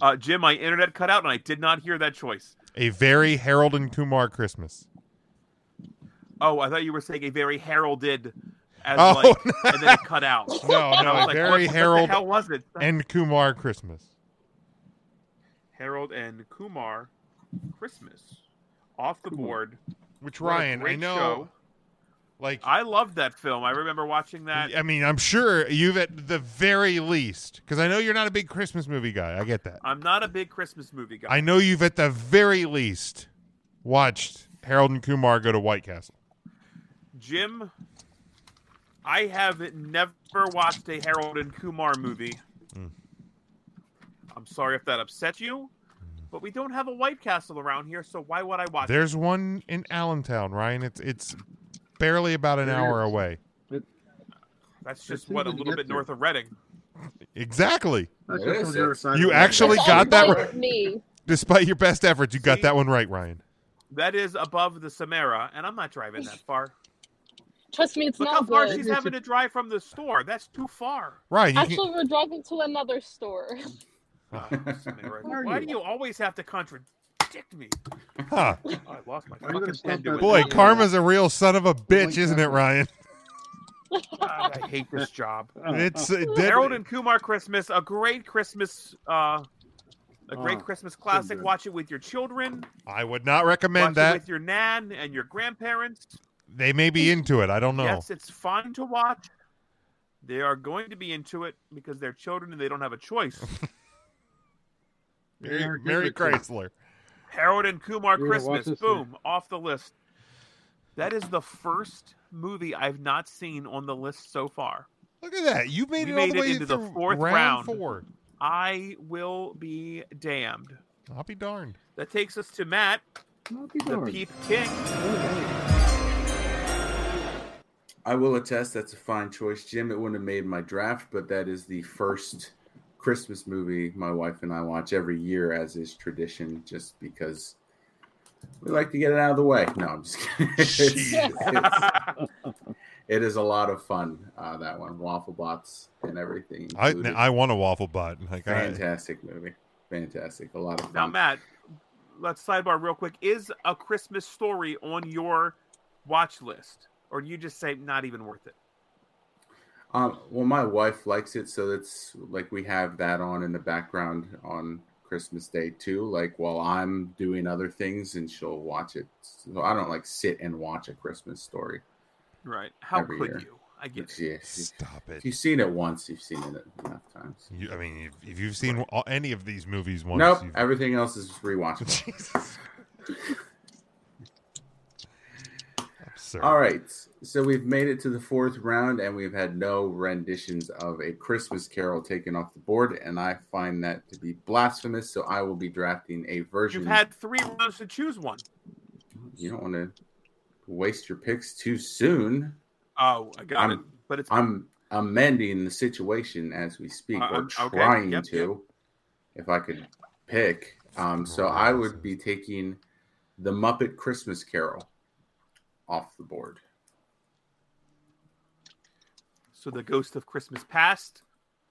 Uh, Jim, my internet cut out and I did not hear that choice.
A very Harold and Kumar Christmas.
[LAUGHS] Oh, I thought you were saying a very heralded as
Oh, [LAUGHS]
like and then it cut out.
No,
And I
no,
was
a
like, what,
very
what
Harold
the hell was it?
and Kumar Christmas.
Harold and Kumar Christmas off the board.
Which
What a
Ryan, I
great
know
show.
Like
I loved that film. I remember watching that.
I mean, I'm sure you've at the very least, because I know you're not a big Christmas movie guy. I get that.
I'm not a big Christmas movie guy.
I know you've at the very least watched Harold and Kumar go to White Castle.
Jim, I have never watched a Harold and Kumar movie.
Mm.
I'm sorry if that upset you, but we don't have a White Castle around here, so why would I watch
There's one in Allentown, Ryan. It's it's barely about an
There
hour
is.
away.
it? That's just what a little bit north of Reading.
Exactly.
That's just on the other side of
You
the-
actually
That's
got that
almost
right.
me.
Despite your best efforts, you got that one right, Ryan.
That is above the Samara, and I'm not driving that far.
Trust me, it's
Look
not
how far
good.
she's having to drive from the store. That's too far.
Ryan, you
Actually, we're driving to another store.
Samara,
Where are
why
you?
do you always have to contradict me?
Huh.
Oh, I lost my
Are you gonna
fucking
stop
pen doing
Boy,
that.
karma's a real son of a bitch, isn't it, Ryan?
[LAUGHS] God, I hate this job.
It's, uh, deadly.
Harold and Kumar Christmas, a great Christmas, uh, a great
Oh,
Christmas
so
classic.
good.
Watch it with your children.
I would not
Watch
recommend
it
that.
with your nan and your grandparents.
They may be into it. I don't know.
Yes, it's fun to watch. They are going to be into it because they're children and they don't have
[LAUGHS]
a choice.
Mary- Mary Chrysler.
Harold and Kumar
We're gonna watch
Christmas.
this thing.
Boom, off the list. That is the first movie I've not seen on the list so far.
Look at that. You made
We
it all the way
into the
through
fourth
round
round.
four.
I will be damned.
I'll be darned.
That takes us to Matt, the
darned.
Peep
[LAUGHS]
King.
I will attest that's a fine choice, Jim. It wouldn't have made my draft, but that is the first Christmas movie my wife and I watch every year, as is tradition, just because we like to get it out of the way. No, I'm just kidding. It's- it's- it is a lot of fun. Uh, that one, Waffle Bots and everything. [LAUGHS]
I
included.
I want a waffle bot. Like I,
fantastic movie, fantastic, a lot of fun.
Now, Matt, let's sidebar real quick. Is a Christmas story on your watch list? Or do you just say not even worth it?
Um, well, my wife likes it, so that's like we have that on in the background on Christmas Day too. Like while I'm doing other things, and she'll watch it. So I don't like sit and watch a Christmas story. [LAUGHS]
Right. How
every
could
year.
you? I get
It's- yeah,
it.
she-
Stop it.
If you've seen it once, you've seen it enough times.
you, I mean, if, if you've seen all, any of these movies once,
nope,
you've- [LAUGHS]
everything else is rewatchable.
Absurd.
All right, so we've made it to the fourth round, and we've had no renditions of a Christmas Carol taken off the board, and I find that to be blasphemous. So I will be drafting a version.
You've had three rounds to choose one.
You don't want to waste your picks too soon.
Oh, I got
I'm,
it. But it's
I'm amending the situation as we speak,
Uh,
or
um, okay,
trying
yep,
to, if I could pick. Um, so I would be taking the Muppet Christmas Carol off the board.
so the Ghost of Christmas Past,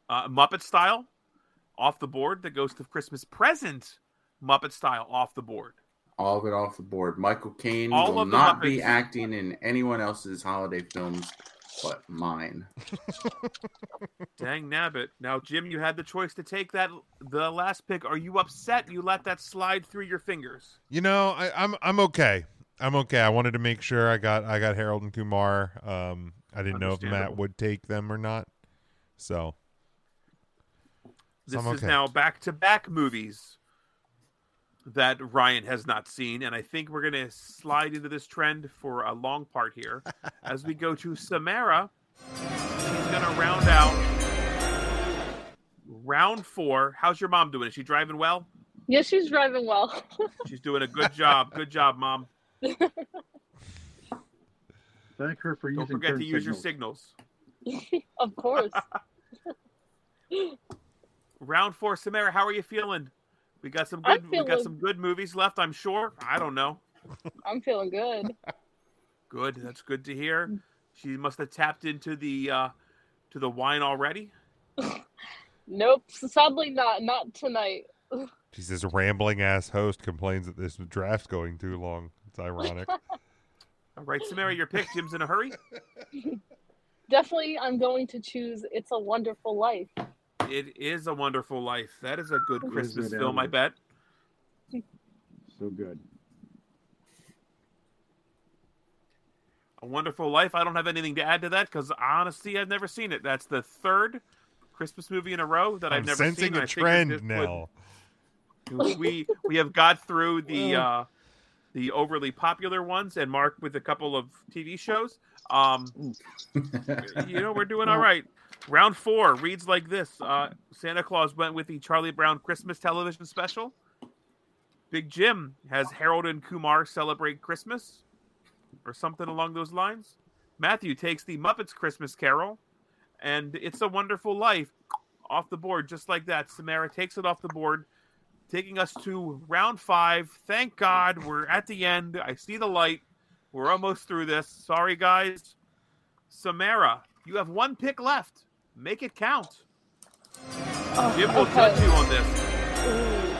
uh, Muppet style, off the board. The Ghost of Christmas Present, Muppet style, off the board.
All of it off the board. Michael Caine
All
will
of the
not be
Muppets.
acting in anyone else's holiday films but mine.
[LAUGHS] Dang nabbit! Now, Jim, you had the choice to take that the last pick. Are you upset you let that slide through your fingers?
You know, I, I'm I'm okay. I'm okay. I wanted to make sure I got I got Harold and Kumar. Um, I didn't know if Matt
Understandable.
would take them or not. So, so
This
I'm
is
okay.
now back to back movies that Ryan has not seen, and I think we're gonna slide into this trend for a long part
[LAUGHS]
here as we go to Samara. She's gonna round out round four. How's your mom doing? Is she driving well?
yeah, she's driving well. [LAUGHS]
She's doing
[LAUGHS]
a good job. Good job, mom.
Thank her for
Don't
using
forget
turn
to use your
signals.
signals.
of course.
Round four, Samara. How are you feeling? We got some
I'm
good. We got
feeling-
some good movies left. I'm sure. I don't know.
[LAUGHS] I'm feeling good. Mm.
Good. That's good to hear. She must have tapped into the uh, to the wine already.
Nope, sadly not. Not tonight.
She's this rambling ass host complains that this draft's going too long. It's
[LAUGHS]
ironic.
All right, Samara, your pick. Jim's in a hurry.
[LAUGHS] Definitely, I'm going to choose "It's a Wonderful Life."
It is a Wonderful Life. That is a good
Is
Christmas
it
film,
ever?
I bet.
So good.
A Wonderful Life. I don't have anything to add to that because honestly, I've never seen it. That's the third Christmas movie in a row that
I'm
have never
sensing
seen.
a
I figured this
trend
would-
now.
we we have got through the
Oh.
uh, the overly popular ones, and Mark with a couple of TV shows. Um, you know, we're doing all right. Round four reads like this: uh, Santa Claus went with the Charlie Brown Christmas television special. Big Jim has Harold and Kumar celebrate Christmas, or something along those lines. Matthew takes the Muppets Christmas Carol, and It's a Wonderful Life off the board just like that. Samara takes it off the board taking us to round five. Thank God we're at the end. I see the light. We're almost through this. Sorry, guys. Samara, you have one pick left. Make it count. Jim will judge you on this.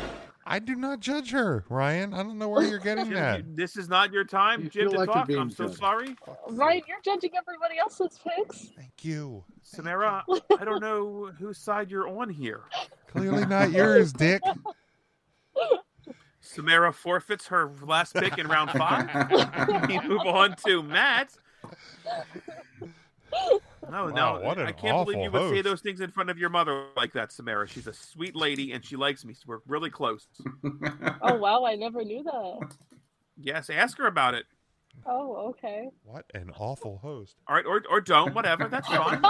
I do not judge her, Ryan. I don't know where you're getting
[LAUGHS] Jim,
that.
you- this is not your time, Jim,
feel
to
like you're
talk.
being
I'm so
judged.
sorry.
Ryan, you're judging everybody else's picks.
Thank you.
Samara, I don't know whose side you're on here.
Clearly not [LAUGHS] yours, Dick.
Samara forfeits her last pick in round five. we move on to Matt. No,
Wow,
no,
what an
I can't believe
awful
you would say
host.
those things in front of your mother like that, Samara. She's a sweet lady and she likes me. So we're really close.
Oh wow, I never knew that.
yes, ask her about it.
Oh, okay.
What an awful host.
All right, or or don't, whatever. That's fine.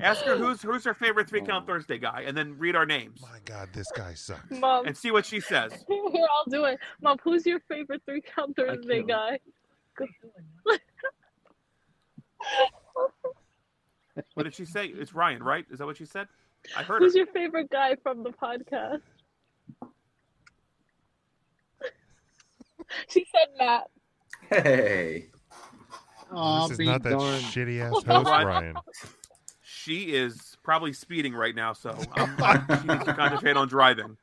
ask her who's who's her favorite three
Oh.
count Thursday guy, and then read our names
My God, this guy sucks.
Mom,
and see what she says.
we're all doing. Mom, who's your favorite three count Thursday guy?
What did she say? It's Ryan, right? Is that what she said? I heard
Who's
her.
your favorite guy from the podcast? she said Matt.
Hey.
Aw, This is be not that darned. shitty-ass
[LAUGHS]
host, Ryan.
She is probably speeding right now, so um, she needs to concentrate on driving.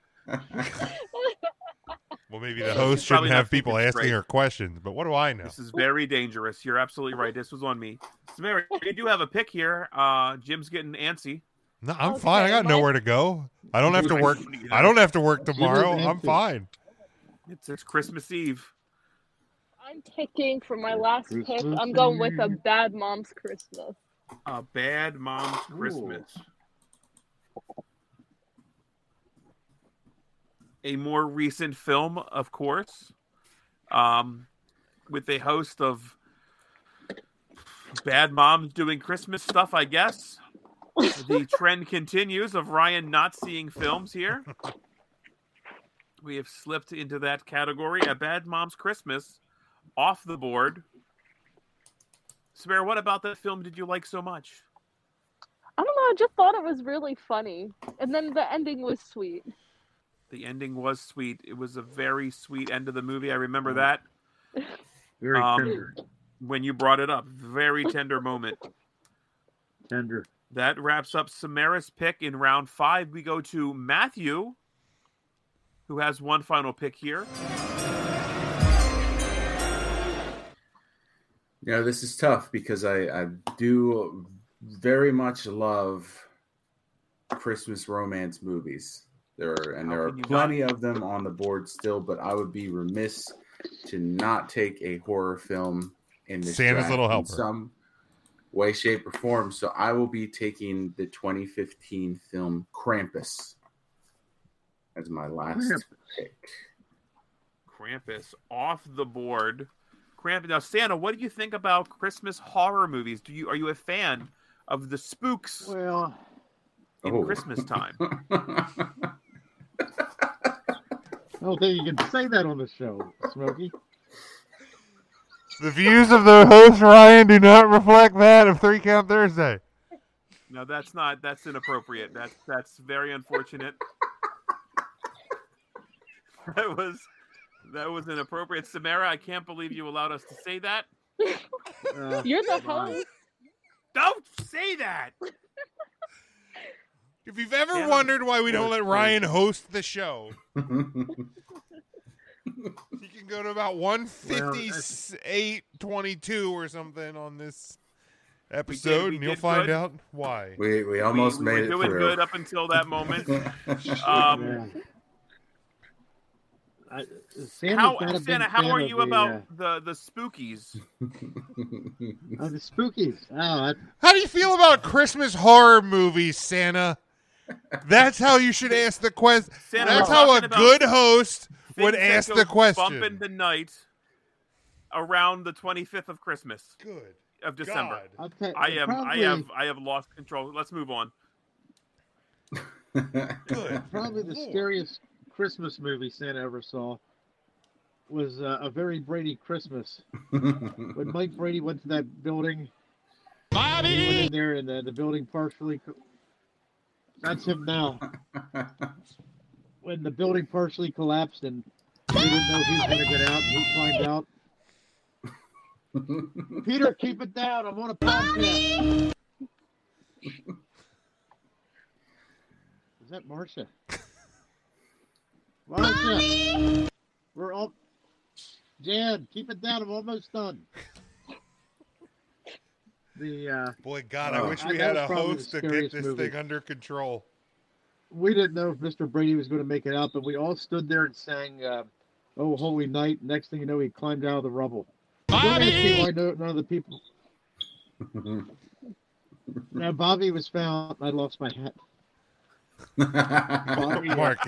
Well, maybe the
She's
host shouldn't
probably not
have people
thinking
asking
straight.
her questions, but what do I know?
This is very dangerous. You're absolutely right. This was on me. Samara, we do have a pick here. Uh, Jim's getting antsy.
No, I'm fine. I got nowhere to go. I don't have to
[LAUGHS]
work. I don't have to work tomorrow. I'm fine.
It's, it's Christmas Eve.
I'm picking for my last pick.
Christmas
I'm going with a
Eve.
bad mom's Christmas.
A bad mom's Christmas. A more recent film, of course, um, with a host of bad moms doing Christmas stuff, I guess. the trend continues of Ryan not seeing films here. We have slipped into that category. A bad mom's Christmas off the board. Samara, what about that film did you like so much?
I don't know. I just thought it was really funny, and then the ending was sweet.
The ending was sweet. It was a very sweet end of the movie. I remember that. Very
tender.
When you brought it up, very tender moment.
Tender.
That wraps up Samara's pick in round five. We go to Matthew, who has one final pick here.
You know, this is tough because I, I do very much love Christmas romance movies. There are, and there are plenty of them on the board still, but I would be remiss to not take a horror film in this
Santa's
draft
Little
in
Helper.
some way, shape, or form. So I will be taking the 2015 film Krampus as my last
Krampus.
pick.
Krampus off the board. Krampus. Now, Santa, what do you think about Christmas horror movies? Do you are you a fan of the spooks?
Well,
in
Oh.
[LAUGHS]
Christmas time.
I don't think you can say that on the show, Smokey.
The views of the host Ryan do not reflect that of Three Count Thursday.
No, that's not. That's inappropriate. That's that's very unfortunate. [LAUGHS] that was that was inappropriate, Samara. I can't believe you allowed us to say that.
Uh,
You're the host.
Don't say that.
If you've ever
Yeah.
wondered why we
That
don't
was
let Ryan host the
[LAUGHS]
show, you can go to about 158.22 or something on this episode,
we
and you'll
did
find
good.
out
[LAUGHS]
why.
We, we almost
we, we
made it
were doing
[LAUGHS] through.
Um, good up until that moment. um,
I, Santa's
how,
not a big
Santa, how
fan
are
of
you
the,
about
uh,
the the spookies?
Oh, the spookies. Oh,
How do you feel about Christmas horror movies, Santa? That's how you should ask the question.
Santa,
That's
we're
how a
talking about
good host would
Things
ask
that go
the
Bump
question.
in the night around the 25th of Christmas.
Good.
Of December.
I'll tell-
I am
Uh, probably-
I have I have lost control. Let's move on. [LAUGHS]
Good. Probably the scariest Christmas movie Santa ever saw was uh, a very Brady Christmas. when Mike Brady went to that building, Bobby he went in there and the, the building partially. co- That's him now. when the building partially collapsed and he didn't know he was going to get out, he climbed out. Peter, keep it down. I'm on a podcast. Is that Marcia? Marcia, we're all. Jan, keep it down. I'm almost done. The uh,
boy, God, I wish
Uh,
we had
that was
a
probably the
host to get
scariest
this
movie.
thing under
[LAUGHS]
control.
We didn't know if Mr. Brady was going to make it out, but we all stood there and sang uh, "Oh Holy Night." Next thing you know, he climbed out of the rubble. Don't ask me why no- none of the people. Now Bobby was found. I lost my hat. Bobby, uh,
Mark,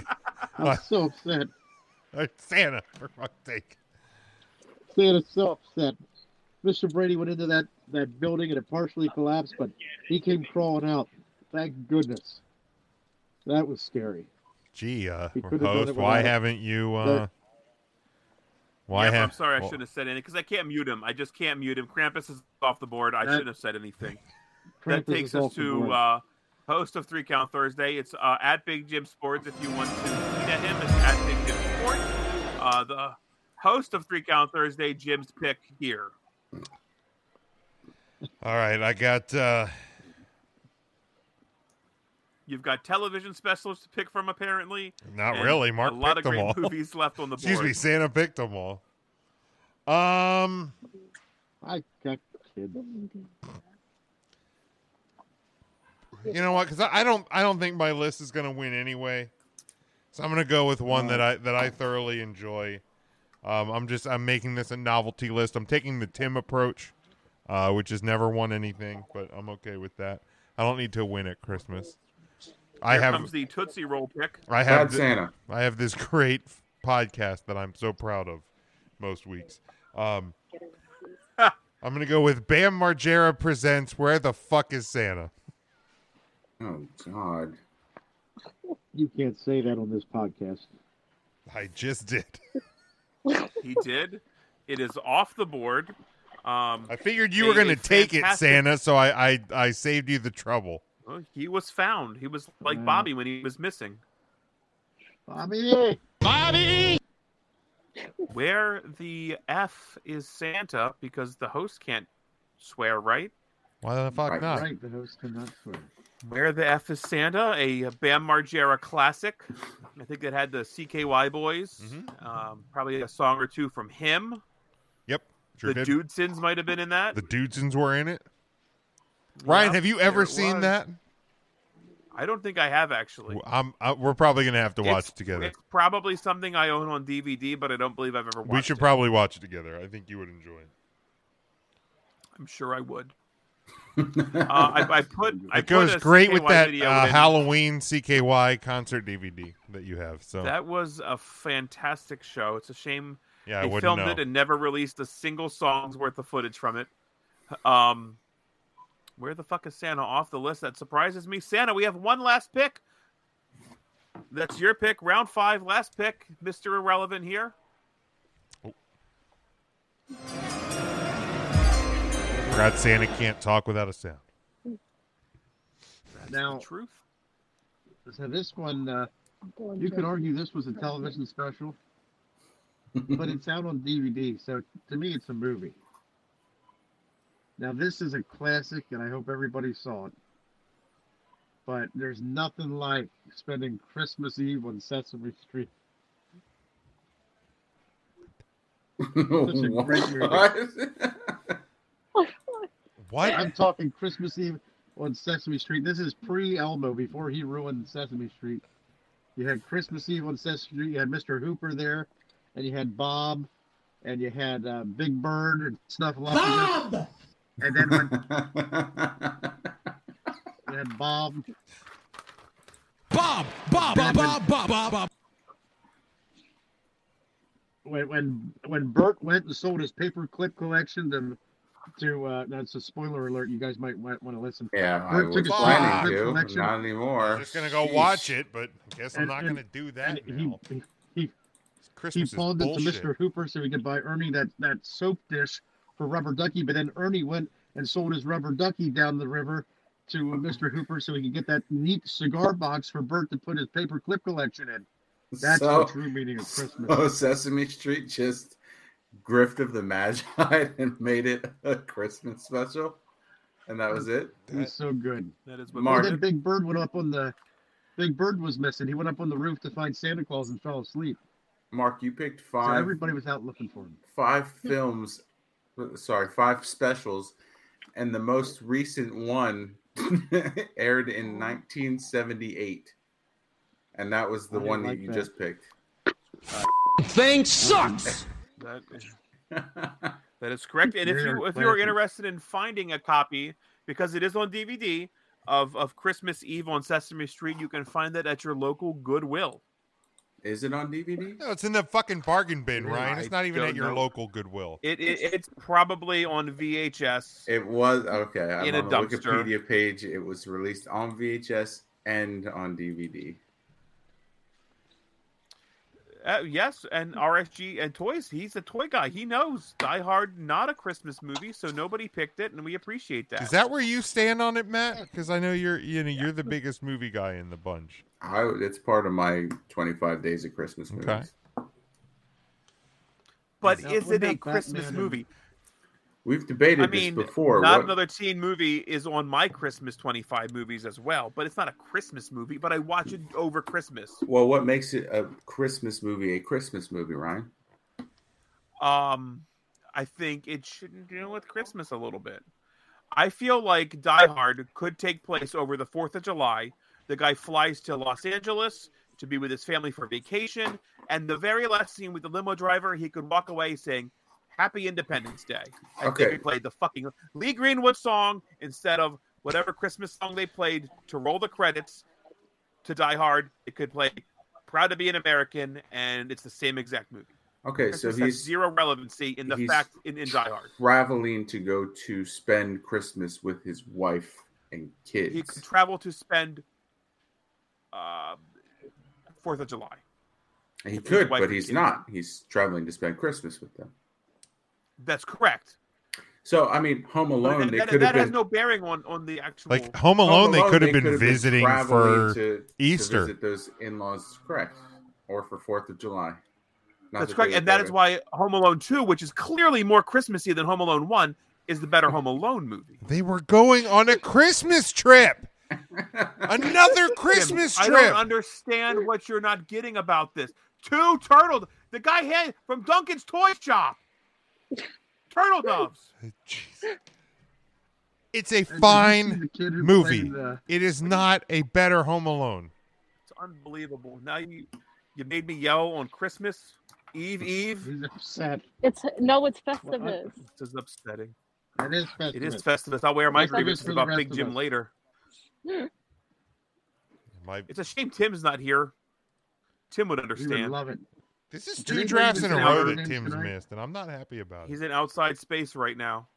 I'm so upset.
uh,
Santa, for fuck's sake.
Santa's so upset. Mr. Brady went into that, that building and it partially collapsed, but he came crawling out. Thank goodness. That was scary.
Gee, uh,
He could've done
host,
it
why
without-
haven't you? Uh, why
Yep,
have?
I'm sorry, I
well,
shouldn't have said anything because I can't mute him. I just can't mute him. Krampus is off the board. I
That-
shouldn't have said anything.
Krampus
that takes
is
us
off the
to
board.
uh, host of Three Count Thursday. It's uh, at Big Jim Sports. If you want to tweet at him, it's at Big Jim Sports. Uh, the host of Three Count Thursday, Jim's pick here.
All right, I got. Uh,
You've got television specials to pick from, apparently.
Not
and
really. Mark
a lot
picked
of
them
great
all. [LAUGHS]
movies left on the board.
Excuse me, Santa picked them all. Um,
I got kid.
you know what? Because I, I don't, I don't think my list is going to win anyway. So I'm going to go with one that I that I thoroughly enjoy. Um, I'm just I'm making this a novelty list. I'm taking the Tim approach, uh, which has never won anything, but I'm okay with that. I don't need to win at Christmas. I
Here
have
comes the Tootsie Roll pick.
I have
Bad
thi-
Santa.
I have this great f- podcast that I'm so proud of most weeks. Um, I'm gonna go with Bam Margera presents Where the fuck is Santa?
Oh God.
You can't say that on this podcast.
I just did.
He did. It is off the board. Um,
I figured You were gonna take it, Santa, so I, I I saved you the trouble.
Well, he was found. He was like
Wow.
Bobby when he was missing.
Bobby! Bobby!
Where the F is Santa because the host can't swear, right?
Why the fuck
Right,
not?
right.
The host cannot swear.
Where the F is Santa, a Bam Margera classic. I think it had the CKY boys.
Mm-hmm.
Um, probably a song or two from him.
Yep.
the Dudesons might have been in that.
The Dudesons were in it. Ryan,
Yeah,
have you ever
there it
seen
was.
that?
I don't think I have actually.
I'm, I, we're probably gonna have to watch
It's-
together.
It's probably something I own on DVD, but I don't believe I've ever watched.
We should
it.
probably watch it together. I think you would enjoy it.
I'm sure I would. uh, I, I put. I
it goes
put a
great with
CKY
that
video
uh,
in.
Halloween CKY concert DVD that you have. So
That was a fantastic show. It's a shame
Yeah, I
they
wouldn't
filmed
know.
it and never released a single song's worth of footage from it. Um, where the fuck is Santa off the list? That surprises me. Santa, we have one last pick. That's your pick, round five, last pick, Mister Irrelevant here.
forgot Santa can't talk without a sound.
now,
truth.
So this one, uh, you could argue this was a television special, but it's out on DVD. So to me, it's a movie. Now this is a classic, and I hope everybody saw it. But there's nothing like spending Christmas Eve on Sesame Street. Such a great movie.
What?
I'm talking Christmas Eve on Sesame Street. This is pre Elmo, before he ruined Sesame Street. You had Christmas Eve on Sesame Street. You had Mr. Hooper there. and you had Bob, and you had uh, Big Bird and Snuffleupagus. Bob. And then when you had Bob.
Bob, Bob, Bob, Bob, Bob, Bob, Bob.
When when when Bert went and sold his paperclip collection to to uh, that's a spoiler alert. You guys might want to listen.
Yeah, I
Bert
was
took his
planning
paperclip
to.
collection-
Not anymore.
I'm just gonna go watch it, but I guess I'm
And-
not
and-
gonna do that
and he-
now.
he,
Christmas
he
is
pawned it to
bullshit.
Mr. Hooper so he could buy Ernie that, that soap dish for rubber ducky. But then Ernie went and sold his rubber ducky down the river to uh, Mr. Hooper so he could get that neat cigar box for Bert to put his paper clip collection in. That's
So-
the true meaning of Christmas.
Oh, [LAUGHS] Sesame Street just grift of the Magi [LAUGHS] and made it a Christmas special, and that was it.
It was so good.
That is
Well,
Mark.
then Big Bird went up on the Big Bird was missing. He went up on the roof to find Santa Claus and fell asleep.
Mark, you picked
So
five
everybody was out looking for him.
five films, sorry, five specials, and the most recent one [LAUGHS] aired in 1978, and that was the
I didn't
one
like
that you
that.
just picked.
Thing sucks.
That is, that is correct. And if you
You're
if you are
classy.
interested in finding a copy, because it is on DVD of of Christmas Eve on Sesame Street, you can find that at your local Goodwill.
Is it on DVD?
No, it's in the fucking bargain bin, Ryan. It's
I
not even at
don't
your
know.
local Goodwill.
It, it it's probably on VHS.
It was okay. I'm
In a
on the
dumpster.
Wikipedia page. It was released on VHS and on DVD.
Uh, yes, and RSG and toys. He's a toy guy. He knows Die Hard not a Christmas movie, so nobody picked it, and we appreciate that.
Is that where you stand on it, Matt? Because I know you're you know you're the biggest movie guy in the bunch.
I, it's part of my 25 days of Christmas movies.
Okay.
But
Now,
is
what
it a
about
Christmas
Batman?
movie?
We've debated
I mean,
this before.
not
What-
another teen movie is on my Christmas 25 movies as well, but it's not a Christmas movie, but I watch it over Christmas.
well, what makes it a Christmas movie a Christmas movie, Ryan?
Um, I think it should deal with Christmas a little bit. I feel like Die Hard could take place over the 4th of July. The guy flies to Los Angeles to be with his family for vacation, and the very last scene with the limo driver, he could walk away saying, Happy Independence Day. I
Okay.
think we played the fucking Lee Greenwood song instead of whatever Christmas song they played to roll the credits to Die Hard. It could play Proud to Be an American, and it's the same exact movie.
Okay, so
Christmas has
he's-
zero relevancy in the
he's-
fact in, in Die Hard.
Traveling to go to spend Christmas with his wife and kids.
He could travel to spend uh, Fourth of July.
he
his
could,
wife
but
and
he's
kids.
not. He's traveling to spend Christmas with them.
That's correct.
So, I mean, Home
But
Alone,
that,
they
that-
could have
that
been
has no bearing on on the actual
Like Home Alone, they could have been
could've
visiting
traveling
for Easter.
visit those in-laws, correct? Or for Fourth of July. Not
That's
that
correct,
they
and that
would
is why Home Alone Two, which is clearly more Christmassy than Home Alone One, is the better Home Alone movie.
They were going on a Christmas trip.
[LAUGHS]
Another Christmas
Tim, I
trip.
don't understand what you're not getting about this. Two turtle. The guy had from Duncan's toy shop. Turtle doves.
Uh, It's a
you
see the
fine
kid who
movie.
played, uh,
It is not a better Home Alone.
It's unbelievable. Now you you made me yell on Christmas Eve Eve.
He's upset.
It's no, it's
Well, I-
Festivus.
This is upsetting.
It is
It is
Festivus.
Festivus. I'll wear my
Festivus
grievances
for the
about
rest
Big
of
Jim
us.
later.
My-
It's a shame Tim's not here. Tim would understand.
love it.
This
is
Two drafts in a row that Tim's missed, and I'm not happy about it.
He's in outside space right now.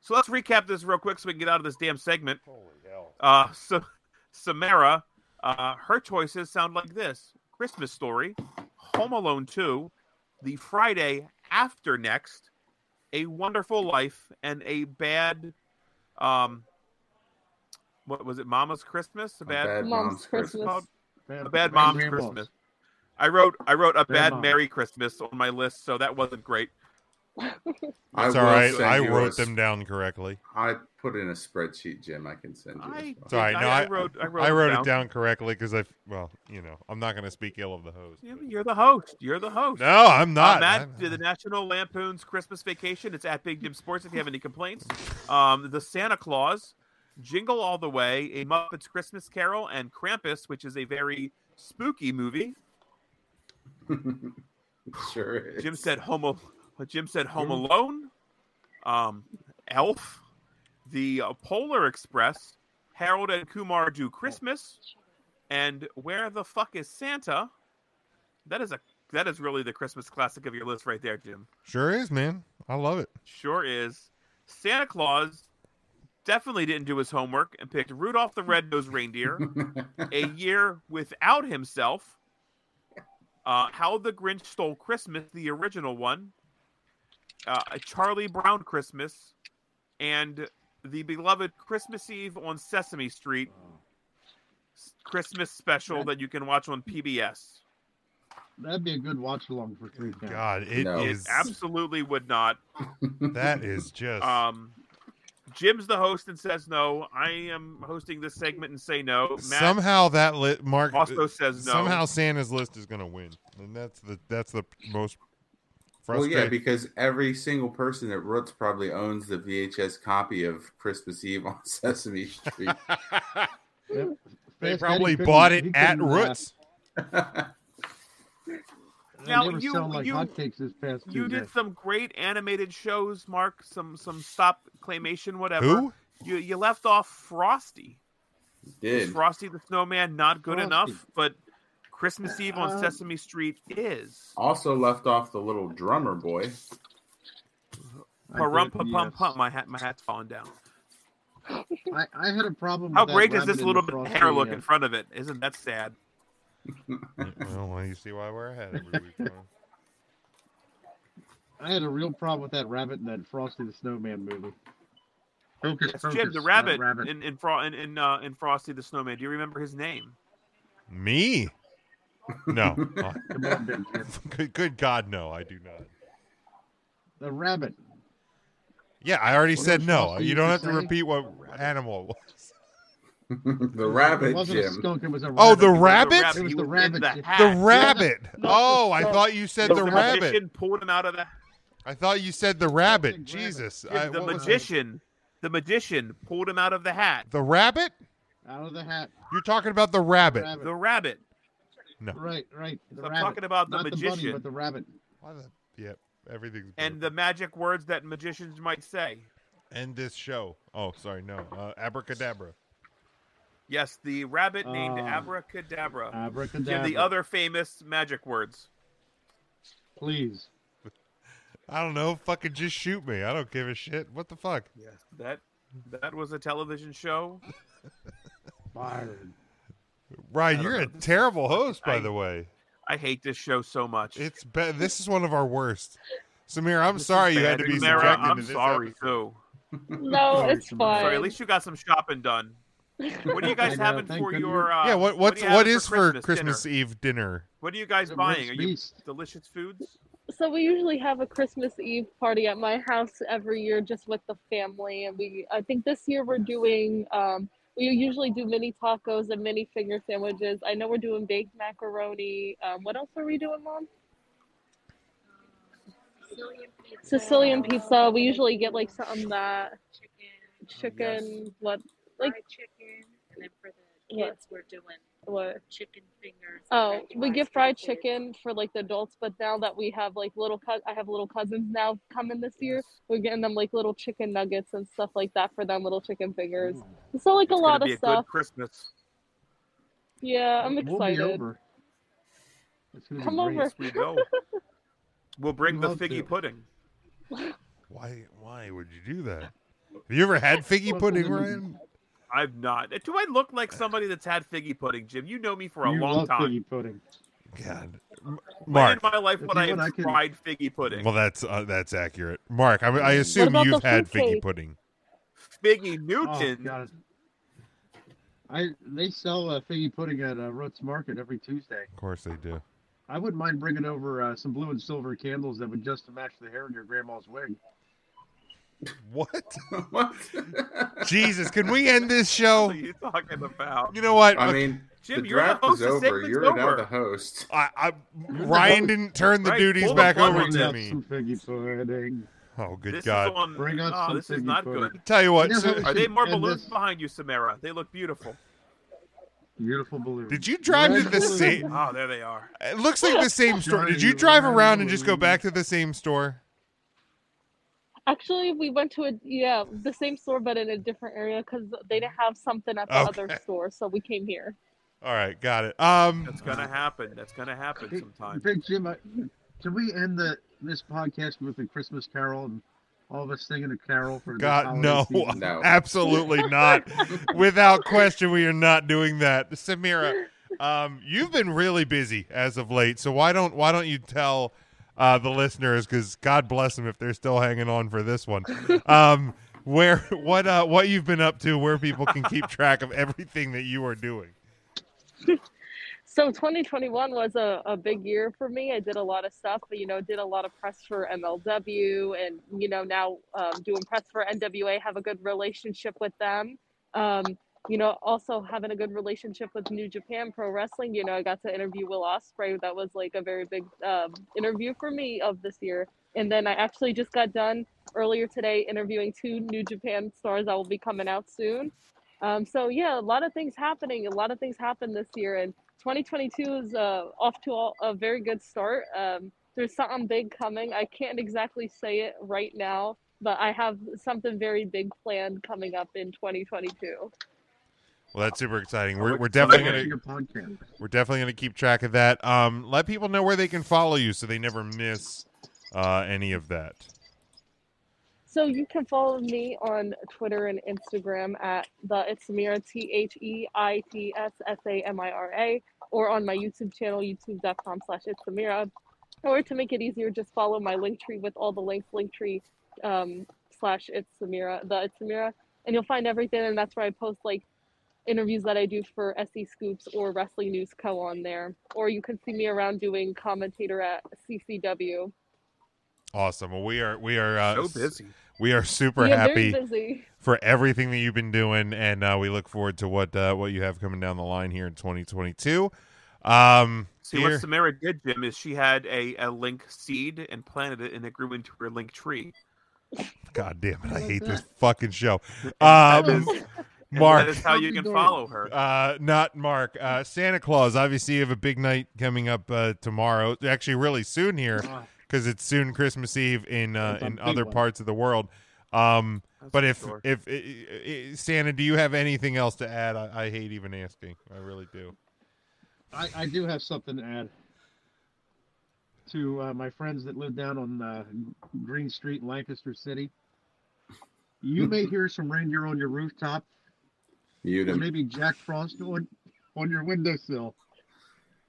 So let's recap this real quick so we can get out of this damn segment. Holy
hell.
Uh, so, Samara, uh, her choices sound like this Christmas Story, Home Alone 2, The Friday After Next, A Wonderful Life, and A Bad. Um, what was it? Mama's Christmas? A bad,
Bad Mom's Mom's Christmas. Christmas.
Called?
Bad-
a
Bad
bad mom's
Grandma's.
Christmas. I wrote I wrote a
Bad
bad
Mom.
Merry Christmas on my list, so that wasn't great.
I
That's
will
all right.
send
I
you
wrote
a-
them down correctly.
I put in a spreadsheet, Jim. I can send you.
I
It's all right.
did-
No,
I-
I,
I wrote- I wrote
I
it
wrote it
down.
down correctly because I, well, you know, I'm not going to speak ill of the host.
Yeah, You're the host. You're the host.
No, I'm not.
Uh, Matt,
I'm-
did the National Lampoon's Christmas Vacation. It's at Big Jim Sports if you have any complaints. Um, the Santa Claus, Jingle All the Way, A Muppets Christmas Carol, and Krampus, which is a very spooky movie.
[LAUGHS] Sure. is.
Jim said Home. Al- Jim said Home Alone, um, Elf, The uh, Polar Express, Harold and Kumar Do Christmas, and Where the Fuck Is Santa? That is a that is really the Christmas classic of your list right there, Jim.
Sure is, man. I love it.
Sure is. Santa Claus definitely didn't do his homework and picked Rudolph the Red-Nosed Reindeer, A Year Without Himself, uh, How the Grinch Stole Christmas, the original one, uh, A Charlie Brown Christmas, and the beloved Christmas Eve on Sesame Street s- Christmas special that you can watch on PBS.
That'd be a good watch along for three counts.
God, it
No.
is-
absolutely would not.
That is just
Um, Jim's the host and says no. I am hosting this segment and say no. Matt,
somehow that li- Mark uh,
also says no.
Somehow Santa's list is going to win, and that's the that's the most
Well,
frustrating.
yeah, because every single person that Roots probably owns the VHS copy of Christmas Eve on [LAUGHS] Sesame Street.
They
Fast
probably
Eddie couldn't-
bought it
he
at
couldn't, uh,
Roots.
they
Now,
never
you-
sound like
you-
hotcakes this past
you
Tuesday.
did some great animated shows, Mark. Some some stop claymation, whatever. [LAUGHS]
Who?
You you left off Frosty. Is
Did
Frosty the Snowman not good
Frosty.
enough? But
Uh,
Christmas Eve on
Um,
Sesame Street is.
also left off the little drummer boy.
Parum pa pum pum. My hat my hat's falling down.
I, I had a problem.
How
with that
great does
rabbit
this
in
little
the
bit of
Frosty,
hair look
uh,
in front of it? Isn't that sad?
well, well, you see why we're ahead every week. huh?
I had a real problem with that rabbit in that Frosty the Snowman movie. Focus,
That's Jim the rabbit, in in, Fro- in, in, uh, in Frosty the Snowman. Do you remember his name?
Me? No.
Come on, Ben, Jim.
[LAUGHS] good, good God, no, I do not.
The rabbit.
Yeah, I already
What
said
else
no.
do
You
you
don't have to
say?
repeat what animal
[LAUGHS]
it was.
the
It
[LAUGHS]
wasn't a skunk. It was a rabbit.
Oh, the
It was a
rabbit?
It was the rabbit. Jim.
The
[LAUGHS]
rabbit. Oh, I thought you said the,
the
rabbit.
magician pulled him out of the.
I thought you said the rabbit. Jesus. I,
the
what was it?
magician. The magician pulled him out of the hat.
The rabbit?
Out of the hat.
You're talking about the rabbit.
The rabbit.
No.
Right, right. The
I'm
rabbit.
talking about the
Not The bunny,
magician.
but the rabbit.
Yep. Everything's
And the magic words that magicians might say.
end this show. Oh, sorry, no. Uh, abracadabra.
Yes, the rabbit named
Ah.
Abracadabra. Jim, the
Abracadabra.
other famous magic words.
Please.
I don't know. Fucking just shoot me. I don't give a shit. What the fuck?
Yes. That that was a television show.
Byron.
Ryan, you're a terrible host, by
I-
the
[LAUGHS]
way.
I hate this show so much.
It's be- this is one of our worst. Samir, I'm
This is
sorry you had
bad.
to be
Mara,
subjected
I'm
to this.
sorry
episode.
too.
No, Oh, it's
Sorry,
fine.
at least you got some shopping done. What
[LAUGHS]
do you
I
guys
know,
having
thank
for
goodness.
your? Uh,
yeah, what
what
what's
do you
what
having
is for Christmas,
dinner?
Eve dinner?
What are you guys
It's
buying? Are you
beast.
delicious foods?
So we usually have a Christmas Eve party at my house every year, just with the family, and we. I think this year we're doing. Um, we usually do mini tacos and mini finger sandwiches. I know we're doing baked macaroni. Um, what else are we doing, Mom? Sicilian pizza. We usually get like something that chicken. What like
chicken, and then for the
What?
kids, we're doing
what?
chicken fingers.
Oh, we get fried chicken for like the adults, but now that we have like little, cou- I have little cousins now coming this year. We're getting them like little chicken nuggets and stuff like that for them, little chicken fingers. So like a
Mm. It's
lot
gonna
of
be a
stuff.
good Christmas.
Yeah, I'm excited.
We'll be over. It's gonna be
Come
great.
over. [LAUGHS]
We go. We'll bring the
love
figgy
to.
pudding.
Why why would you do that? Have you ever
[LAUGHS]
had figgy pudding, Ryan?
I've not. Do I look like somebody that's had figgy pudding, Jim? You know me for a
you
long
love
time.
figgy pudding.
God,
When in
Mark.
my life would I
Even
have
I can-
fried figgy pudding?
Well, that's uh, that's accurate, Mark. I, I assume
about
you've
the
had figgy
fruitcake?
pudding.
figgy
Oh,
Newton.
God. I they sell uh, figgy pudding at uh, Roots Market every Tuesday.
Of course they do.
I wouldn't mind bringing over uh, some blue and silver candles that would just match the hair in your grandma's wig.
What? [LAUGHS] Jesus, can we end this show?
what are you talking about?
You know
[LAUGHS]
what?
I
Okay.
mean,
Jim,
the
you're the
draft
host.
is
The
over.
segment's
You're now
over.
the host.
I, I Ryan didn't turn the
Right,
duties
pull the
back
plug
over
on
to
this.
me.
Some figgy pudding.
Oh, good
This
God!
is on.
Bring us
oh,
some
this is
figgy
not
pudding.
good.
Tell you what,
[LAUGHS] You know
so-
how we
Are they
should
more
end
balloons
this?
behind you, Samara? They look beautiful.
Beautiful balloon.
Did you drive to [LAUGHS] the
sea?
same?
Oh, there they are.
It looks like the same store. Did you drive around and just go back to the same store?
Actually, we went to a yeah the same store but in a different area because they didn't have something at the other store, so we came here.
All right, got it. Um,
That's gonna happen. That's
[LAUGHS]
gonna happen sometime.
Big Jim, I- can we end the this podcast with a Christmas carol and all of us singing a carol for the
God,
holiday
no, [LAUGHS]
season?
absolutely not. Without question, we are not doing that. Samira, um, you've been really busy as of late, so why don't why don't you tell uh, the listeners? Because God bless them if they're still hanging on for this one. Um, where what uh, what you've been up to? Where people can keep track of everything that you are doing?
So 2021 was a, a big year for me. I did a lot of stuff, but you know, did a lot of press for MLW and, you know, now um, doing press for NWA, have a good relationship with them. Um, you know, also having a good relationship with New Japan Pro Wrestling. You know, I got to interview Will Ospreay. That was like a very big um, interview for me of this year. And then I actually just got done earlier today interviewing two New Japan stars that will be coming out soon. Um, so yeah, a lot of things happening. A lot of things happened this year, and 2022 is uh, off to a, a very good start. Um, there's something big coming. I can't exactly say it right now, but I have something very big planned coming up in 2022.
Well, that's super exciting. We're, we're definitely gonna We're definitely going to keep track of that. Um, let people know where they can follow you so they never miss uh, any of that.
So you can follow me on Twitter and Instagram at the It's Samira T H E I T S S A M I R A or on my YouTube channel youtube.com slash It's Samira. Or to make it easier, just follow my link tree with all the links Linktree um, slash It's Samira the It's Samira and you'll find everything and that's where I post like interviews that I do for SE Scoops or Wrestling News Co on there. Or you can see me around doing commentator at CCW.
Awesome. Well, we are we are uh,
So busy.
We are super
Yeah, very
happy
busy.
for everything that you've been doing, and uh, we look forward to what uh, what you have coming down the line here in 2022. Um,
See what
here-
Samara did, Jim, is she had a, a link seed and planted it and it grew into her link tree.
God damn it! I hate this fucking show.
that
Um,
is- and
Mark,
that is how you can follow her.
Uh, not Mark. Uh, Santa Claus. Obviously, you have a big night coming up uh, tomorrow. Actually, really soon here because it's soon Christmas Eve in uh,
That's a
in
big
other
one.
parts of the world. Um, but if
sure.
if i- i- Santa, do you have anything else to add? I, I hate even asking. I really do.
I, I do have something to add to uh, my friends that live down on uh, Green Street, in Lancaster City. You may hear some reindeer on your rooftop,
Mute
or
'em.
maybe Jack Frost on, on your windowsill.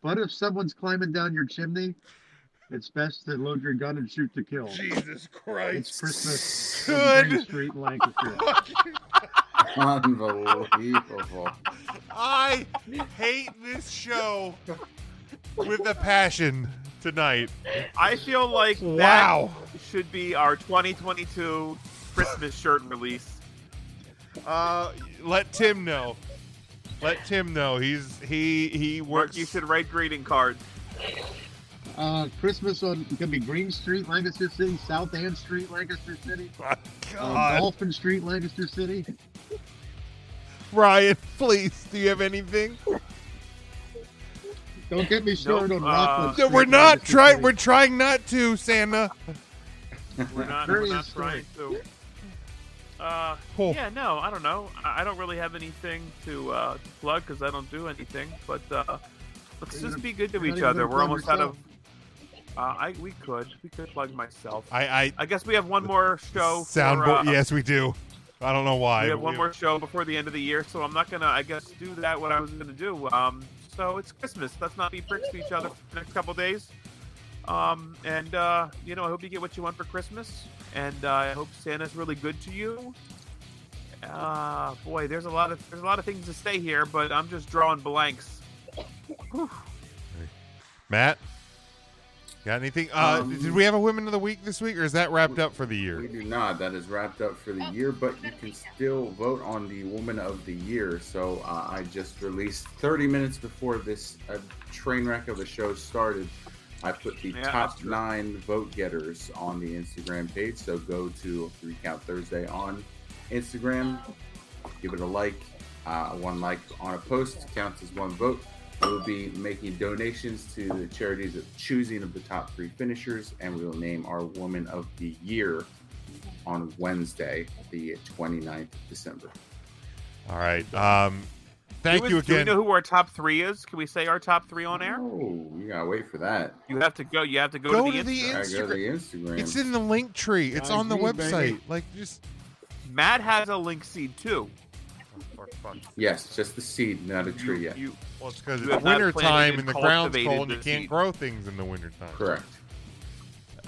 But if someone's climbing down your chimney, it's best to load your gun and shoot to kill.
Jesus
Christ! It's Christmas.
Good.
On Green Street, in Lancaster.
Unbelievable.
I hate this show with a passion tonight.
I feel like
Wow.
that should be our 2022 Christmas shirt release.
Uh, let Tim know. Let Tim know. He's he he
works.
[LAUGHS]
You should write greeting cards.
Uh, Christmas on it could be Green Street, Lancaster City, South Ann Street, Lancaster City,
God.
Uh, Dolphin Street, Lancaster City.
Ryan, [LAUGHS] please, do you have anything?
Don't get me started
Nope,
on Rockland.
uh,
Street,
we're not
Lancaster
trying.
City.
We're trying not to, Santa.
We're not, we're not trying to. Uh,
Cool.
Yeah, no, I don't know. I, I don't really have anything to, uh, to plug because I don't do anything. But uh, let's
You're
just
not-
be good to
you're not
each
even
other.
gonna
We're
plug
almost out of. Uh, I we could we could plug myself.
I- I-
guess we have one more show. for,
Soundboard.
uh,
yes, we do. I don't know why.
We have
but
one
we-
more show before the end of the year, so I'm not gonna, I guess, do that. What I was gonna do. Um, so it's Christmas. Let's not be pricks to each other for the next couple days. Um, and uh, you know, I hope you get what you want for Christmas, and uh, I hope Santa's really good to you. Uh, boy, there's a lot of there's a lot of things to say here, but I'm just drawing blanks.
Matt, got anything? Uh,
Um,
did we have a women of the week this week, or is that wrapped up for the year?
We do not. That is wrapped up for the year, but you can still vote on the Woman of the Year. So uh, I just released 30 minutes before this uh, train wreck of a show started. I put the
Yeah,
top
that's true.
nine vote getters on the Instagram page. So go to Three Count Thursday on Instagram. Give it a like. Uh, one like on a post counts as one vote. We will be making donations to the charities of choosing of the top three finishers, and we will name our Woman of the Year on Wednesday, the 29th of December.
All right. Um, thank
Do we-
you
Do we
again.
know who our top three is? Can we say our top three on air?
Oh, you gotta wait for that.
You have to go. You have to go,
Go
to the Instagram.
Go to the Instagram.
It's in the link tree. It's on the
Gotta agree,
website.
baby.
Like just
Matt has a link seed too.
Yes, just the seed, not a tree yet.
you-
well, it's because
you
it's
have not
winter time
planted
and the
and
ground's
cultivated
cold and you
the
can't
seed.
grow things in the winter time.
Correct.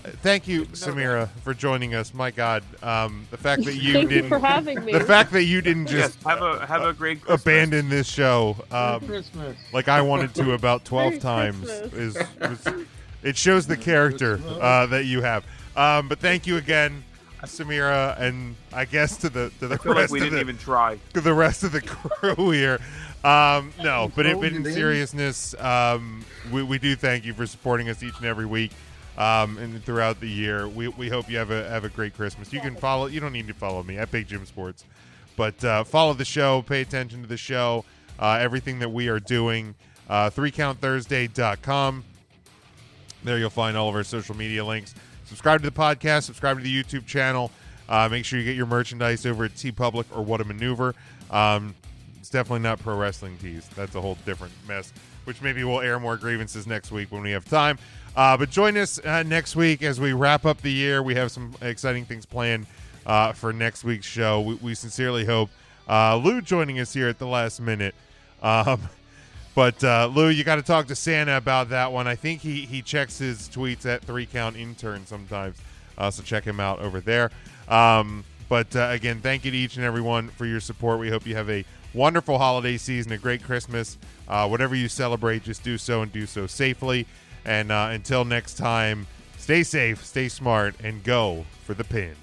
Uh, Thank you, Samira, for joining us. My God, um, the fact
[LAUGHS]
that you
Thank you
didn't
for
[LAUGHS]
having me.
the fact that you didn't
Yes,
just
have a- have a great Christmas.
abandon this show um,
Christmas.
like I wanted to
[LAUGHS]
about twelve
Merry
times is,
Christmas.
was- it shows the character uh, that you have. Um, but thank you again, Samira, and I guess to the to the
I feel like
rest
we
of
didn't
the-
even try.
to the rest of the crew here. Um, no, but, it, but in
Golden.
seriousness, um, we, we do thank you for supporting us each and every week um, and throughout the year. We, we hope you have a have a great Christmas. You can follow. You don't need to follow me at Big Jim Sports, but uh, follow the show. Pay attention to the show. Uh, everything that we are doing. Uh, threecounthursday.com. There you'll find all of our social media links. Subscribe to the podcast. Subscribe to the YouTube channel. Uh, make sure you get your merchandise over at T Public or What a Maneuver. Um, it's definitely not pro wrestling tees. That's a whole different mess. Which maybe we'll air more grievances next week when we have time. Uh, but join us uh, next week as we wrap up the year. We have some exciting things planned uh, for next week's show. We, we sincerely hope uh, Lou joining us here at the last minute. Um, But uh, Lou, you got to talk to Santa about that one. I think he he checks his tweets at three count intern sometimes, uh, so check him out over there. Um, but uh, again, thank you to each and everyone for your support. We hope you have a wonderful holiday season, a great Christmas. Uh, whatever you celebrate, just do so and do so safely. And uh, until next time, stay safe, stay smart, and go for the pin.